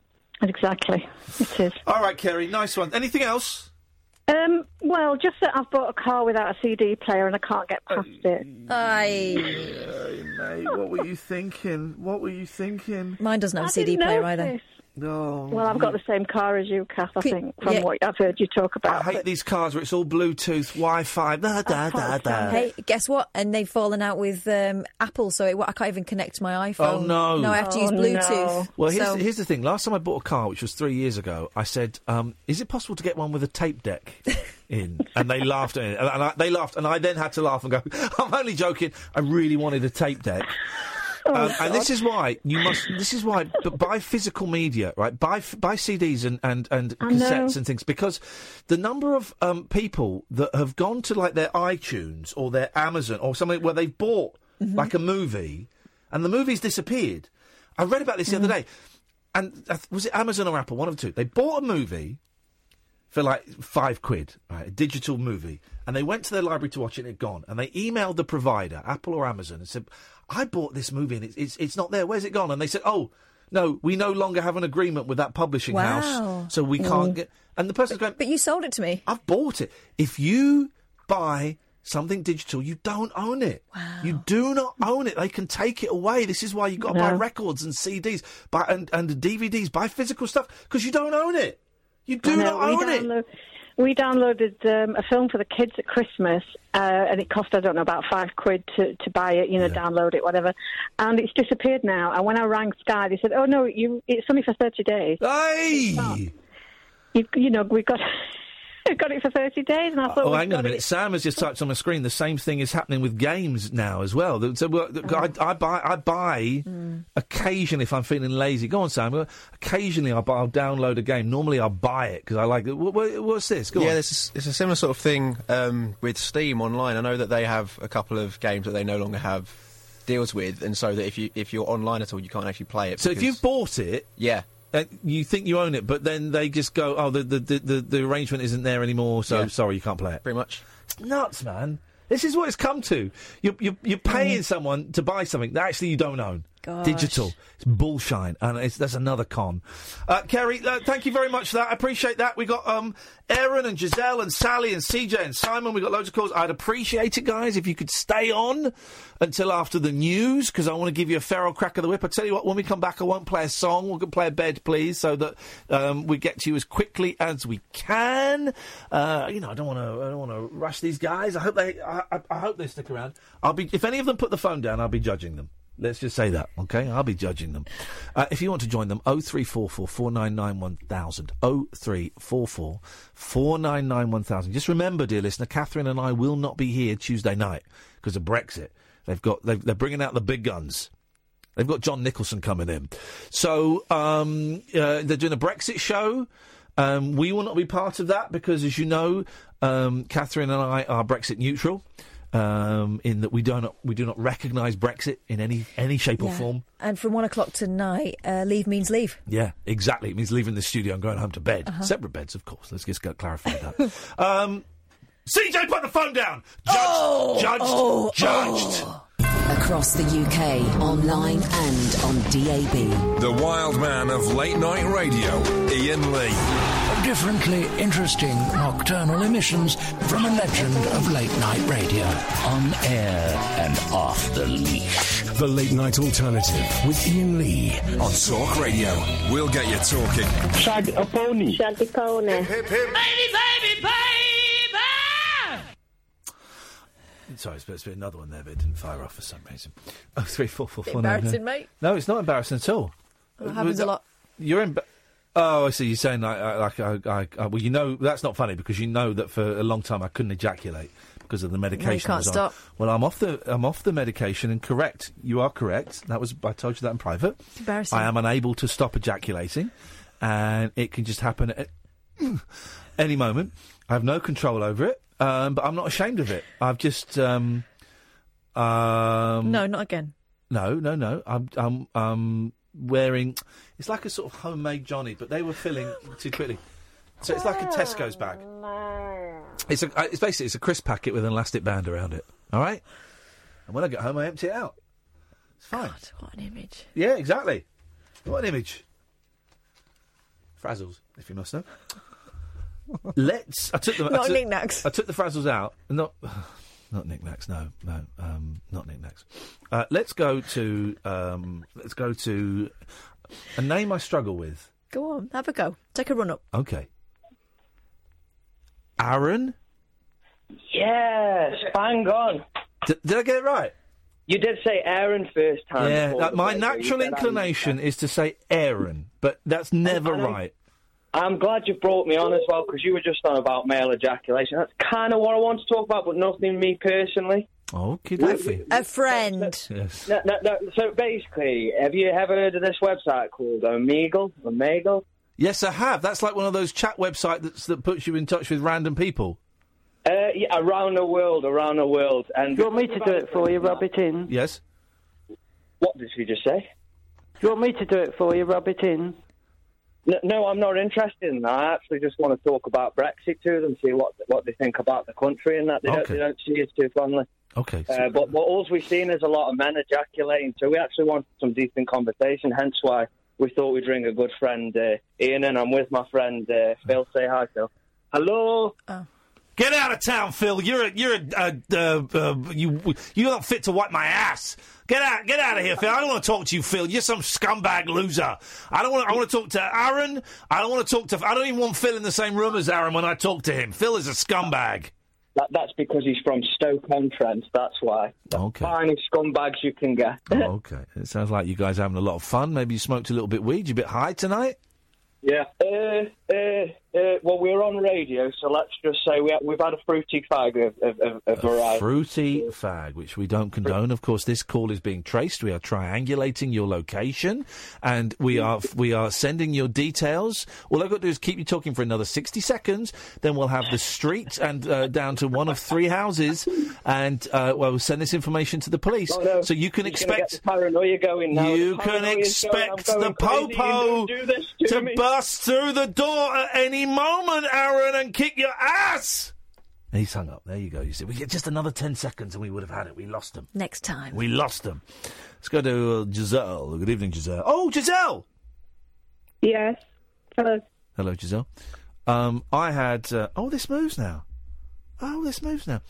P: Exactly. It is.
D: All right, Kerry, nice one. Anything else?
P: Um, well, just that I've bought a car without a CD player and I can't get past it.
E: Aye.
D: mate, what were you thinking? What were you thinking? Oh,
E: Mine doesn't have a CD player either.
D: No.
P: Well, I've got the same car as you, Kath. I
E: Could-
P: think from
E: yeah.
P: what I've heard you talk
D: I
P: about.
D: hate these cars where it's all Bluetooth, Wi-Fi, da da da da.
E: Hey, guess what? And they've fallen out with um, Apple, so it, I can't even connect to my iPhone.
D: Oh no!
E: No, I have to use Bluetooth.
D: Well, here's,
E: so-
D: here's the thing. Last time I bought a car, which was three years ago, I said, um, "Is it possible to get one with a tape deck in?" And they laughed at it, and, and I, they laughed, and I then had to laugh and go, "I'm only joking. I really wanted a tape deck."
E: Oh,
D: um, and this is why you must. This is why b- buy physical media, right? Buy f- buy CDs and and and
Q: I
D: cassettes
Q: know.
D: and things because the number of um, people that have gone to like their iTunes or their Amazon or something where they've bought
E: Mm-hmm.
D: like a movie and the movie's disappeared. I read about this the
E: Mm.
D: other day, and I th- was it Amazon or Apple? One of the two. They bought a movie for like five quid, right, a digital movie, and they went to their library to watch it and it had gone. And they emailed the provider, Apple or Amazon, and said, "I bought this movie and it's it's, it's not there. Where's it gone?" And they said, "Oh." No, we no longer have an agreement with that publishing
E: Wow.
D: house, so we can't
E: Mm.
D: get. And the person's going,
E: but you sold it to me.
D: I've bought it. If you buy something digital, you don't own it. Wow. You do not own it. They can take it away. This is why you got to buy
Q: No.
D: records and CDs buy, and, and DVDs, buy physical stuff, because you don't own it. You
P: I
D: do
P: know,
D: not
P: we
D: own it.
P: download- We downloaded um, a film for the kids at Christmas, uh, and it cost I don't know about five quid to, to buy it, you know, download it, whatever. And it's disappeared now. And when I rang Sky, they said, "Oh no, you it's only for thirty days."
D: Hey,
P: you, you know, we got we got it for thirty days, and I thought,
D: Oh,
P: we
D: hang on a
P: got it.
D: minute. Sam has just typed on the screen. The same thing is happening with games now as well. The- So well, the-
R: Oh.
D: I, I buy, I buy
R: Mm.
D: occasionally if I'm feeling lazy. Go on, Sam. Occasionally I buy, I'll download a game. Normally I buy it because I like it. Wha- wha- what's this? Go
R: yeah,
D: on.
R: this is, it's a similar sort of thing um, with Steam online. I know that they have a couple of games that they no longer have deals with, and so that if you if you're online at all, you can't actually play it.
D: So if
R: because-
D: you've bought it,
R: yeah,
D: uh, you think you own it, but then they just go, "Oh, the the the, the, the arrangement isn't there anymore, so sorry, you can't play it."
R: Pretty much.
D: It's nuts, man. This is what it's come to. You're you're, you're
R: Mm-hmm.
D: paying someone to buy something that actually you don't own.
Q: Gosh.
D: Digital, it's bullshine, and it's, that's another con. Uh, Kerry, uh, thank you very much for that. I appreciate that. We got um, Aaron and Giselle and Sally and CJ and Simon. We got loads of calls. I'd appreciate it, guys, if you could stay on until after the news because I want to give you a feral crack of the whip. I tell you what, when we come back, I won't play a song. We'll play a bed, please, so that um, we get to you as quickly as we can. Uh, you know, I don't want to. I don't want to rush these guys. I hope they. I, I, I hope they stick around. I'll be. If any of them put the phone down, I'll be judging them. Let's just say that, okay? I'll be judging them. Uh, if you want to join them, 0344 499 1000. 0344 499 1000. Just remember, dear listener, Catherine and I will not be here Tuesday night because of Brexit. They've got, they've, they're bringing out the big guns. They've got John Nicholson coming in. So um, uh, they're doing a Brexit show. Um, we will not be part of that because, as you know, um, Catherine and I are Brexit neutral. Um, in that we don't we do not recognise Brexit in any any shape or
E: Yeah.
D: form.
E: And from one o'clock tonight, uh, leave means leave.
D: Yeah, exactly. It means leaving the studio and going home to bed.
E: Uh-huh.
D: Separate beds, of course. Let's just get clarify that. um, CJ, put the phone down. Judged, judged,
B: oh,
D: judged.
B: Across the UK, online and on DAB.
K: The wild man of late night radio, Ian Lee.
Q: Differently interesting nocturnal emissions from a legend of late night radio.
A: On air and off the leash. The Late Night Alternative with Ian Lee on Talk Radio.
K: We'll get you talking.
A: Shag a pony.
L: Shag a pony.
D: Sorry, it's supposed to be another one there, but it didn't fire off for some reason. Oh, three, four, four,
G: Bit
D: four, nine,
G: embarrassing,
D: nine.
G: mate.
D: No, it's not embarrassing at all.
G: Well, it happens a lot.
D: You're in. Oh, I see. You're saying like, I- like, I, I, I, well, you know, that's not funny because you know that for a long time I couldn't ejaculate because of the medication. I
G: can't
D: was on.
G: stop.
D: Well, I'm off the, I'm off the medication, and correct, you are correct. That was, I told you that in private.
E: It's embarrassing.
D: I am unable to stop ejaculating, and it can just happen at any moment. I have no control over it, um, but I'm not ashamed of it. I've just, um, um,
E: no, not again.
D: no, no, no. I'm, I'm, I'm wearing. It's like a sort of homemade Johnny, but they were filling too quickly. So it's like a Tesco's bag. It's a, uh, it's basically it's a crisp packet with an elastic band around it. All right. And when I get home, I empty it out. It's fine.
E: what an image.
D: Yeah, exactly. What an image. Frazzles, if you must know. Let's. I took them.
E: Not
D: I took,
E: knickknacks.
D: I took the frazzles out. Not, not knickknacks. No, no, um, not knickknacks. Uh, let's go to. Um, let's go to a name I struggle with.
E: Go on, have a go. Take a run up.
D: Okay. Aaron.
S: Yes, bang on.
D: Did, did I get it right?
S: You did say Aaron first time.
D: yeah.
S: before
D: that-
S: the
D: my
S: break, so you
D: natural
S: said Aaron.
D: inclination is to say Aaron, but that's never
S: and I'm-
D: right.
S: I'm glad you brought me on as well because you were just on about male ejaculation. That's kind of what I want to talk about, but nothing me personally.
D: Okay, dokie.
E: A friend.
D: Yes.
S: No, no, no. So basically, have you ever heard of this website called uh, Omegle? Omegle?
D: Yes, I have. That's like one of those chat websites that's, that puts you in touch with random people.
S: Uh, yeah, around the world, around the world. And
D: Do you want me to do it for you,
S: rub it in?
D: Yes.
S: What did you just say?
T: Do you want me to do it for you? Rub it in.
S: No, no, I'm not interested in that. I actually just want to talk about Brexit to them, see what what they think about the country and that. They, don't,
D: Okay.
S: they don't see us too fondly.
D: Okay.
S: Uh, but what all we've seen is a lot of men ejaculating, so we actually wanted some decent conversation, hence why we thought we'd ring a good friend, uh, Ian, and I'm with my friend uh, Phil. Say hi, Phil. Hello.
D: Get out of town, Phil. You're a, you're a, uh, uh, uh, you you're not fit to wipe my ass. Get out, get out of here, Phil. I don't want to talk to you, Phil. You're some scumbag loser. I don't want. I want to talk to Aaron. I don't want to talk to. I don't even want Phil in the same room as Aaron when I talk to him. Phil is a scumbag.
S: That, that's because he's from Stoke-on-Trent, that's why.
D: Okay.
S: Finest scumbags you can get.
D: okay. It sounds like you guys are having a lot of fun. Maybe you smoked a little bit weed. You a bit high tonight.
S: Yeah. Uh, uh, uh, well, we're on radio, so let's just say we ha- we've had a fruity fag of, of, of, of variety.
D: Fruity fag, which we don't condone. Of course, this call is being traced. We are triangulating your location, and we are we are sending your details. All I've got to do is keep you talking for another sixty seconds. Then we'll have the street and uh, down to one of three houses, and uh, well, we'll send this information to the police.
S: Oh, no.
D: So you can
S: He's gonna get
D: expect
S: the paranoia going now.
D: you
S: The
D: can
S: paranoia's going, I'm
D: expect
S: going
D: the
S: crazy.
D: popo
S: You don't do this to
D: to
S: me.
D: bust through the door at any moment, Aaron, and kick your ass. And he's hung up. There you go. You see, we get just another ten seconds, and we would have had it. We lost them.
E: Next time.
D: We lost them. Let's go to uh, Giselle. Good evening, Giselle. Oh, Giselle.
L: Yes. Hello.
D: Hello, Giselle. Um, I had. Uh, oh, this moves now. Oh, this moves now.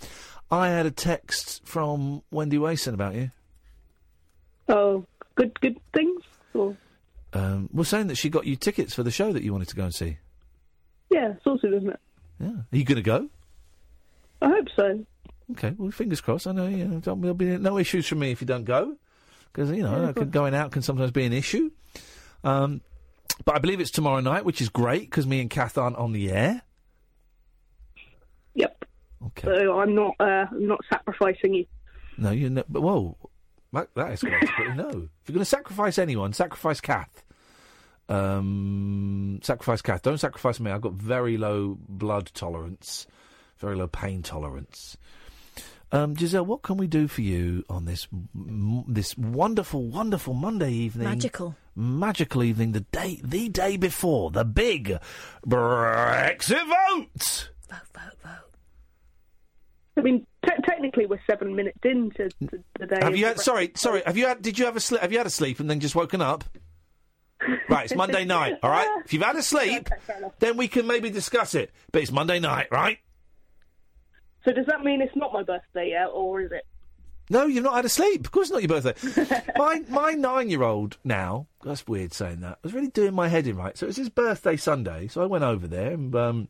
D: I had a text from Wendy Wason about you.
L: Oh, good, good things. Or
D: Um, was saying that she got you tickets for the show that you wanted to go and see.
L: yeah, sorted, isn't it?
D: Yeah. Are you going to go?
L: I hope so.
D: Okay, well, fingers crossed. I know you know, don't- there'll be no issues from me if you don't go, because you know
L: Yeah, of
D: I could- going out can sometimes be an issue. Um, but I believe it's tomorrow night, which is great because me and Kath aren't on the air.
L: So I'm not, uh, I'm not sacrificing you.
D: No, you know. But whoa, that, that is quite no. If you're going to sacrifice anyone, sacrifice Kath. Um, sacrifice Kath. Don't sacrifice me. I've got very low blood tolerance, very low pain tolerance. Um, Giselle, what can we do for you on this m- this wonderful, wonderful Monday evening?
E: Magical.
D: magical evening. The day, the day before the big Brexit vote.
U: I mean, te- technically, we're seven minutes into to the day.
D: Have
U: of
D: you
U: the
D: had? Sorry, sorry. Have you had? Did you have a sleep? Have you had a sleep and then just woken up? Right, it's Monday night. All right. If you've had a sleep, then we can maybe discuss it. But it's Monday night, right?
U: So does that mean it's not my birthday yet, or is it?
D: No, you've not had a sleep. Of course, not your birthday. my my nine year old now. That's weird saying that. Was really doing my head in right. So it was his birthday Sunday. So I went over there and um,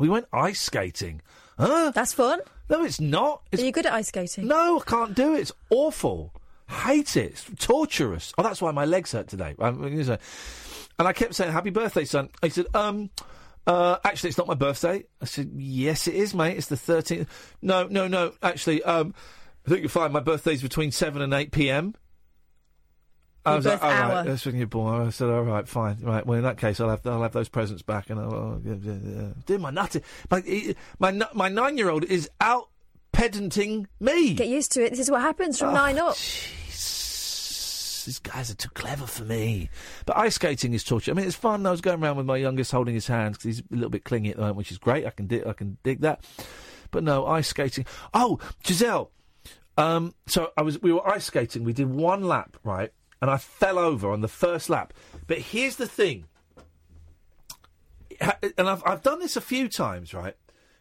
D: we went ice skating. Huh?
E: That's fun.
D: No, it's not. It's,
E: Are you good at ice skating?
D: No, I can't do it. It's awful. Hate it. It's torturous. Oh, that's why my legs hurt today. Um, And I kept saying, "Happy birthday, son." He said, "Um, uh, actually, it's not my birthday." I said, "Yes, it is, mate. It's the 13th." No, no, no. Actually, um, I think you'll find my birthday's between seven and eight p.m. I
E: Your
D: was like,
E: birth
D: all right,
E: hour.
D: that's when you're born. I said, all right, fine, right. Well, in that case, I'll have I'll have those presents back, and I'll, I'll yeah, yeah, yeah. uh, do my nutty. My my nu- my nine year old is out pedanting me.
E: Get used to it. This is what happens from
D: Oh,
E: nine up.
D: These guys are too clever for me. But ice skating is torture. I mean, it's fun. I was going around with my youngest holding his hands because he's a little bit clingy at the moment, which is great. I can dig, I can dig that. But no, ice skating. Oh, Giselle. Um, so I was. We were ice skating. We did one lap, right? And I fell over on the first lap. But here's the thing ha- and I've, I've done this a few times, right,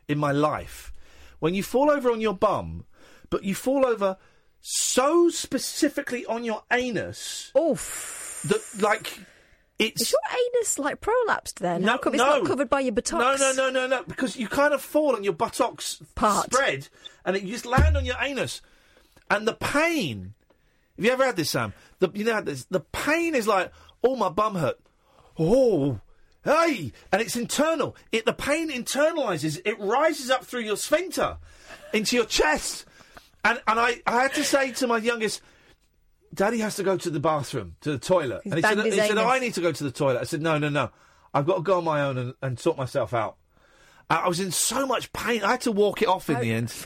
D: in my life. When you fall over on your bum, but you fall over so specifically on your anus.
E: Oof.
D: That, like, it's.
E: Is your anus like prolapsed then?
D: No,
E: How come it's
D: no.
E: not covered by your
D: No,
E: buttocks?
D: no, no, no, no, because you kind of fall and your buttocks
E: Part.
D: spread and it, you just land on your anus. And the pain. Have you ever had this, Sam? The, you know, this, the pain is like, oh, my bum hurt. Oh, hey. And it's internal. It The pain internalizes, it rises up through your sphincter into your chest. And, and I, I had to say to my youngest, Daddy has to go to the bathroom, to the toilet.
E: He's
D: and he said,
E: banged his
D: he said oh,
E: anus.
D: I need to go to the toilet. I said, no, no, no. I've got to go on my own and, and sort myself out. I I was in so much pain. I had to walk it off in
E: How-
D: the end.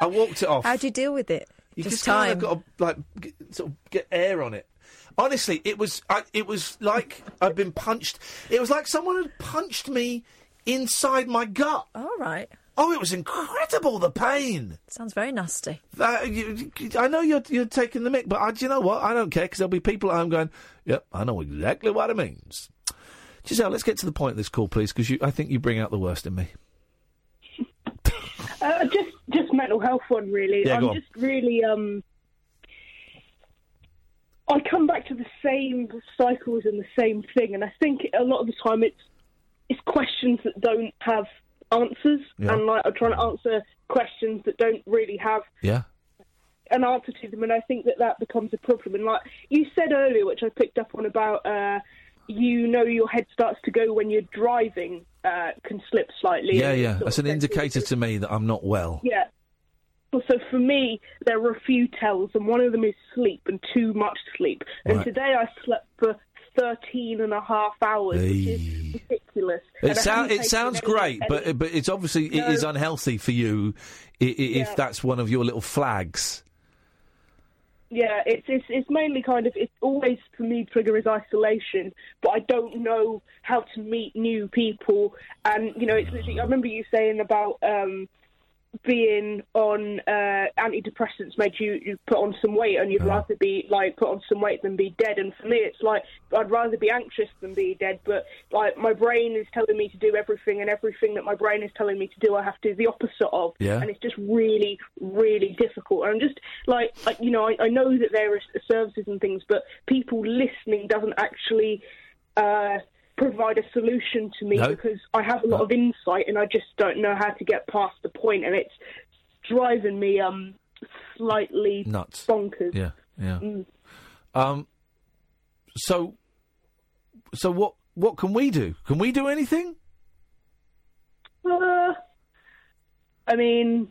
D: I walked it off.
E: How do you deal with it?
D: you
E: Just
D: just kind
E: time.
D: of got to like g sort of get air on it. Honestly, it was I, it was like I'd been punched. It was like someone had punched me inside my gut.
E: All right.
D: Oh, it was incredible the pain.
E: Sounds very nasty.
D: Uh, you, you- I know you're you're taking the mic, but I, do you know what? I don't care because there'll be people at home going, "Yep, I know exactly what it means." Giselle, let's get to the point of this call, please, because I think you bring out the worst in me.
U: Uh, just just mental health one really.
D: Yeah,
U: I'm
D: go on.
U: just really um. I come back to the same cycles and the same thing, and I think a lot of the time it's it's questions that don't have answers,
D: Yeah.
U: and like I'm trying to answer questions that don't really have
D: Yeah.
U: an answer to them, and I think that that becomes a problem. And like you said earlier, which I picked up on about, uh, you know, your head starts to go when you're driving uh, can slip slightly.
D: Yeah,
U: and
D: yeah.
U: sort of
D: That's an indicator to me that I'm not well.
U: yeah. Well, so for me, there were a few tells, and one of them is sleep and too much sleep. And
D: Right.
U: today I slept for 13 and a half hours, which is ridiculous.
D: It,
U: And I
D: sound,
U: haven't
D: it
U: taken
D: sounds
U: any-
D: great,
U: any-
D: but but it's obviously it is
U: No.
D: unhealthy for you i- i-
U: Yeah.
D: if that's one of your little flags.
U: yeah, it's, it's it's mainly kind of it's always for me trigger is isolation, but I don't know how to meet new people, and you know it's literally I remember you saying about um, being on uh, antidepressants made you, you put on some weight, and you'd rather be like put on some weight than be dead. And for me, it's like I'd rather be anxious than be dead, but like my brain is telling me to do everything, and everything that my brain is telling me to do, I have to do the opposite of,
C: Yeah.
U: and it's just really, really difficult. And I'm just like, I, you know, I, I know that there are services and things, but people listening doesn't actually uh, provide a solution to me
D: No.
U: because I have a lot of insight and I just don't know how to get past the point, and it's driving me um slightly
D: Nuts.
U: bonkers.
D: Yeah, yeah.
U: Mm.
D: Um. So, so what what can we do? Can we do anything?
U: Uh, I mean,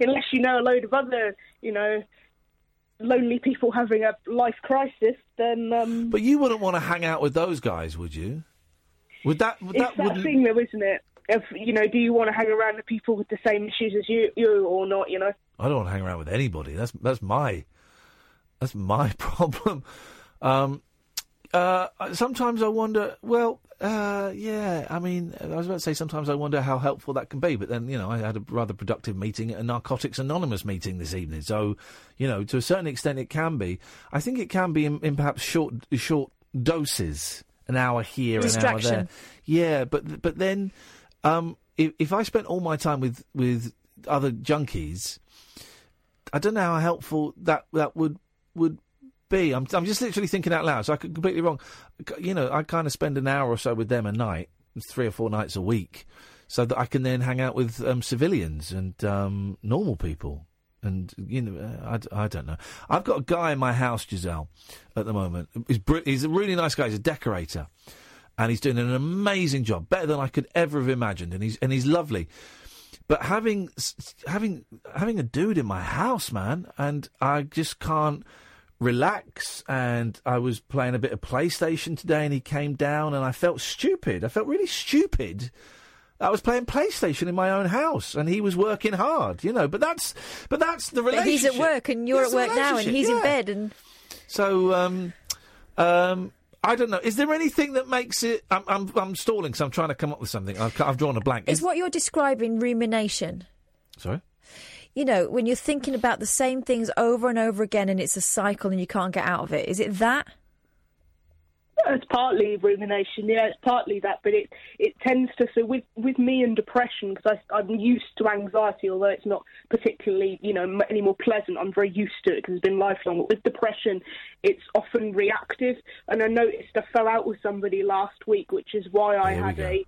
U: unless you know a load of other, you know, lonely people having a life crisis, then um,
D: But you wouldn't want to hang out with those guys, would you? Would that? Would
U: it's
D: that
U: that
D: wouldn't...
U: thing, though, isn't it? Of you know, do you want to hang around with people with the same issues as you, you or not? You know,
D: I don't want to hang around with anybody. That's that's my that's my problem. Um, uh, sometimes I wonder. Well, uh, yeah. I mean, I was about to say sometimes I wonder how helpful that can be. But then you know, I had a rather productive meeting at a Narcotics Anonymous meeting this evening. So you know, to a certain extent, it can be. I think it can be in, in perhaps short short doses, an hour here, an hour there.
C: Distraction.
D: Yeah, but but then um, if if I spent all my time with with other junkies, I don't know how helpful that that would would be. I'm I'm just literally thinking out loud, so I could completely wrong. C- You know, I kind of spend an hour or so with them a night, three or four nights a week, so that I can then hang out with um, civilians and um, normal people. And you know, uh, I, d- I don't know. I've got a guy in my house, Giselle, at the moment. He's br- he's a really nice guy. He's a decorator, and he's doing an amazing job, better than I could ever have imagined. And he's and he's lovely. But having s- s- having having a dude in my house, man, and I just can't relax. And I was playing a bit of PlayStation today, and he came down, and I felt stupid. I felt really stupid. I was playing PlayStation in my own house, and he was working hard, you know. But that's but that's the
E: But
D: relationship.
E: he's at work and you're
D: That's
E: at
D: the
E: work now and
D: relationship,
E: he's in
D: yeah.
E: bed and
D: So, um, um, I don't know. Is there anything that makes it? I'm, I'm, I'm stalling, so I'm trying to come up with something. I've, I've drawn a blank.
E: it's what you're describing rumination.
D: Sorry.
E: You know, when you're thinking about the same things over and over again and it's a cycle and you can't get out of it. Is it that?
U: it's partly rumination. Yeah, it's partly that, but it it tends to. So with with me and depression, because I'm used to anxiety, although it's not particularly you know m- any more pleasant. I'm very used to it because it's been lifelong. But with depression, it's often reactive, and I noticed I fell out with somebody last week, which is why I
C: Here we
U: had
C: go.
U: a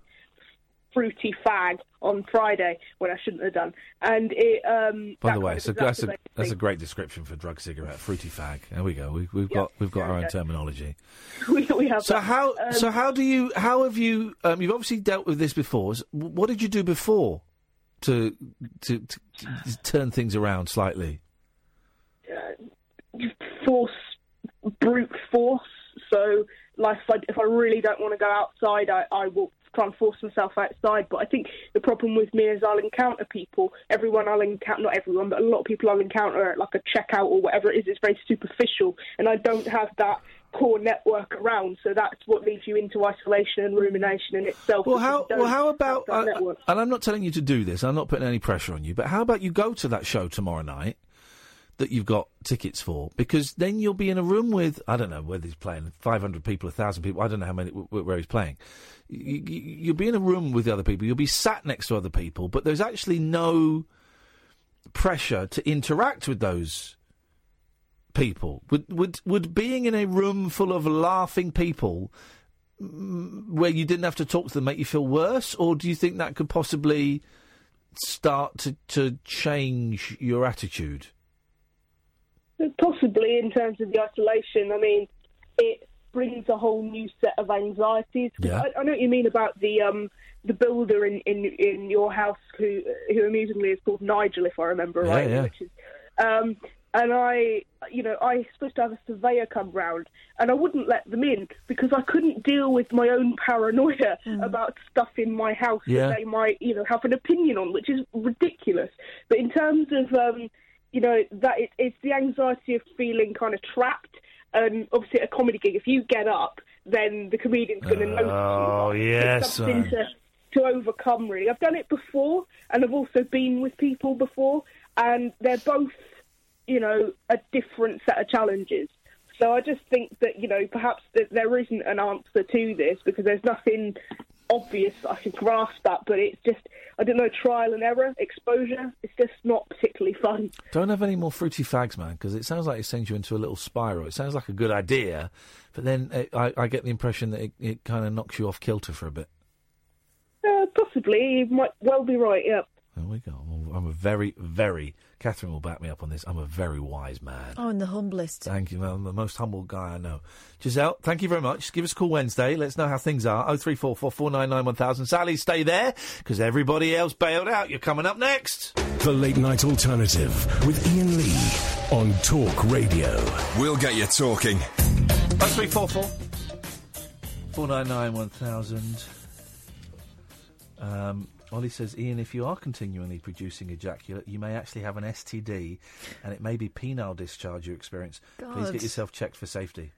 U: fruity fag on Friday when I shouldn't have done. And it um
D: By
U: that
D: the way,
U: kind of
D: so that's a
U: exacerbates
D: that's a
U: things.
D: great description for drug cigarette, fruity fag. There we go. We, we've got we've got our own
U: okay.
D: terminology.
U: we, we have
D: So
U: that.
D: how
U: Um,
D: so how do you how have you um, you've obviously dealt with this before? S- What did you do before to to, to, to turn things around slightly?
U: uh, force, brute force. So, like, if I, if I really don't want to go outside, I, I will try and force myself outside. But I think the problem with me is I'll encounter people. Everyone I'll encounter, not everyone, but a lot of people I'll encounter at like a checkout or whatever it is, it's very superficial. And I don't have that core network around. So that's what leads you into isolation and rumination in itself. Well, how,
D: well, how about. uh, And I'm not telling you to do this. I'm not putting any pressure on you. But how about you go to that show tomorrow night that you've got tickets for? Because then you'll be in a room with I don't know whether he's playing 500 people, 1,000 people. I don't know how many wh- wh- where he's playing. You, you, you'll be in a room with the other people. You'll be sat next to other people. But there's actually no pressure to interact with those people. Would would would being in a room full of laughing people mm, where you didn't have to talk to them make you feel worse, or do you think that could possibly start to, to change your attitude?
U: Possibly in terms of the isolation. I mean, it brings a whole new set of anxieties. 'Cause
C: Yeah.
U: I, I know what you mean about the um, the builder in, in in your house who who amusingly is called Nigel, if I remember
C: Yeah,
U: right.
C: yeah.
U: Which is, um, and I, you know, I was supposed to have a surveyor come round, and I wouldn't let them in because I couldn't deal with my own paranoia about stuff in my house
C: Yeah.
U: that they might, you know, have an opinion on, which is ridiculous. But in terms of um, you know that it, it's the anxiety of feeling kind of trapped and obviously at a comedy gig if you get up then the comedian's going to notice
D: Oh,
U: you.
D: yes,
U: it's something
D: sir.
U: to, to overcome really i've done it before and i've also been with people before and they're both you know a different set of challenges so i just think that you know perhaps that there isn't an answer to this because there's nothing obvious that i can grasp at but it's just i don't know trial and error exposure it's just not particularly fun
D: Don't have any more fruity fags, man, because it sounds like it sends you into a little spiral. It sounds like a good idea, but then it, I, I get the impression that it, it kind of knocks you off kilter for a bit.
U: Uh, possibly. You might well be right, yeah.
D: There we go. I'm a- I'm a very, very. Catherine will back me up on this. I'm a very wise man.
E: Oh, and the humblest.
D: Thank you. I'm the most humble guy I know. Giselle, thank you very much. Give us a call Wednesday. Let's know how things are. Oh three four four four nine nine one thousand. Sally, stay there because everybody else bailed out. You're coming up next.
K: The Late Night Alternative with Ian Lee
A: on Talk Radio. We'll get you talking.
D: 0344 499 1000. Um, Ollie says, Ian, if you are continually producing ejaculate, you may actually have an STD and it may be penile discharge you experience. Please
E: God.
D: get yourself checked for safety.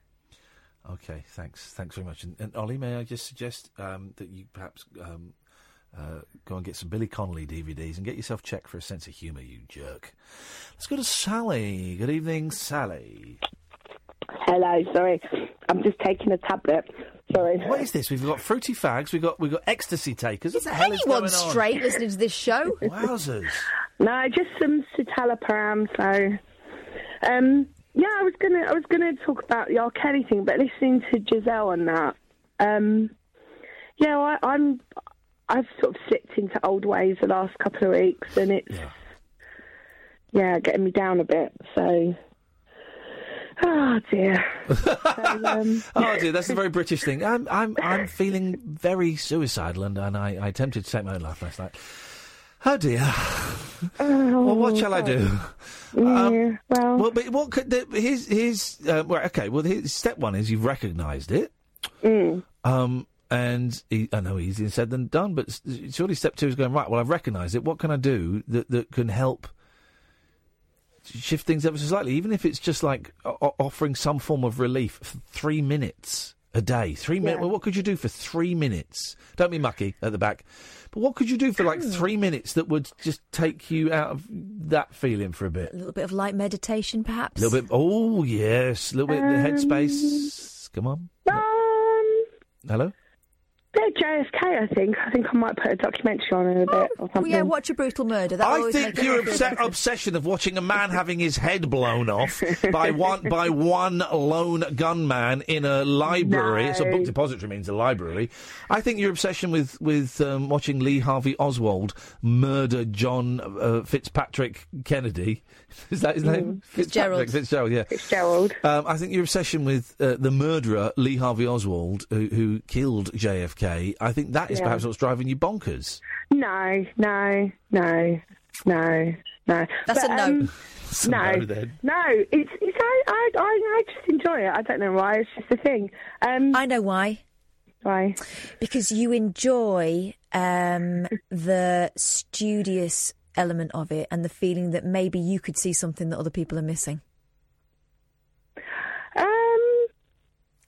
D: Okay, thanks. Thanks very much. And, and Ollie, may I just suggest um, that you perhaps um, uh, go and get some Billy Connolly DVDs and get yourself checked for a sense of humour, you jerk. Let's go to Sally. Good evening, Sally.
M: Hello, sorry. I'm just taking a tablet. Sorry.
D: What is this? We've got fruity fags. We've got we've got ecstasy takers. What the hell is
E: Anyone
D: going on?
E: straight listening to this show?
D: Wowzers!
M: No, just some
U: citalopram. So, um, yeah, I was gonna, I was gonna talk about the R. Kelly thing, but listening to Giselle on that, um, yeah, I, I'm, I've sort of slipped into old ways the last couple of weeks, and it's, yeah, getting me down a bit. So, oh dear. So, um,
D: Oh dear, that's a very British thing. I'm I'm I'm feeling very suicidal, and, and I, I attempted to take my own life last night. Oh dear. well, what shall I do? Um,
M: well,
D: but what could the, here's here's uh, well, okay. Well, here's, step one is you've recognised it.
M: Mm.
D: Um, and he, I know easier said than done, but s- surely step two is going right. Well, I've recognised it. What can I do that that can help shift things ever so slightly? Even if it's just like o- o- offering some form of relief for three minutes a day. Three minutes.
R: Yeah.
D: Well, what could you do for three minutes? Don't be mucky at the back. But what could you do for like
E: Hmm.
D: three minutes that would just take you out of that feeling for a bit?
E: A little bit of light meditation, perhaps.
D: A little bit. Oh yes, a little bit.
E: Um,
D: the headspace. Come on.
M: um,
D: Hello.
M: bit of JSK, I think. I think I might put a documentary on in a bit or something.
E: Well, yeah, watch a brutal murder. That
D: I think your obse- obsession of watching a man having his head blown off by one by one lone gunman in a library. It's a
R: No.
D: book depository, means a library. I think your obsession with with um, watching Lee Harvey Oswald murder John uh, Fitzpatrick Kennedy is that his name? Fitzpatrick,
M: Fitzgerald.
D: Fitzgerald. Yeah.
M: Fitzgerald.
D: Um, I think your obsession with uh, the murderer Lee Harvey Oswald, who, who killed JFK, I think that is
M: Yeah.
D: perhaps what's driving you bonkers.
M: No, no, no, no, no. um,
E: That's a no.
D: It's a no then.
M: No, it's, it's I, I, I, I just enjoy it. I don't know why. It's just a thing. Um,
E: I know why.
M: Why?
E: Because you enjoy um, the studious element of it and the feeling that maybe you could see something that other people are missing.
M: Um,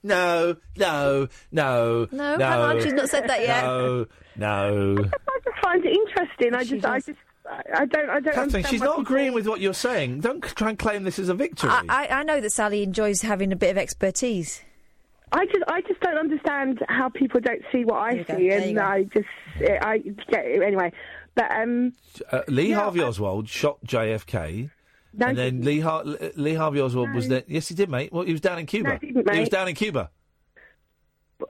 D: No, no, no,
E: No, hang on, she's not said that yet.
D: No, no.
M: I find it interesting. I just, I just, I I don't, I don't.
D: Catherine,
M: understand
D: she's
M: why
D: not
M: people-
D: agreeing with what you're saying. Don't c- try and claim this as a victory.
E: I, I, I know that Sally enjoys having a bit of expertise.
M: I just, I just don't understand how people don't see what I
E: go,
M: see,
E: there you
M: and
E: go.
M: I just, I get it anyway. But um,
D: Uh, Lee Harvey Oswald shot JFK.
M: No,
D: and then Lee, Har- L- Lee Harvey Oswald was there. Yes, he did, mate. Well, he was down in Cuba.
M: No, he didn't,
D: was
M: mate.
D: down in Cuba.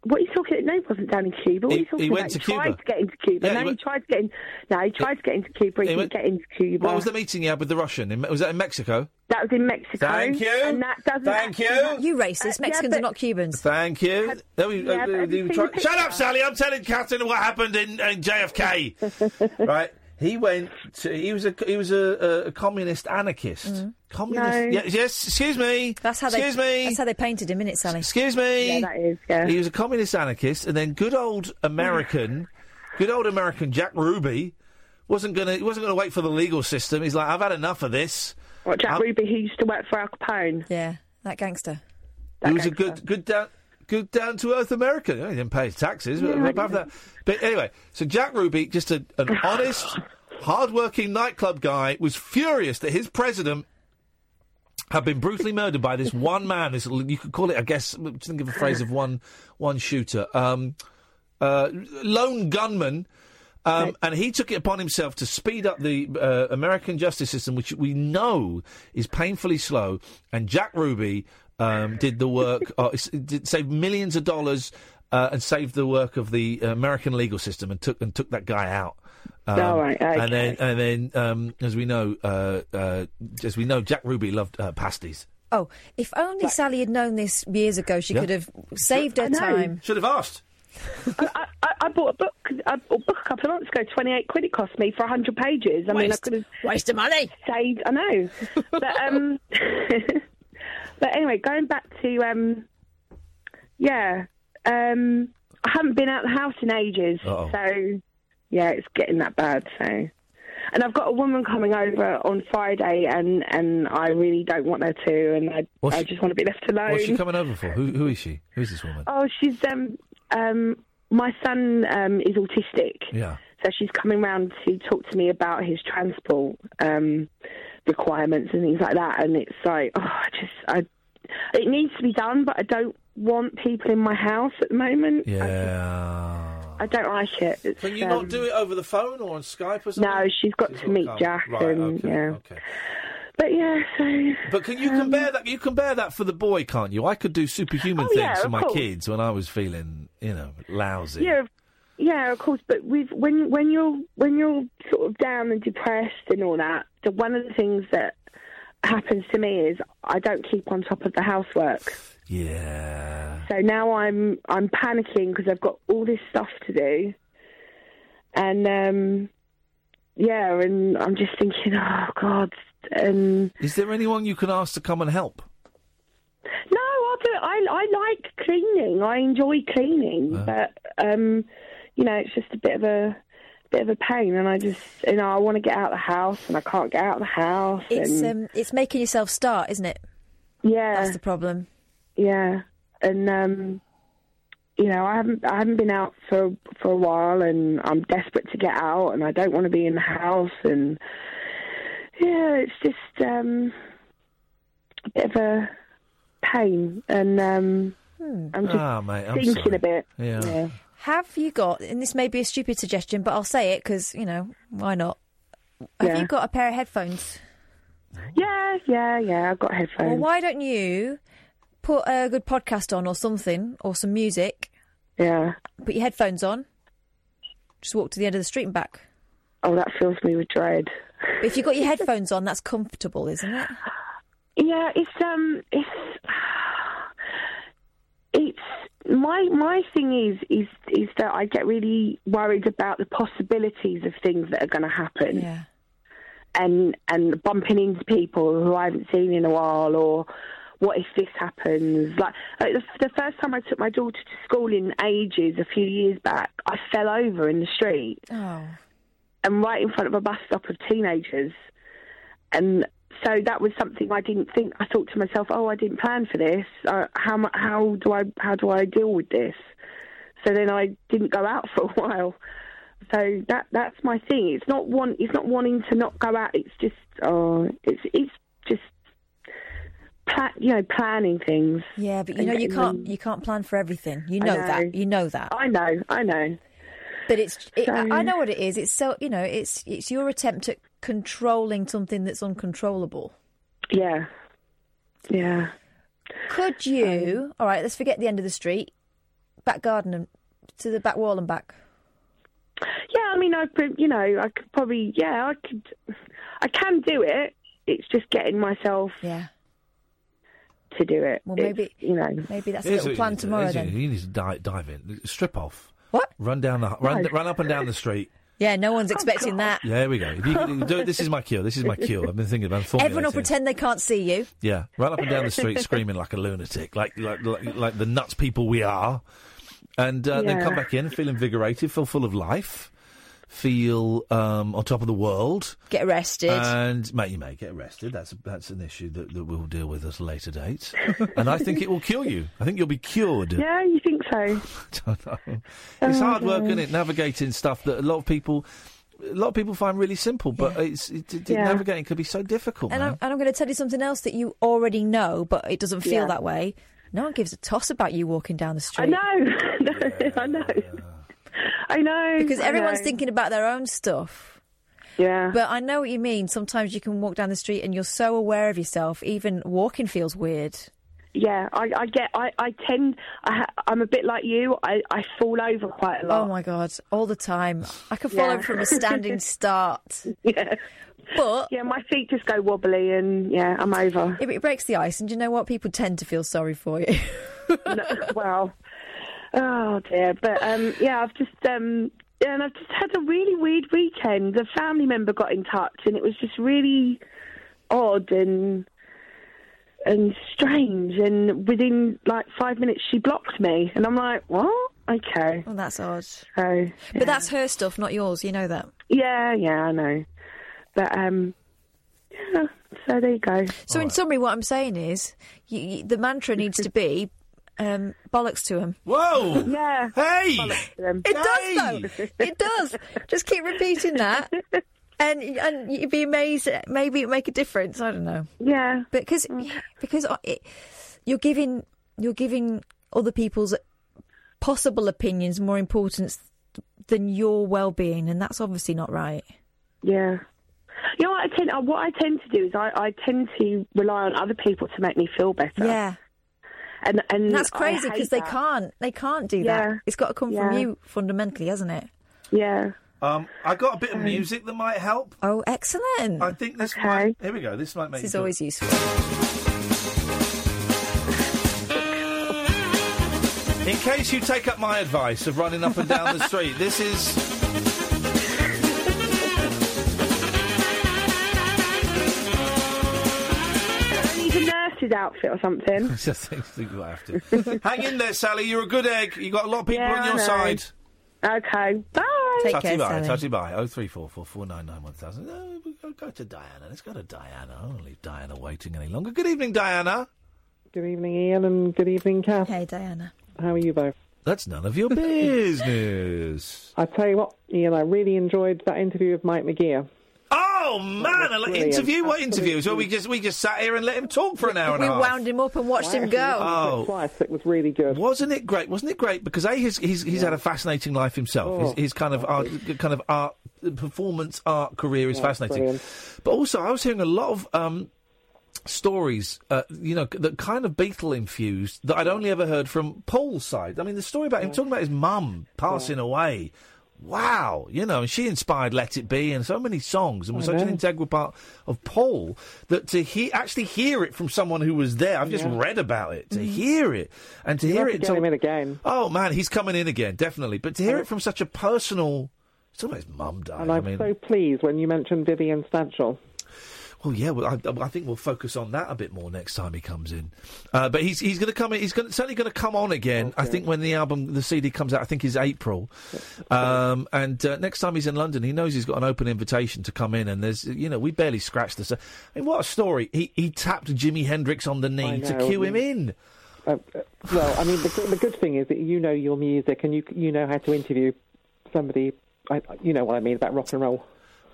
M: what are you talking? No, he wasn't down in Cuba. What are
D: He-
M: you talking
D: he went to
M: about? he
D: Cuba.
M: tried to get into Cuba.
D: Yeah, he
M: no, he,
D: went-
M: tried to get in. No, he tried to get into Cuba. He,
D: he
M: didn't
D: went-
M: get into Cuba.
D: What was the meeting you had with the Russian? In, was that in Mexico?
M: That was in Mexico.
D: Thank you.
M: And that doesn't.
D: Thank you.
E: You racist.
M: Uh, yeah,
E: Mexicans
M: but-
E: are not Cubans.
D: Thank you. There we-
E: yeah,
D: uh,
E: but have
D: we
E: you seen
D: try-
E: the
D: Shut up,
E: picture?
D: Sally. I'm telling Catherine what happened in, in JFK. right. He went. To, he was a he was a, a communist anarchist. Communist.
E: Mm. No.
D: Yeah, yes. Excuse me.
E: That's how they.
D: Excuse me.
E: That's how they painted him, innit, Sally?
D: Excuse me.
M: is.
D: He was a communist anarchist, and then good old American, good old American Jack Ruby wasn't gonna he wasn't gonna wait for the legal system. He's like, I've had enough of this.
M: What Jack
D: I'm-
M: Ruby? He used to work for Al Capone.
E: Yeah, that gangster.
D: He was a good, good down, good down to earth American. He didn't pay his taxes, but
E: Yeah, I
D: above that. But anyway, so Jack Ruby, just a, an honest, hard-working nightclub guy, was furious that his president had been brutally murdered by this one man. This you could call it, I guess, think of a phrase of one, one shooter, um, uh, lone gunman. Um, and he took it upon himself to speed up the uh, American justice system, which we know is painfully slow. And Jack Ruby um, did the work, uh, s- did save millions of dollars uh, and saved the work of the American legal system, and took and took that guy out. Um,
M: All right,
D: And then, and then, um, as we know, uh, uh, as we know, Jack Ruby loved uh, pasties.
E: Oh, if only Sally had known this years ago, she
D: Yeah.
E: could have saved her time.
D: Should have asked.
M: I, I, I bought a book, a book a couple of months ago. Twenty-eight quid it cost me for hundred pages. I mean, I
E: Waste-
M: could have
E: waste of money.
M: Saved, I know. but um, but anyway, going back to um, yeah, um, I haven't been out of the house in ages.
C: Uh-oh.
M: So yeah, it's getting that bad. So, and I've got a woman coming over on Friday, and and I really don't want her to, and I,
D: What's
M: I
D: she-
M: just want to be left alone.
D: What's she coming over for? Who, who is she? Who's this woman?
M: Oh, she's um um my son um is autistic,
D: Yeah.
M: so she's coming round to talk to me about his transport um requirements and things like that. And it's like, oh, I just I it needs to be done, but I don't want people in my house at the moment.
D: Yeah.
M: I don't like it. It's,
D: Can you
M: um,
D: not do it over the phone or on Skype or something?
M: No, she's got to
D: got
M: meet
D: come.
M: Jack,
D: Right,
M: and
D: okay,
M: yeah.
D: okay.
M: But yeah, so um,
D: But can you compare that? You compare that for the boy, can't you? I could do superhuman
M: Oh,
D: things
M: yeah,
D: for
M: of
D: my
M: course.
D: kids when I was feeling, you know, lousy.
M: Yeah, yeah, of course. But with when when you're when you're sort of down and depressed and all that, the one of the things that happens to me is I don't keep on top of the housework.
D: Yeah.
M: So now I'm I'm panicking because I've got all this stuff to do, and um, yeah, and I'm just thinking, oh God, and
D: Is there anyone you can ask to come and help?
M: No, I, do, I I like cleaning. I enjoy cleaning, but um, you know, it's just a bit of a bit of a pain, and I just you know I want to get out of the house, and I can't get out of the house.
E: It's
M: and,
E: um, it's making yourself start, isn't it?
M: Yeah,
E: that's the problem.
M: yeah, and um, you know I haven't I haven't been out for for a while, and I'm desperate to get out, and I don't want to be in the house, and yeah, it's just um, a bit of a pain, and um, I'm just
D: Ah, mate, I'm
M: thinking
D: sorry.
M: a bit.
D: Yeah.
E: Hmm. Have you got? And this may be a stupid suggestion, but I'll say it because you know why not? Have you got a pair of headphones?
M: Yeah, yeah, yeah. I've got headphones.
E: Well, why don't you put a good podcast on or something or some music?
M: Yeah.
E: Put your headphones on. Just walk to the end of the street and back.
M: Oh, that fills me with dread.
E: But if you've got your headphones on, that's comfortable, isn't it?
M: Yeah, it's um, it's it's my my thing is is is that I get really worried about the possibilities of things that are going to happen.
E: Yeah.
M: And and bumping into people who I haven't seen in a while, or what if this happens? Like, like the, the first time I took my daughter to school in ages, a few years back, I fell over in the street.
E: Oh.
M: and right in front of a bus stop of teenagers. And so that was something I didn't think. I thought to myself, "Oh, I didn't plan for this. Uh, how mu- how do I how do I deal with this?" So then I didn't go out for a while. So that that's my thing. It's not want it's not wanting to not go out. It's just oh, it's it's just pla- you know planning things.
E: Yeah, but you
M: And
E: know you
M: getting
E: can't
M: them-
E: you can't plan for everything. You
M: mm. I
E: know,
M: know.
E: that. You know that.
M: I know. I know.
E: But it's it, I
M: So-
E: I know what it is. It's so you know it's it's your attempt at controlling something that's uncontrollable.
M: Yeah. Yeah.
E: Could you? all right, let's forget the end of the street, back garden and to the back wall and back.
M: Yeah, I mean, I could- you know, I could probably, yeah, I could, I can do it. It's just getting myself,
E: yeah,
M: to do it.
E: Well,
M: It's,
E: maybe-
M: you know,
E: maybe that's a
D: Here's
E: little
D: what
E: plan
D: you need to-
E: tomorrow
D: here's what
E: then.
D: You you need to di- dive in. Strip off.
E: What?
D: Run down the run,
E: No.
D: run up and down the street.
E: Yeah, no
M: Oh,
E: one's expecting that.
D: Yeah, there we go. If you can do it, this is my cure. This is my cure. I've been thinking about formulating.
E: Everyone will pretend they can't see you.
D: Yeah, run up and down the street screaming like a lunatic, like like like, like the nuts people we are, and uh, then
E: Yeah.
D: come back in, feel invigorated, feel full of life, feel um, on top of the world.
E: Get arrested.
D: And mate, you may get arrested. That's that's an issue that, that we'll deal with at a later date. and I think it will cure you. I think you'll be cured.
M: yeah, you think so?
D: Don't know. It's
M: Oh,
D: hard work,
M: no.
D: isn't it? Navigating stuff that a lot of people, a lot of people find really simple, but it's it, it,
E: Yeah.
D: navigating could be so difficult.
E: And
D: man.
E: I'm, and I'm going to tell you something else that you already know, but it doesn't feel
M: Yeah.
E: that way. No one gives a toss about you walking down the street.
M: I know, I know, I know.
E: Because
M: I
E: everyone's
M: know.
E: thinking about their own stuff.
M: Yeah.
E: But I know what you mean. Sometimes you can walk down the street and you're so aware of yourself, even walking feels weird.
M: Yeah, I, I get, I, I tend, I, ha- I'm a bit like you. I, I fall over quite a lot.
E: Oh my god, all the time. I could fall
M: Yeah.
E: over from a standing start.
M: Yeah.
E: But
M: yeah, my feet just go wobbly, and yeah, I'm over.
E: It, it breaks the ice, and you know what? People tend to feel sorry for you.
M: No, well, Oh dear, but um, yeah, I've just um, yeah, and I've just had a really weird weekend. A family member got in touch, and it was just really odd and and strange. And within like five minutes, she blocked me, and I'm like, what? Okay.
E: Well, Oh, that's odd.
M: So,
E: But that's her stuff, not yours. You know that.
M: yeah, yeah, I know, but um, yeah. So there you go.
E: So, in summary, what I'm saying is you, you, the mantra needs to be um, bollocks to him.
D: Whoa!
M: Yeah.
D: Hey!
E: It does, though. It does. Just keep repeating that. And, and you'd be amazed. at- Maybe it'd make a difference. I don't know.
M: Yeah. Mm.
E: Because, because I- it, you're giving you're giving other people's possible opinions more importance than your well-being and that's obviously not right.
M: Yeah. You know what I tend uh, what I tend to do is I, I tend to rely on other people to make me feel better.
E: Yeah.
M: And and
E: And that's
M: I
E: crazy
M: hate
E: because they
M: that.
E: can't they can't do
M: Yeah.
E: that. It's got to come from
M: Yeah.
E: you fundamentally, hasn't it?
M: Yeah.
D: Um, I got a bit of music that might help.
E: Oh, excellent!
D: I think this might. Here we go. This might make
E: This is
D: you feel-
E: always useful.
D: In case you take up my advice of running up and down the street, this is.
M: I need a nurse's outfit or something.
D: I think think I have to. Hang in there, Sally. You're a good egg. You got a lot of people
M: Yeah,
D: on
M: I
D: your
M: know.
D: side.
M: Okay. Bye.
D: Tutty bye, tutty bye. Oh three four four four nine nine one thousand. Oh, we go- Go to Diana. Let's go to Diana. I don't leave Diana waiting any longer. Good evening, Diana.
V: Good evening, Ian, and good evening, Kath.
E: Hey, Diana.
V: How are you both?
D: That's none of your business.
V: I tell you what, Ian, I really enjoyed that interview with Mike McGear.
D: Oh man, I like
V: brilliant.
D: interview. What
V: Absolutely.
D: interviews? Well, we just we just sat here and let him talk for an hour and
E: we
D: a half.
E: wound him up and watched him go.
D: Oh,
V: it was really good.
D: Wasn't it great? Wasn't it great? Because a he's he's, he's had a fascinating life himself.
V: Oh,
D: his, his kind of art, kind of art performance art career is
V: Yeah,
D: fascinating.
V: brilliant.
D: But also, I was hearing a lot of. Um, Stories, uh, you know, that kind of Beatle infused that I'd only ever heard from Paul's side. I mean, the story about him talking about his mum passing away. Wow, you know, and she inspired "Let It Be" and so many songs, and was
V: I
D: such an
V: know.
D: integral part of Paul that to he- actually hear it from someone who was there. I've just
V: Yeah. Mm-hmm.
D: read about it to hear it and to hear
V: have to
D: it
V: get
D: told-
V: him in again.
D: Oh man, he's coming in again, definitely. But to hear it from such a personal, it's almost mum died.
V: And
D: I
V: I'm
D: mean,
V: so pleased when you mentioned Vivian Stanchel.
D: well, yeah, well, I, I think we'll focus on that a bit more next time he comes in. Uh, but he's he's going to come in. He's gonna, certainly going to come on again. I think when the album, the CD comes out, I think is April. Um, and uh, next time he's in London, he knows he's got an open invitation to come in. And there's, you know, we barely scratched the. sur- I mean, what a story! He he tapped Jimi Hendrix on the knee to
V: know,
D: cue him
V: yeah.
D: in.
V: Uh, uh, well, I mean, the, good- the good thing is that you know your music and you you know how to interview somebody. I, you know what I mean about rock and roll.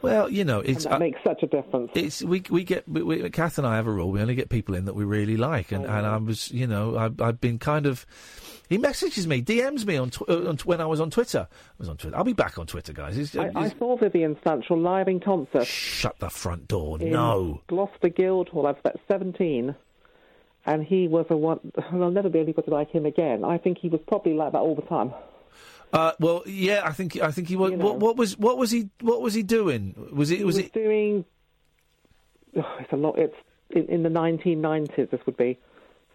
D: Well, you know, it's
V: and that
D: uh,
V: makes such a difference.
D: It's we we get we, we, Kath and I have a rule. We only get people in that we really like,
V: Oh,
D: and, and I was you know I, I've been kind of. He messages me, DMs me on, tw- uh, on tw- when I was on Twitter. I was on Twitter. I'll be back on Twitter, guys. It's, uh,
V: I, I
D: it's-
V: saw Vivian Stanchel live in concert.
D: shut the front door.
V: in
D: No.
V: Gloucester Guildhall. I was about 17, and he was a one. And I'll never be anybody like him again. I think he was probably like that all the time.
D: Uh, well, yeah, I think I think he was. What, what was what was he what was he doing? Was it was
V: he was
D: it?
V: doing? oh, it's a lot. It's in, in the 1990s. This would be.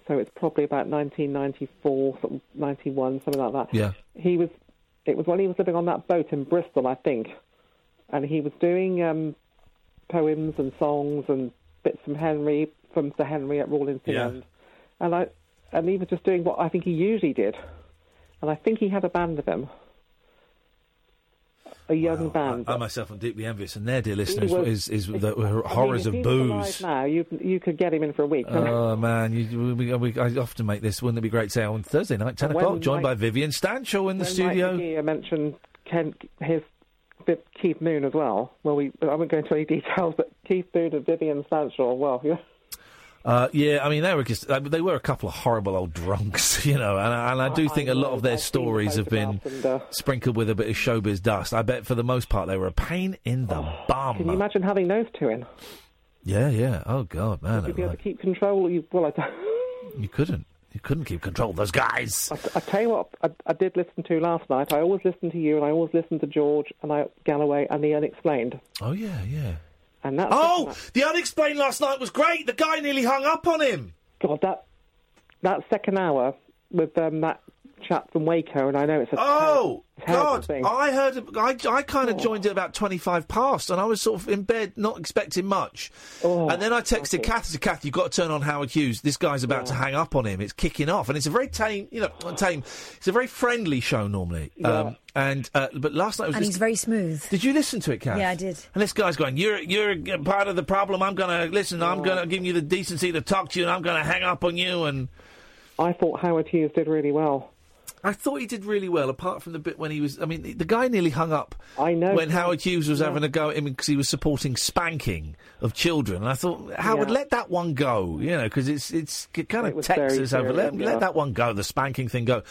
V: So it's probably about 1994, sort of 91, something like that.
D: Yeah.
V: He was. It was when he was living on that boat in Bristol, I think, and he was doing um, poems and songs and bits from Henry, from Sir Henry at Rawlinson
D: Yeah.
V: End, and I, and he was just doing what I think he usually did, and I think he had a band with him, a young band.
D: I myself am deeply envious, and there, dear listeners,
V: was-
D: is is the
V: I mean,
D: horrors
V: if
D: of
V: he was alive
D: booze.
V: Now you you could get him in for a week. couldn't you?
D: Oh man, you, we, we, I often make this. Wouldn't it be great? Say on Thursday night, ten
V: When
D: o'clock, joined
V: Mike-
D: by Vivian Stanchel in the
V: When
D: studio.
V: Mike McGee mentioned Ken, his bit Keith Moon as well. Well, we I won't go into any details, but Keith Moon and Vivian Stanchel. Well, yeah.
D: Uh, yeah, I mean they were just uh, they were a couple of horrible old drunks, you know, and, I- and I
V: Oh,
D: do think a lot of their stories have been
V: uh,
D: sprinkled with a bit of showbiz dust. I bet for the most part they were a pain in the bum.
V: Oh, Can you imagine having those two in?
D: Yeah, yeah. Oh god, man,
V: You'd
D: it
V: be
D: was
V: able to keep control. You, well, I, don't-
D: like- you couldn't, you couldn't keep control of those guys.
V: I, I tell you what, I, I did listen to last night. I always listen to you, and I always listen to George and I Galloway and the Unexplained.
D: Oh yeah, yeah.
V: And that's
D: Oh, the unexplained last night was great. The guy nearly hung up on him.
V: God, that that second hour with um, that chap from Waco, and I know it's a
D: Oh
V: terrible
D: God!
V: thing. Oh.
D: I heard. I, I kind of joined at about twenty five past, and I was sort of in bed, not expecting much.
V: Oh,
D: and then I texted Kath. I said, Kath, you've got to turn on Howard Hughes. This guy's about to hang up on him. It's kicking off, and it's a very tame, you know, not tame. It's a very friendly show normally. Um, and uh, but last night was
E: and
D: this-
E: he's very smooth.
D: Did you listen to it, Kath?
E: Yeah, I did.
D: And this guy's going, "You're you're g- part of the problem. I'm gonna listen. I'm gonna give you the decency to talk to you, and I'm gonna hang up on you." And
V: I thought Howard Hughes did really well.
D: I thought he did really well, apart from the bit when he was. I mean, the- the guy nearly hung up.
V: I know.
D: when Howard Hughes was
V: Yeah.
D: having a go at him because he was supporting spanking of children. And I thought, Howard,
V: Yeah.
D: let that one go, you know, because it's it's it kind
V: It
D: of
V: was
D: Texas
V: very
D: over. Let,
V: serious, yeah.
D: let that one go, the spanking thing go.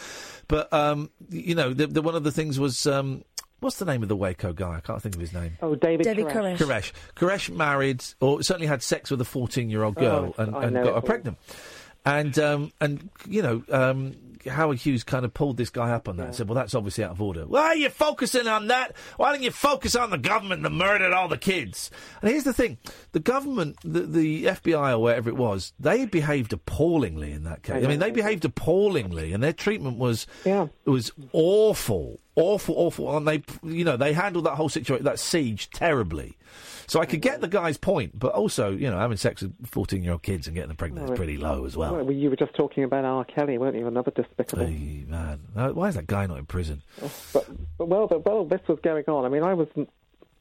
D: But um, you know, the, the one of the things was um, what's the name of the Waco guy? I can't think of his name.
V: Oh, David.
E: David
V: Koresh.
D: Koresh. Koresh married, or certainly had sex with a 14 year old girl
V: Oh,
D: and,
V: I
D: and
V: know
D: got
V: it
D: her
V: all.
D: pregnant. And, um, and you know, um, Howard Hughes kind of pulled this guy up on that and said, well, that's obviously out of order. Why are you focusing on that? Why don't you focus on the government that murdered all the kids? And here's the thing the government, the, the FBI or whatever it was, they behaved appallingly in that case. I mean, they behaved appallingly, and their treatment was was awful, awful, awful. And they, you know, they handled that whole situation, that siege, terribly. So I could get the guy's point, but also, you know, having sex with fourteen-year-old kids and getting them pregnant is pretty low as well.
V: you were just talking about R. Kelly, weren't you? Another despicable.
D: Hey, man, Now, Uh, why is that guy not in prison?
V: But, but well, but well, this was going on. I mean, I was,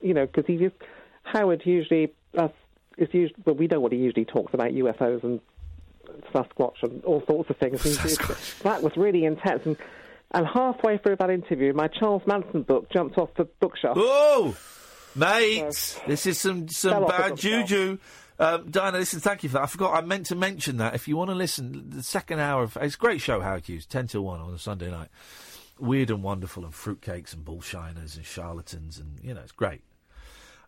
V: you know, because he used, Howard usually uh, is usually well, we know what he usually talks about UFOs and Sasquatch and all sorts of things. He did- that was really intense. And, and halfway through that interview, my Charles Manson book jumped off the bookshelf.
D: Oh, mate, this is some some
V: Fell off the
D: bad
V: bookshelf.
D: juju. Um, Diana, listen, thank you for that. I forgot. I meant to mention that. If you want to listen, the second hour of it's a great show, Howard Hughes, ten till one on a Sunday night. Weird and wonderful, and fruitcakes and bullshiners and charlatans, and you know it's great.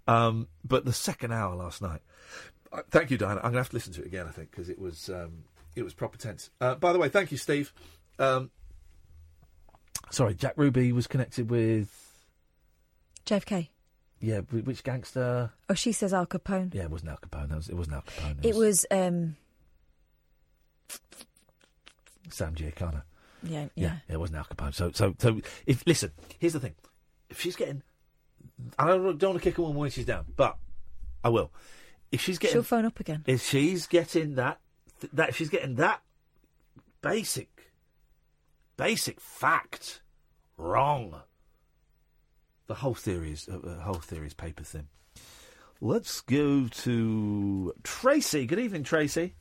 D: Um, but the second hour last night. Uh, thank you, Diana. I'm going to have to listen to it again, I think, because it was um, it was proper tense. Uh, by the way, thank you, Steve. Um, sorry, Jack Ruby was connected with
E: JFK.
D: yeah, wh- which gangster?
E: Oh, she says Al Capone.
D: Yeah, it wasn't Al Capone. That was, it wasn't Al Capone.
E: It was. Um,
D: Sam Giacana.
E: yeah,
D: Yeah.
E: yeah.
D: it wasn't Al Capone. So, so, so. If listen, here's the thing: if she's getting, I don't, don't want to kick a woman when she's down, but I will. If she's getting,
E: She'll phone up again.
D: if she's getting that, that if she's getting that basic, basic fact wrong. The whole theory is uh, uh, whole theory is paper thin. Let's go to Tracy. Good evening, Tracy.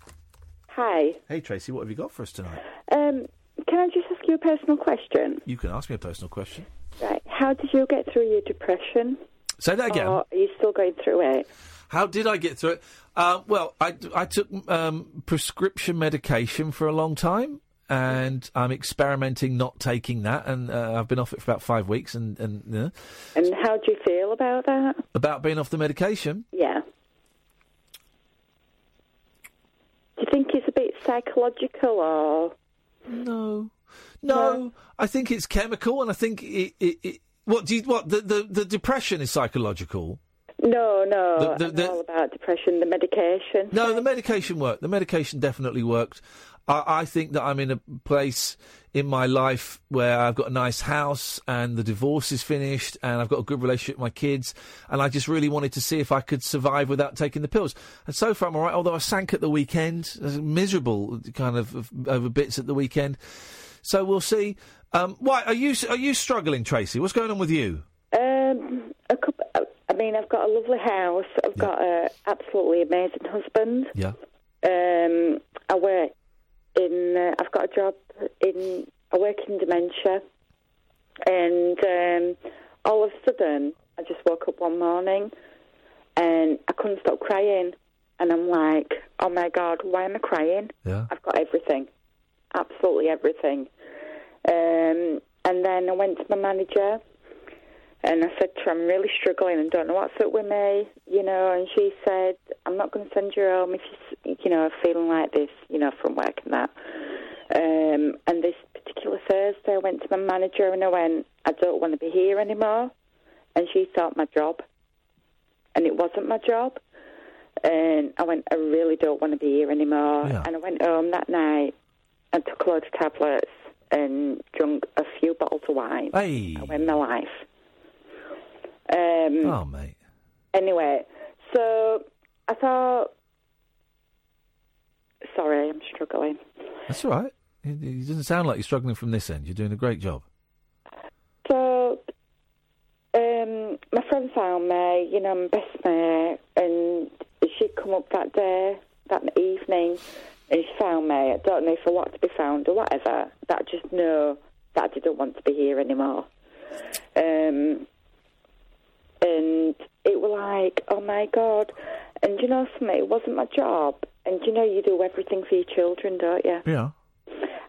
W: Hi.
D: Hey, Tracy, what have you got for us tonight?
W: Um, can I just ask you a personal question?
D: You can ask me a personal question.
W: Right. How did you get through your depression?
D: Say that again.
W: Or are you Oh, still going through it?
D: How did I get through it? Uh, well, I, I took um, prescription medication for a long time, and I'm experimenting not taking that, and uh, I've been off it for about five weeks, and, and you know.
W: And how do you feel about that?
D: about being off the medication.
W: Yeah. Do you think it's a bit psychological or?
D: No. No, I think it's chemical, and I think it. it, it what do you what the, the, the depression is psychological?
W: No, no.
D: The- the-
W: I'm
D: the-
W: all about depression, the medication.
D: No, the medication worked. The medication definitely worked. I, I think that I'm in a place in my life where I've got a nice house and the divorce is finished and I've got a good relationship with my kids and I just really wanted to see if I could survive without taking the pills. And so far I'm all right, although I sank at the weekend, I was miserable kind of of- over bits at the weekend. So we'll see. Um, why are you are you struggling, Tracy? What's going on with you?
W: Um, a couple, I mean, I've got a lovely house. I've got a absolutely amazing husband.
D: Yeah.
W: Um, I work in. Uh, I've got a job in. I work in dementia, and um, all of a sudden, I just woke up one morning, and I couldn't stop crying, and I'm like, "Oh my god, why am I crying?
D: Yeah.
W: I've got everything, absolutely everything." Um, and then I went to my manager. And I said to her, I'm really struggling and don't know what's up with me, you know. And she said, I'm not going to send you home if you, s- you know, are feeling like this, you know, from work and that. Um, and this particular Thursday, I went to my manager and I went, I don't want to be here anymore. And she thought my job, and it wasn't my job. And I went, I really don't want to be here anymore.
D: Yeah.
W: And I went home that night and took a load of tablets and drunk a few bottles of wine.
D: Hey.
W: I win my life. Um,
D: Oh, mate.
W: Anyway, so I thought. Sorry, I'm struggling.
D: That's all right. It, it doesn't sound like you're struggling from this end. You're doing a great job.
W: So, um, my friend found me, you know, my best mate, and she'd come up that day, that evening, and she found me. I don't know if I want to be found or whatever. That just know that I didn't want to be here anymore. Um, and it was like, oh my god. And you know something? It wasn't my job. And you know, you do everything for your children, don't you?
D: Yeah.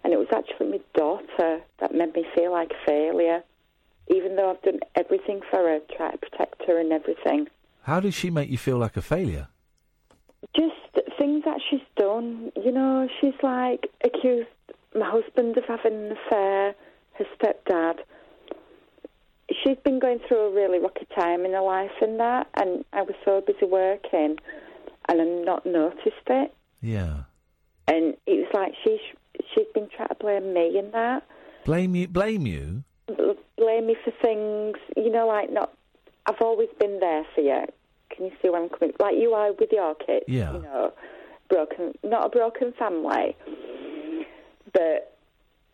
W: And it was actually my daughter that made me feel like a failure, even though I've done everything for her, try to protect her and everything.
D: How does she make you feel like a failure?
W: Just things that she's done, you know, she's like accused my husband of having an affair, her stepdad. She's been going through a really rocky time in her life and that, and I was so busy working and I've not noticed it.
D: Yeah.
W: And it was like she's, she's been trying to blame me in that.
D: Blame you? Blame you?
W: bl- blame me for things, you know, like not. I've always been there for you. Can you see where I'm coming? Like you are with your kids,
C: Yeah.
W: you know, broken, not a broken family, but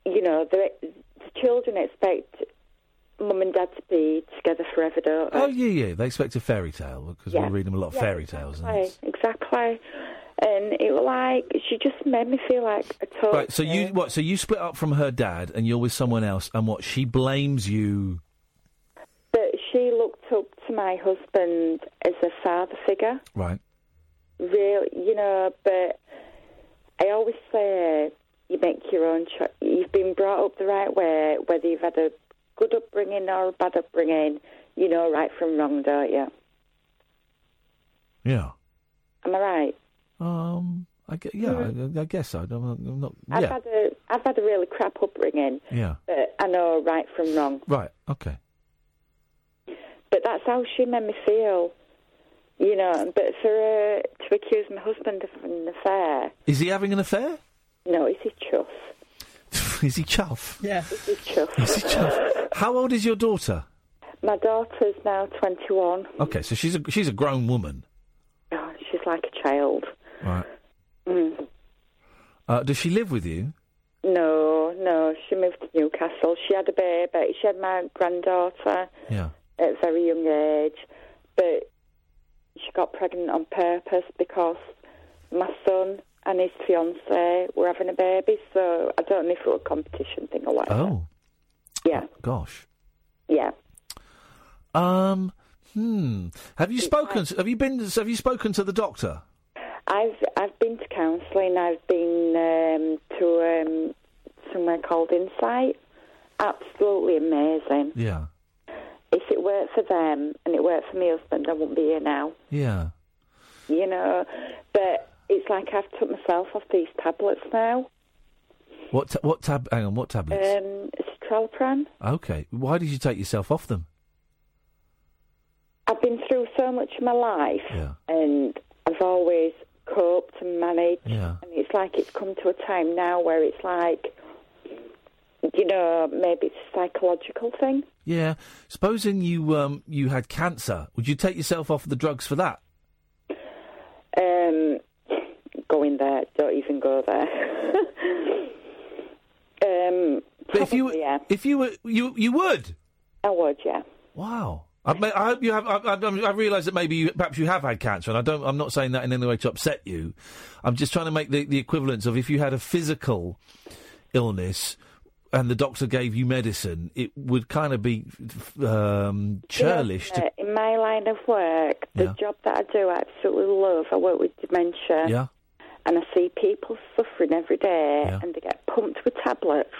W: you know, the the children expect mum and dad to be together forever, don't they?
D: Oh, yeah, yeah. They expect a fairy tale because
W: Yeah.
D: we read them a lot of
W: Yeah,
D: fairy tales. And...
W: Right, exactly. And it was like she just made me feel like a total.
D: Right. So you what? So you split up from her dad, and you're with someone else, and what? She blames you.
W: But she looked up to my husband as a father figure.
D: Right.
W: real, you know, but I always say you make your own choice. You've been brought up the right way, whether you've had a good upbringing or a bad upbringing, you know right from wrong, don't you?
D: Yeah.
W: Am I right?
D: Um. I gue- yeah. I, I guess so. I'm not. I'm not
W: Mm-hmm. I've
D: yeah.
W: had a I've had a really crap upbringing,
D: Yeah.
W: but I know right from wrong.
D: Right. Okay.
W: But that's how she made me feel, you know. But for her to accuse my husband of having an affair,
D: Is he having an affair?
W: no, it's his chuff.
D: Is he chuff?
W: Yeah, it's his chuff.
D: Is he chuff? How old is your daughter?
W: My daughter's now twenty one.
D: Okay, so she's a she's a grown woman.
W: Oh, she's like a child.
D: Right.
W: Mm.
D: Uh, does she live with you?
W: No, no, she moved to Newcastle. She had a baby. She had my granddaughter
D: Yeah.
W: at a very young age, but she got pregnant on purpose because my son and his fiancée were having a baby. So I don't know if it was a competition thing or what.
D: Oh
W: Yeah,
D: gosh.
W: yeah.
D: Um. Hmm. Have you spoken? To, have you been? Have you spoken to the doctor?
W: I've I've been to counselling. I've been um, to um, somewhere called Insight. Absolutely amazing.
D: Yeah.
W: If it weren't for them and it weren't for my husband, I wouldn't be here now.
D: Yeah.
W: You know, but it's like I've took myself off these tablets now.
D: What? Ta- what tab? Hang on. What tablets?
W: Um, Citralopram.
D: Okay. Why did you take yourself off them?
W: I've been through so much in my life,
D: Yeah.
W: and I've always coped and managed.
D: Yeah.
W: And it's like it's come to a time now where it's like, you know, maybe it's a psychological thing.
D: Yeah. Supposing you um you had cancer, would you take yourself off the drugs for that?
W: Um, go in there. Don't even go there. um,
D: But if you yeah. if you were you you would.
W: I would, yeah.
D: Wow. I, may, I hope you have. I, I, I realise that maybe you, perhaps you have had cancer, and I don't. I'm not saying that in any way to upset you. I'm just trying to make the, the equivalence of if you had a physical illness and the doctor gave you medicine, it would kind of be f- um, churlish.
W: Uh,
D: To,
W: in my line of work, the
D: Yeah.
W: job that I do, I absolutely love. I work with dementia,
D: yeah.
W: and I see people suffering every day, and they get pumped with tablets.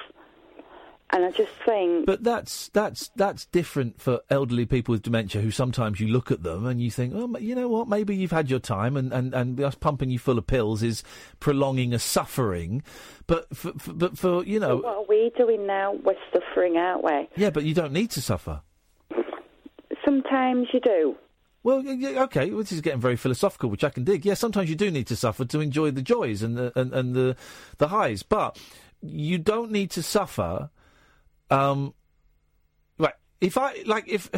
W: And I just think,
D: But that's that's that's different for elderly people with dementia who sometimes you look at them and you think, oh, you know what, maybe you've had your time and, and, and us pumping you full of pills is prolonging a suffering. But for, for, but for, you know,
W: what are we doing now? We're suffering, aren't we?
D: yeah, but you don't need to suffer.
W: Sometimes you do.
D: Well, y- y- okay, well, this is getting very philosophical, which I can dig. Yeah, sometimes you do need to suffer to enjoy the joys and the and, and the the highs, but you don't need to suffer. Um, right? If I like, if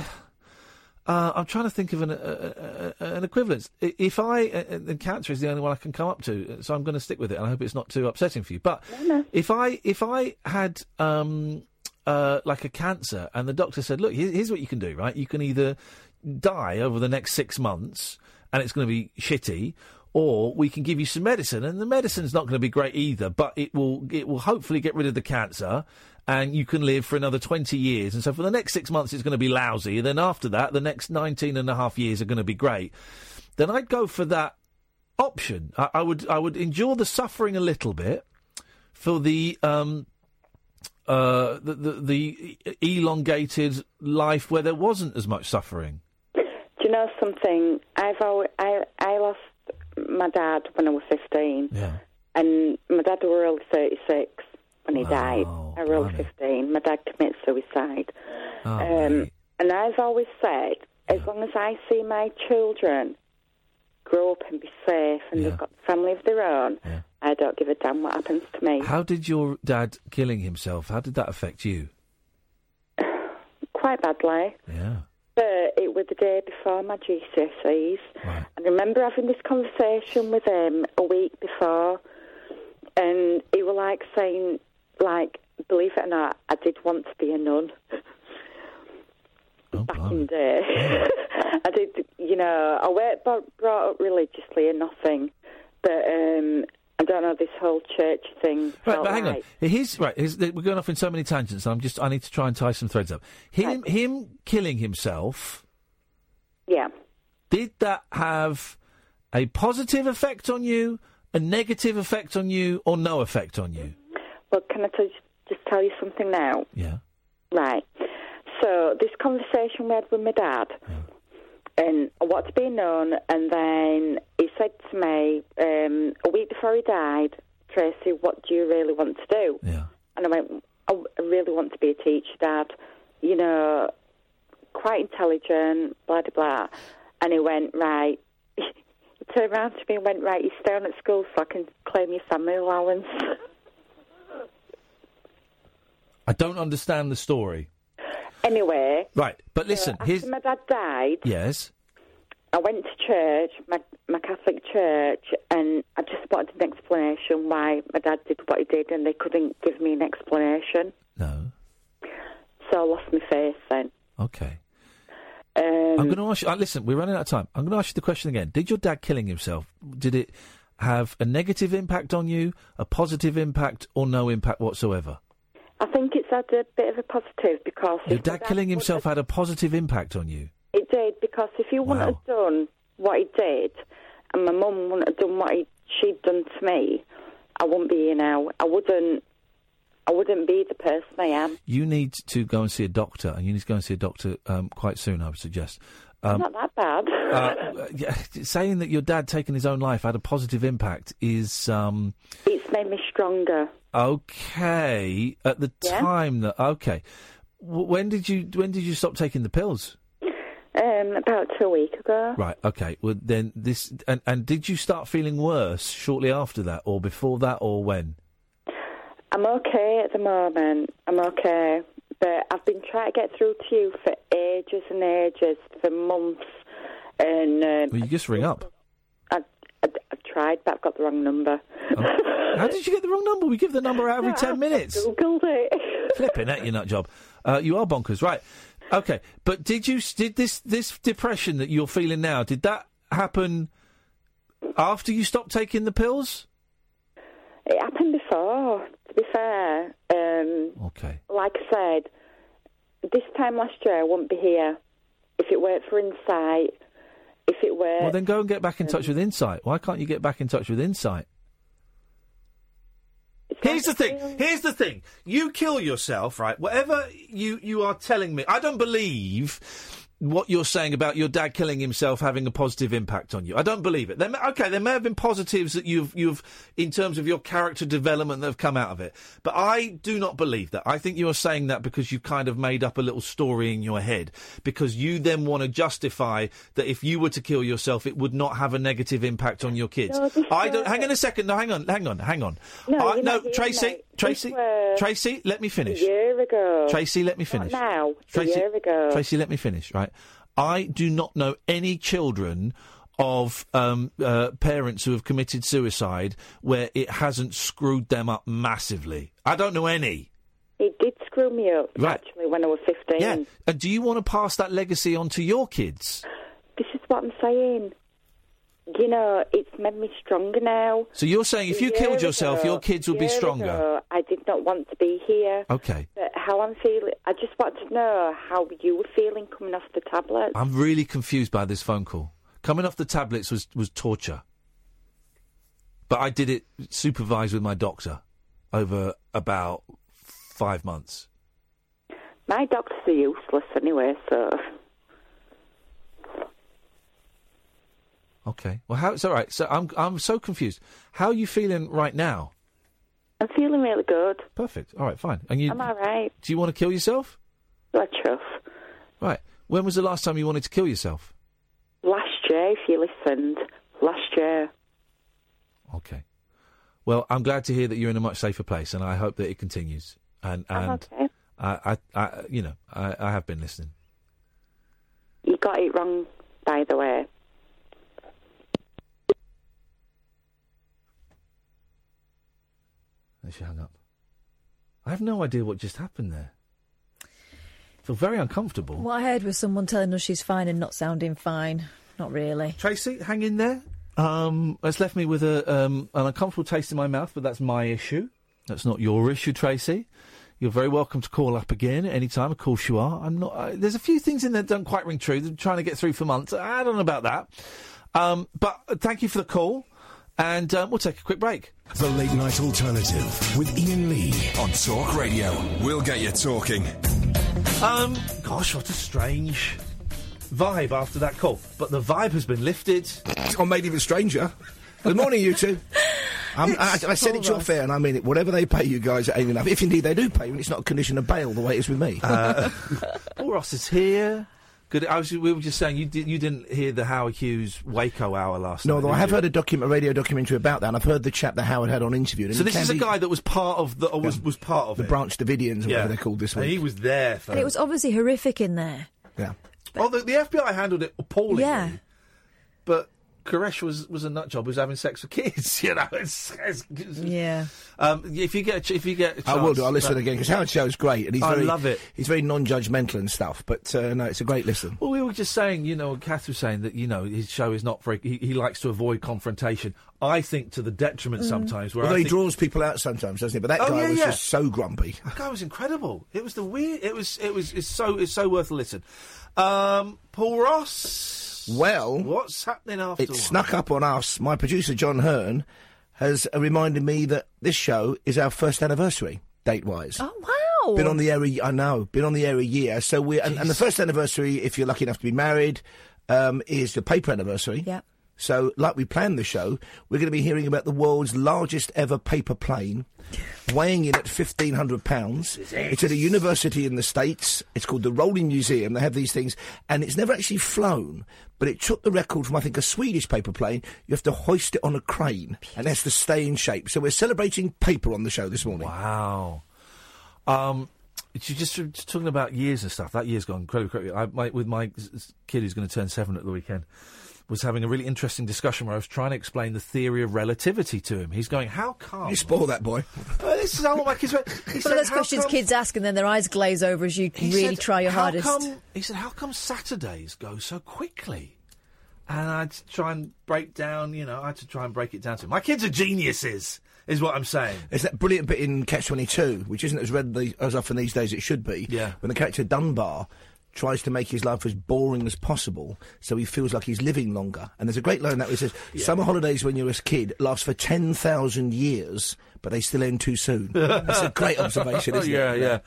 D: uh, I'm trying to think of an uh, uh, an equivalence. I- If I uh, and cancer is the only one I can come up to, uh, so I'm going to stick with it, and I hope it's not too upsetting for you. But if I if I had um, uh, like a cancer, and the doctor said, "Look, here- here's what you can do. Right, you can either die over the next six months, and it's going to be shitty." Or we can give you some medicine, and the medicine's not going to be great either, but it will it will hopefully get rid of the cancer, and you can live for another 20 years. And so for the next six months, it's going to be lousy. Then after that, the next 19 and a half years are going to be great. Then I'd go for that option. I, I would I would endure the suffering a little bit for the um, uh, the, the the elongated life where there wasn't as much suffering.
W: Do you know something? I've always, I I lost my dad when I was fifteen,
D: yeah.
W: and my dad were only thirty six when he died. I was only fifteen. My dad committed suicide,
D: Oh,
W: um, and I've always said, as long as I see my children grow up and be safe, and they've got a family of their own, I don't give a damn what happens to me.
D: How did your dad killing himself? How did that affect you?
W: Quite badly.
D: Yeah.
W: But it was the day before my GCSEs. I remember having this conversation with him a week before, and he was like saying, like, believe it or not, I did want to be a nun.
D: Oh,
W: Back in the day, I did, you know, I weren't bro- brought up religiously or nothing, but um, I don't know this whole church thing.
D: Right,
W: felt
D: but hang
W: like-
D: on. Here's right. Here's, we're going off in so many tangents. I'm just. I need to try and tie some threads up. Him, him killing himself.
W: Yeah.
D: Did that have a positive effect on you, a negative effect on you, or no effect on you?
W: Well, can I tell you, just tell you something now?
D: Yeah.
W: Right. So this conversation we had with my dad, and what's been known, and then he said to me um, a week before he died, Tracy, what do you really want to do?
D: Yeah.
W: And I went, I w- I really want to be a teacher, Dad. You know, quite intelligent, blah de blah. And he went right. he turned around to me and went right. You're staying at school so I can claim your family allowance.
D: I don't understand the story.
W: anyway,
D: Right, but listen.
W: after
D: Here's
W: my dad died,
D: yes.
W: I went to church, my, my Catholic church, and I just wanted an explanation why my dad did what he did, and they couldn't give me an explanation. No. So I lost my faith then.
D: Okay.
W: Um,
D: I'm going to ask you. Uh, listen, we're running out of time. I'm going to ask you the question again. Did your dad killing himself? Did it have a negative impact on you, a positive impact, or no impact whatsoever?
W: I think it's had a bit of a positive because
D: Your
W: if my
D: dad killing himself had a positive impact on you.
W: It did because if he wouldn't have done what he did, and my mum wouldn't have done what he, she'd done to me, I wouldn't be here now. I wouldn't. I wouldn't be the person I am.
D: You need to go and see a doctor, and you need to go and see a doctor um, quite soon. I would suggest.
W: It's
D: Um,
W: Not that bad.
D: uh, yeah, saying that your dad taking his own life had a positive impact is um,
W: it's made me stronger.
D: okay at the time that okay. W- when did you when did you stop taking the pills?
W: Um, about two weeks ago.
D: Right. Okay. Well, then this and and did you start feeling worse shortly after that, or before that, or when?
W: I'm okay at the moment. I'm okay. But I've been trying to get through to you for ages and ages, for months. And um,
D: Well, you just ring up.
W: I've tried, but I've got the wrong number.
D: Oh. How did you get the wrong number? We give the number out every
W: No,
D: ten
W: I've
D: minutes.
W: Googled it.
D: Flipping at you, nut job. Uh, you are bonkers, right? Okay. But did you did this this depression that you're feeling now? Did that happen after you stopped taking the pills?
W: It happened before, to be fair. Um,
D: okay.
W: Like I said, this time last year I wouldn't be here. If it weren't for Insight, if it were.
D: Well, then go and get back in touch with Insight. Why can't you get back in touch with Insight? Here's the thing. Here's the thing. You kill yourself, right? Whatever you you are telling me, I don't believe what you're saying about your dad killing himself having a positive impact on you. I don't believe it. There may, okay, there may have been positives that you've you've in terms of your character development that have come out of it, but I do not believe that. I think you are saying that because you've kind of made up a little story in your head because you then want to justify that if you were to kill yourself, it would not have a negative impact on your kids.
W: No, this
D: I don't.
W: is-
D: Hang on a second. No, hang on. Hang on. Hang on.
W: No,
D: I-
W: you're
D: Oh, no,
W: not hearing
D: Tracy,
W: me.
D: Tracy,
W: These were
D: Tracy, let me finish.
W: A year ago.
D: Tracy, let me
W: Not
D: finish.
W: now.
D: Tracy,
W: a year ago.
D: Tracy, let me finish. Right, I do not know any children of um, uh, parents who have committed suicide where it hasn't screwed them up massively. I don't know any.
W: It did screw me up,
D: Right.
W: actually, when I was 15.
D: Yeah, and do you want to pass that legacy on to your kids?
W: This is what I'm saying. You know, it's made me stronger now.
D: So you're saying if
W: A
D: you
W: year
D: killed yourself,
W: ago-
D: your kids would be
W: year
D: stronger.
W: ago, I did not want to be here.
D: Okay.
W: But how I'm feeling, I just want to know how you were feeling coming off the tablet.
D: I'm really confused by this phone call. Coming off the tablets was, was torture. But I did it supervised with my doctor over about five months.
W: My doctors are useless anyway, so.
D: Okay. Well, how it's all right. So I'm I'm so confused. How are you feeling right now?
W: I'm feeling really good.
D: Perfect. All right. Fine. And you?
W: I'm all right.
D: Do you want to kill yourself?
W: Let's chuff.
D: Right. When was the last time you wanted to kill yourself?
W: Last year, if you listened, last year.
D: Okay. Well, I'm glad to hear that you're in a much safer place, and I hope that it continues. And and
W: Oh, okay.
D: I, I I you know I, I have been listening.
W: You got it wrong, by the way.
D: And she hung up. I have no idea what just happened there. I feel very uncomfortable.
E: What I heard was someone telling us she's fine and not sounding fine. Not really.
D: Tracy, hang in there. Um, that's left me with a, um, an uncomfortable taste in my mouth, but that's my issue. That's not your issue, Tracy. You're very welcome to call up again at any time. Of course you are. I'm not. I, there's a few things in there that don't quite ring true. They're trying to get through for months. I don't know about that. Um, but uh, thank you for the call, and um, we'll take a quick break.
K: The Late Night Alternative with Ian Lee.
A: On Talk Radio, we'll get you talking.
D: Um, gosh, what a strange vibe after that call. But the vibe has been lifted.
H: Or made even stranger. Good morning, you two. Um, I, I said it's your
D: Horror.
H: fair, and I mean it. Whatever they pay you guys, it ain't enough. If indeed they do pay you, and it's not a condition of bail the way it is with me.
D: Uh, Paul Ross is here. Good. I was, we were just saying you did, you didn't hear the Howard Hughes Waco hour last
H: no,
D: night.
H: though
D: did
H: I have
D: you?
H: heard a, document, a radio documentary about that, and I've heard the chap that Howard had on interviewed. And
D: So
H: it
D: this
H: can
D: is a
H: be
D: guy that was part of the or was, was part of
H: the
D: it.
H: Branch Davidians, or whatever they're called this
D: And he
H: week.
D: was there. For
E: And it was obviously horrific in there.
H: Yeah.
D: Oh, the, the FBI handled it appallingly.
E: Yeah.
D: But Koresh was was a nut job. He was having sex with kids. You know. It's, it's,
E: yeah.
D: Um, if you get a ch- if you get a
H: I will do. I'll
D: chance,
H: listen
D: but-
H: again because Howard Show's great, and he's
D: I
H: very,
D: love it.
H: He's very non-judgmental and stuff. But uh, no, it's a great listen.
D: Well, we were just saying, you know, Kath was saying that, you know, his show is not very. He, he likes to avoid confrontation. I think to the
E: Mm.
D: detriment sometimes. Where
H: Although
D: I
H: he
D: think-
H: draws people out sometimes, doesn't he? But that
D: Oh,
H: guy
D: yeah,
H: was
D: yeah.
H: just so grumpy.
D: That guy was incredible. It was the weird. It was. It was. It's so. It's so worth a listen. Um, Paul Ross.
H: Well,
D: what's happening after?
H: It snuck up on us. My producer, John Hearn, has uh, reminded me that this show is our first anniversary, date wise.
E: Oh, wow.
H: Been on the air, a y- I know, been on the air a year. So we're, and, and the first anniversary, if you're lucky enough to be married, um, is the paper anniversary.
E: Yeah.
H: So, like we planned the show, we're going to be hearing about the world's largest ever paper plane, weighing in at fifteen hundred pounds. It's at a university in the states. It's called the Rolling Museum. They have these things, and it's never actually flown, but it took the record from I think a Swedish paper plane. You have to hoist it on a crane, and it has to stay in shape. So we're celebrating paper on the show this morning.
D: Wow. Um, you just, just talking about years and stuff. That year's gone incredibly quickly. I, my, with my s- s- kid who's going to turn seven at the weekend, was having a really interesting discussion where I was trying to explain the theory of relativity to him. He's going, "How come
H: you spoil that boy?"
D: this is how my kids went. He
E: It's
D: said,
E: one of those
D: "How
E: questions
D: come-
E: kids ask and then their eyes glaze over as you
D: He
E: really
D: said,
E: try your
D: "How
E: hardest.
D: Come, he said, "How come Saturdays go so quickly?" And I'd try and break down. You know, I had to try and break it down to him. My kids are geniuses, is what I'm saying.
H: It's that brilliant bit in Catch 22, which isn't as readily as often these days it should be.
D: Yeah.
H: When the character Dunbar tries to make his life as boring as possible so he feels like he's living longer. And there's a great line that where it says, Summer holidays when you're a kid last for 10,000 years, but they still end too soon. That's a great observation, isn't
D: Oh, yeah,
H: it?
D: Yeah,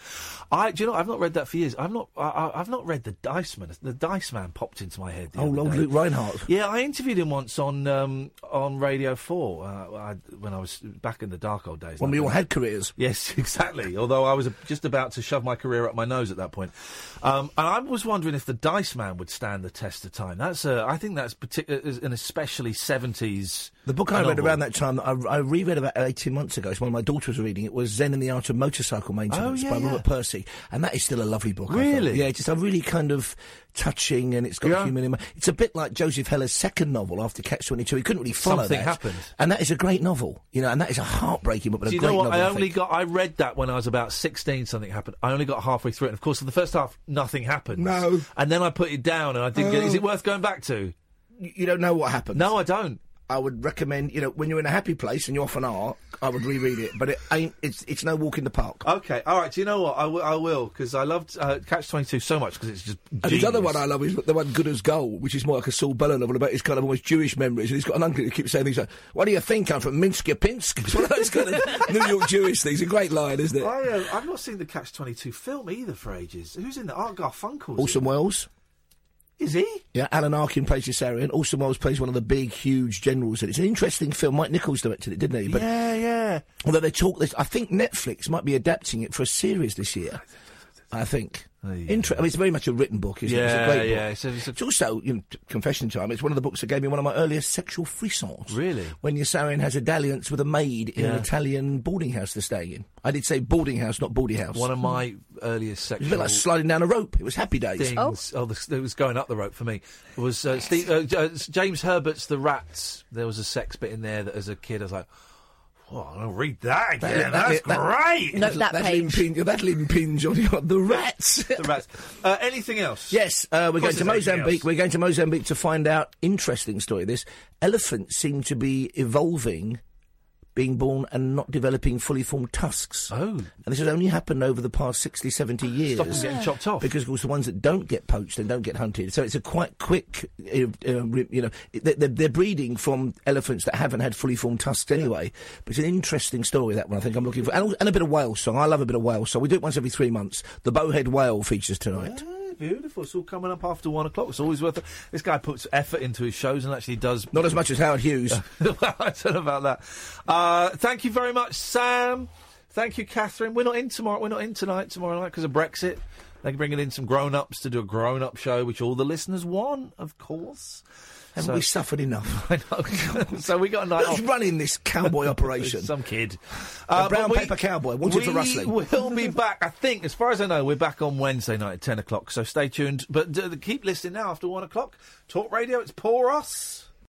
D: I do you know I've not read that for years. I've not I, I, I've not read the Dice Man. The Dice Man popped into my head. the
H: Oh,
D: other
H: Lord
D: day.
H: Luke Reinhardt.
D: Yeah, I interviewed him once on um, on Radio Four uh, I, when I was back in the dark old days.
H: When we all had careers.
D: Yes, exactly. Although I was uh, just about to shove my career up my nose at that point, um, and I was wondering if the uh, Dice Man would stand the test of time. That's a, I think that's particular an especially seventies
H: The book I
D: Another
H: read around that time, that I, I reread about 18 months ago, it's one of my daughters was reading it, was Zen and the Art of Motorcycle Maintenance
D: Oh, yeah,
H: by
D: yeah.
H: Robert Percy. And that is still a lovely book. I thought.
D: Really?
H: Yeah, just a really kind of touching and it's got
D: Yeah.
H: human... Emo- it's a bit like Joseph Heller's second novel after Catch-22. He couldn't really follow
D: Something
H: that.
D: happened.
H: And that is a great novel, you know, and that is a heartbreaking book, but
D: Do
H: a
D: you
H: great
D: know what?
H: novel.
D: I
H: I
D: only got. I read that when I was about sixteen. Something happened. I only got halfway through it. And of course, in the first half, nothing happened. No. And then I put it down, and I didn't. get Is
H: Oh.
D: it worth going back to?
H: think. You don't know what happened.
D: No, I don't.
H: I would recommend, you know, when you're in a happy place, and you often are, I would reread it, but it ain't, it's, it's no walk in the park.
D: Okay. All right. Do you know what? I, w- I will because I loved uh, Catch Twenty Two so much because it's just.
H: And his other
D: genius.
H: one I love is the one Good as Gold, which is more like a Saul Bellow novel about his kind of almost Jewish memories. And he's got an uncle who keeps saying things like, What do you think? I'm from Minsk, you Pinsk. It's one of those kind of New York Jewish things. A great line, isn't it?
D: I, uh, I've not seen the Catch Twenty Two film either for ages. Who's in the Art Garfunkel?
H: Orson Welles.
D: Is he?
H: Yeah, Alan Arkin plays Sarian. Orson Welles plays one of the big, huge generals in it. It's an interesting film. Mike Nichols directed it, didn't he? But
D: yeah, yeah.
H: Although they talk this, I think Netflix might be adapting it for a series this year. I think. Inter- I mean, it's very much a written book, isn't it?
D: Yeah,
H: It's a great
D: yeah,
H: book.
D: it's a- it's a-
H: also, you know, t- confession time, it's one of the books that gave me one of my earliest sexual frissons.
D: Really?
H: When Yossarian has a dalliance with a maid in an
D: Yeah.
H: Italian boarding house they're staying in. I did say boarding house, not boarding house.
D: One of my earliest
H: It was
D: sexual.
H: a bit like sliding down a rope. It was happy days.
D: things. Oh, this, it was going up the rope for me. It was uh, Steve, uh, J- uh, James Herbert's The Rats. There was a sex bit in there that, as a kid, I was like, "Oh, I'll read that again. that's great."
H: That'll- that'll Impinge, that'll impinge on your- the rats.
D: the rats. Uh, anything else?
H: Yes, uh, we're going
D: Of course
H: to
D: there's anything
H: Mozambique.
D: else.
H: We're going to Mozambique to find out interesting story. This elephants seem to be evolving, being born and not developing fully formed tusks.
D: Oh,
H: and this has only happened over the past 60, 70 years.
D: Stop them getting Yeah. chopped off.
H: because of course the ones that don't get poached and don't get hunted. So it's a quite quick, uh, uh, re- you know, they're, they're- they're breeding from elephants that haven't had fully formed tusks anyway. But it's an interesting story that one. I think I'm looking for, and, al- and a bit of whale song. I love a bit of whale song. We do it once every three months. The bowhead whale features tonight.
D: Yeah, Beautiful. It's all coming up after one o'clock. It's always worth it. This guy puts effort into his shows and actually does.
H: Not as much as Howard Hughes.
D: well, I don't know about that. Uh, thank you very much, Sam. Thank you, Catherine. We're not in tomorrow. We're not in tonight, tomorrow night, because of Brexit. They're bringing in some grown ups to do a grown up show, which all the listeners want, of course.
H: Haven't
D: So-
H: we suffered enough?
D: I know. so we got a night
H: Who's
D: off.
H: running this cowboy operation?
D: Some kid. Uh,
H: a brown paper cowboy wanted
D: we
H: for rustling.
D: We'll be back, I think, as far as I know, we're back on Wednesday night at 10 o'clock, so stay tuned. But uh, keep listening now after 1 o'clock. Talk radio, it's Poros.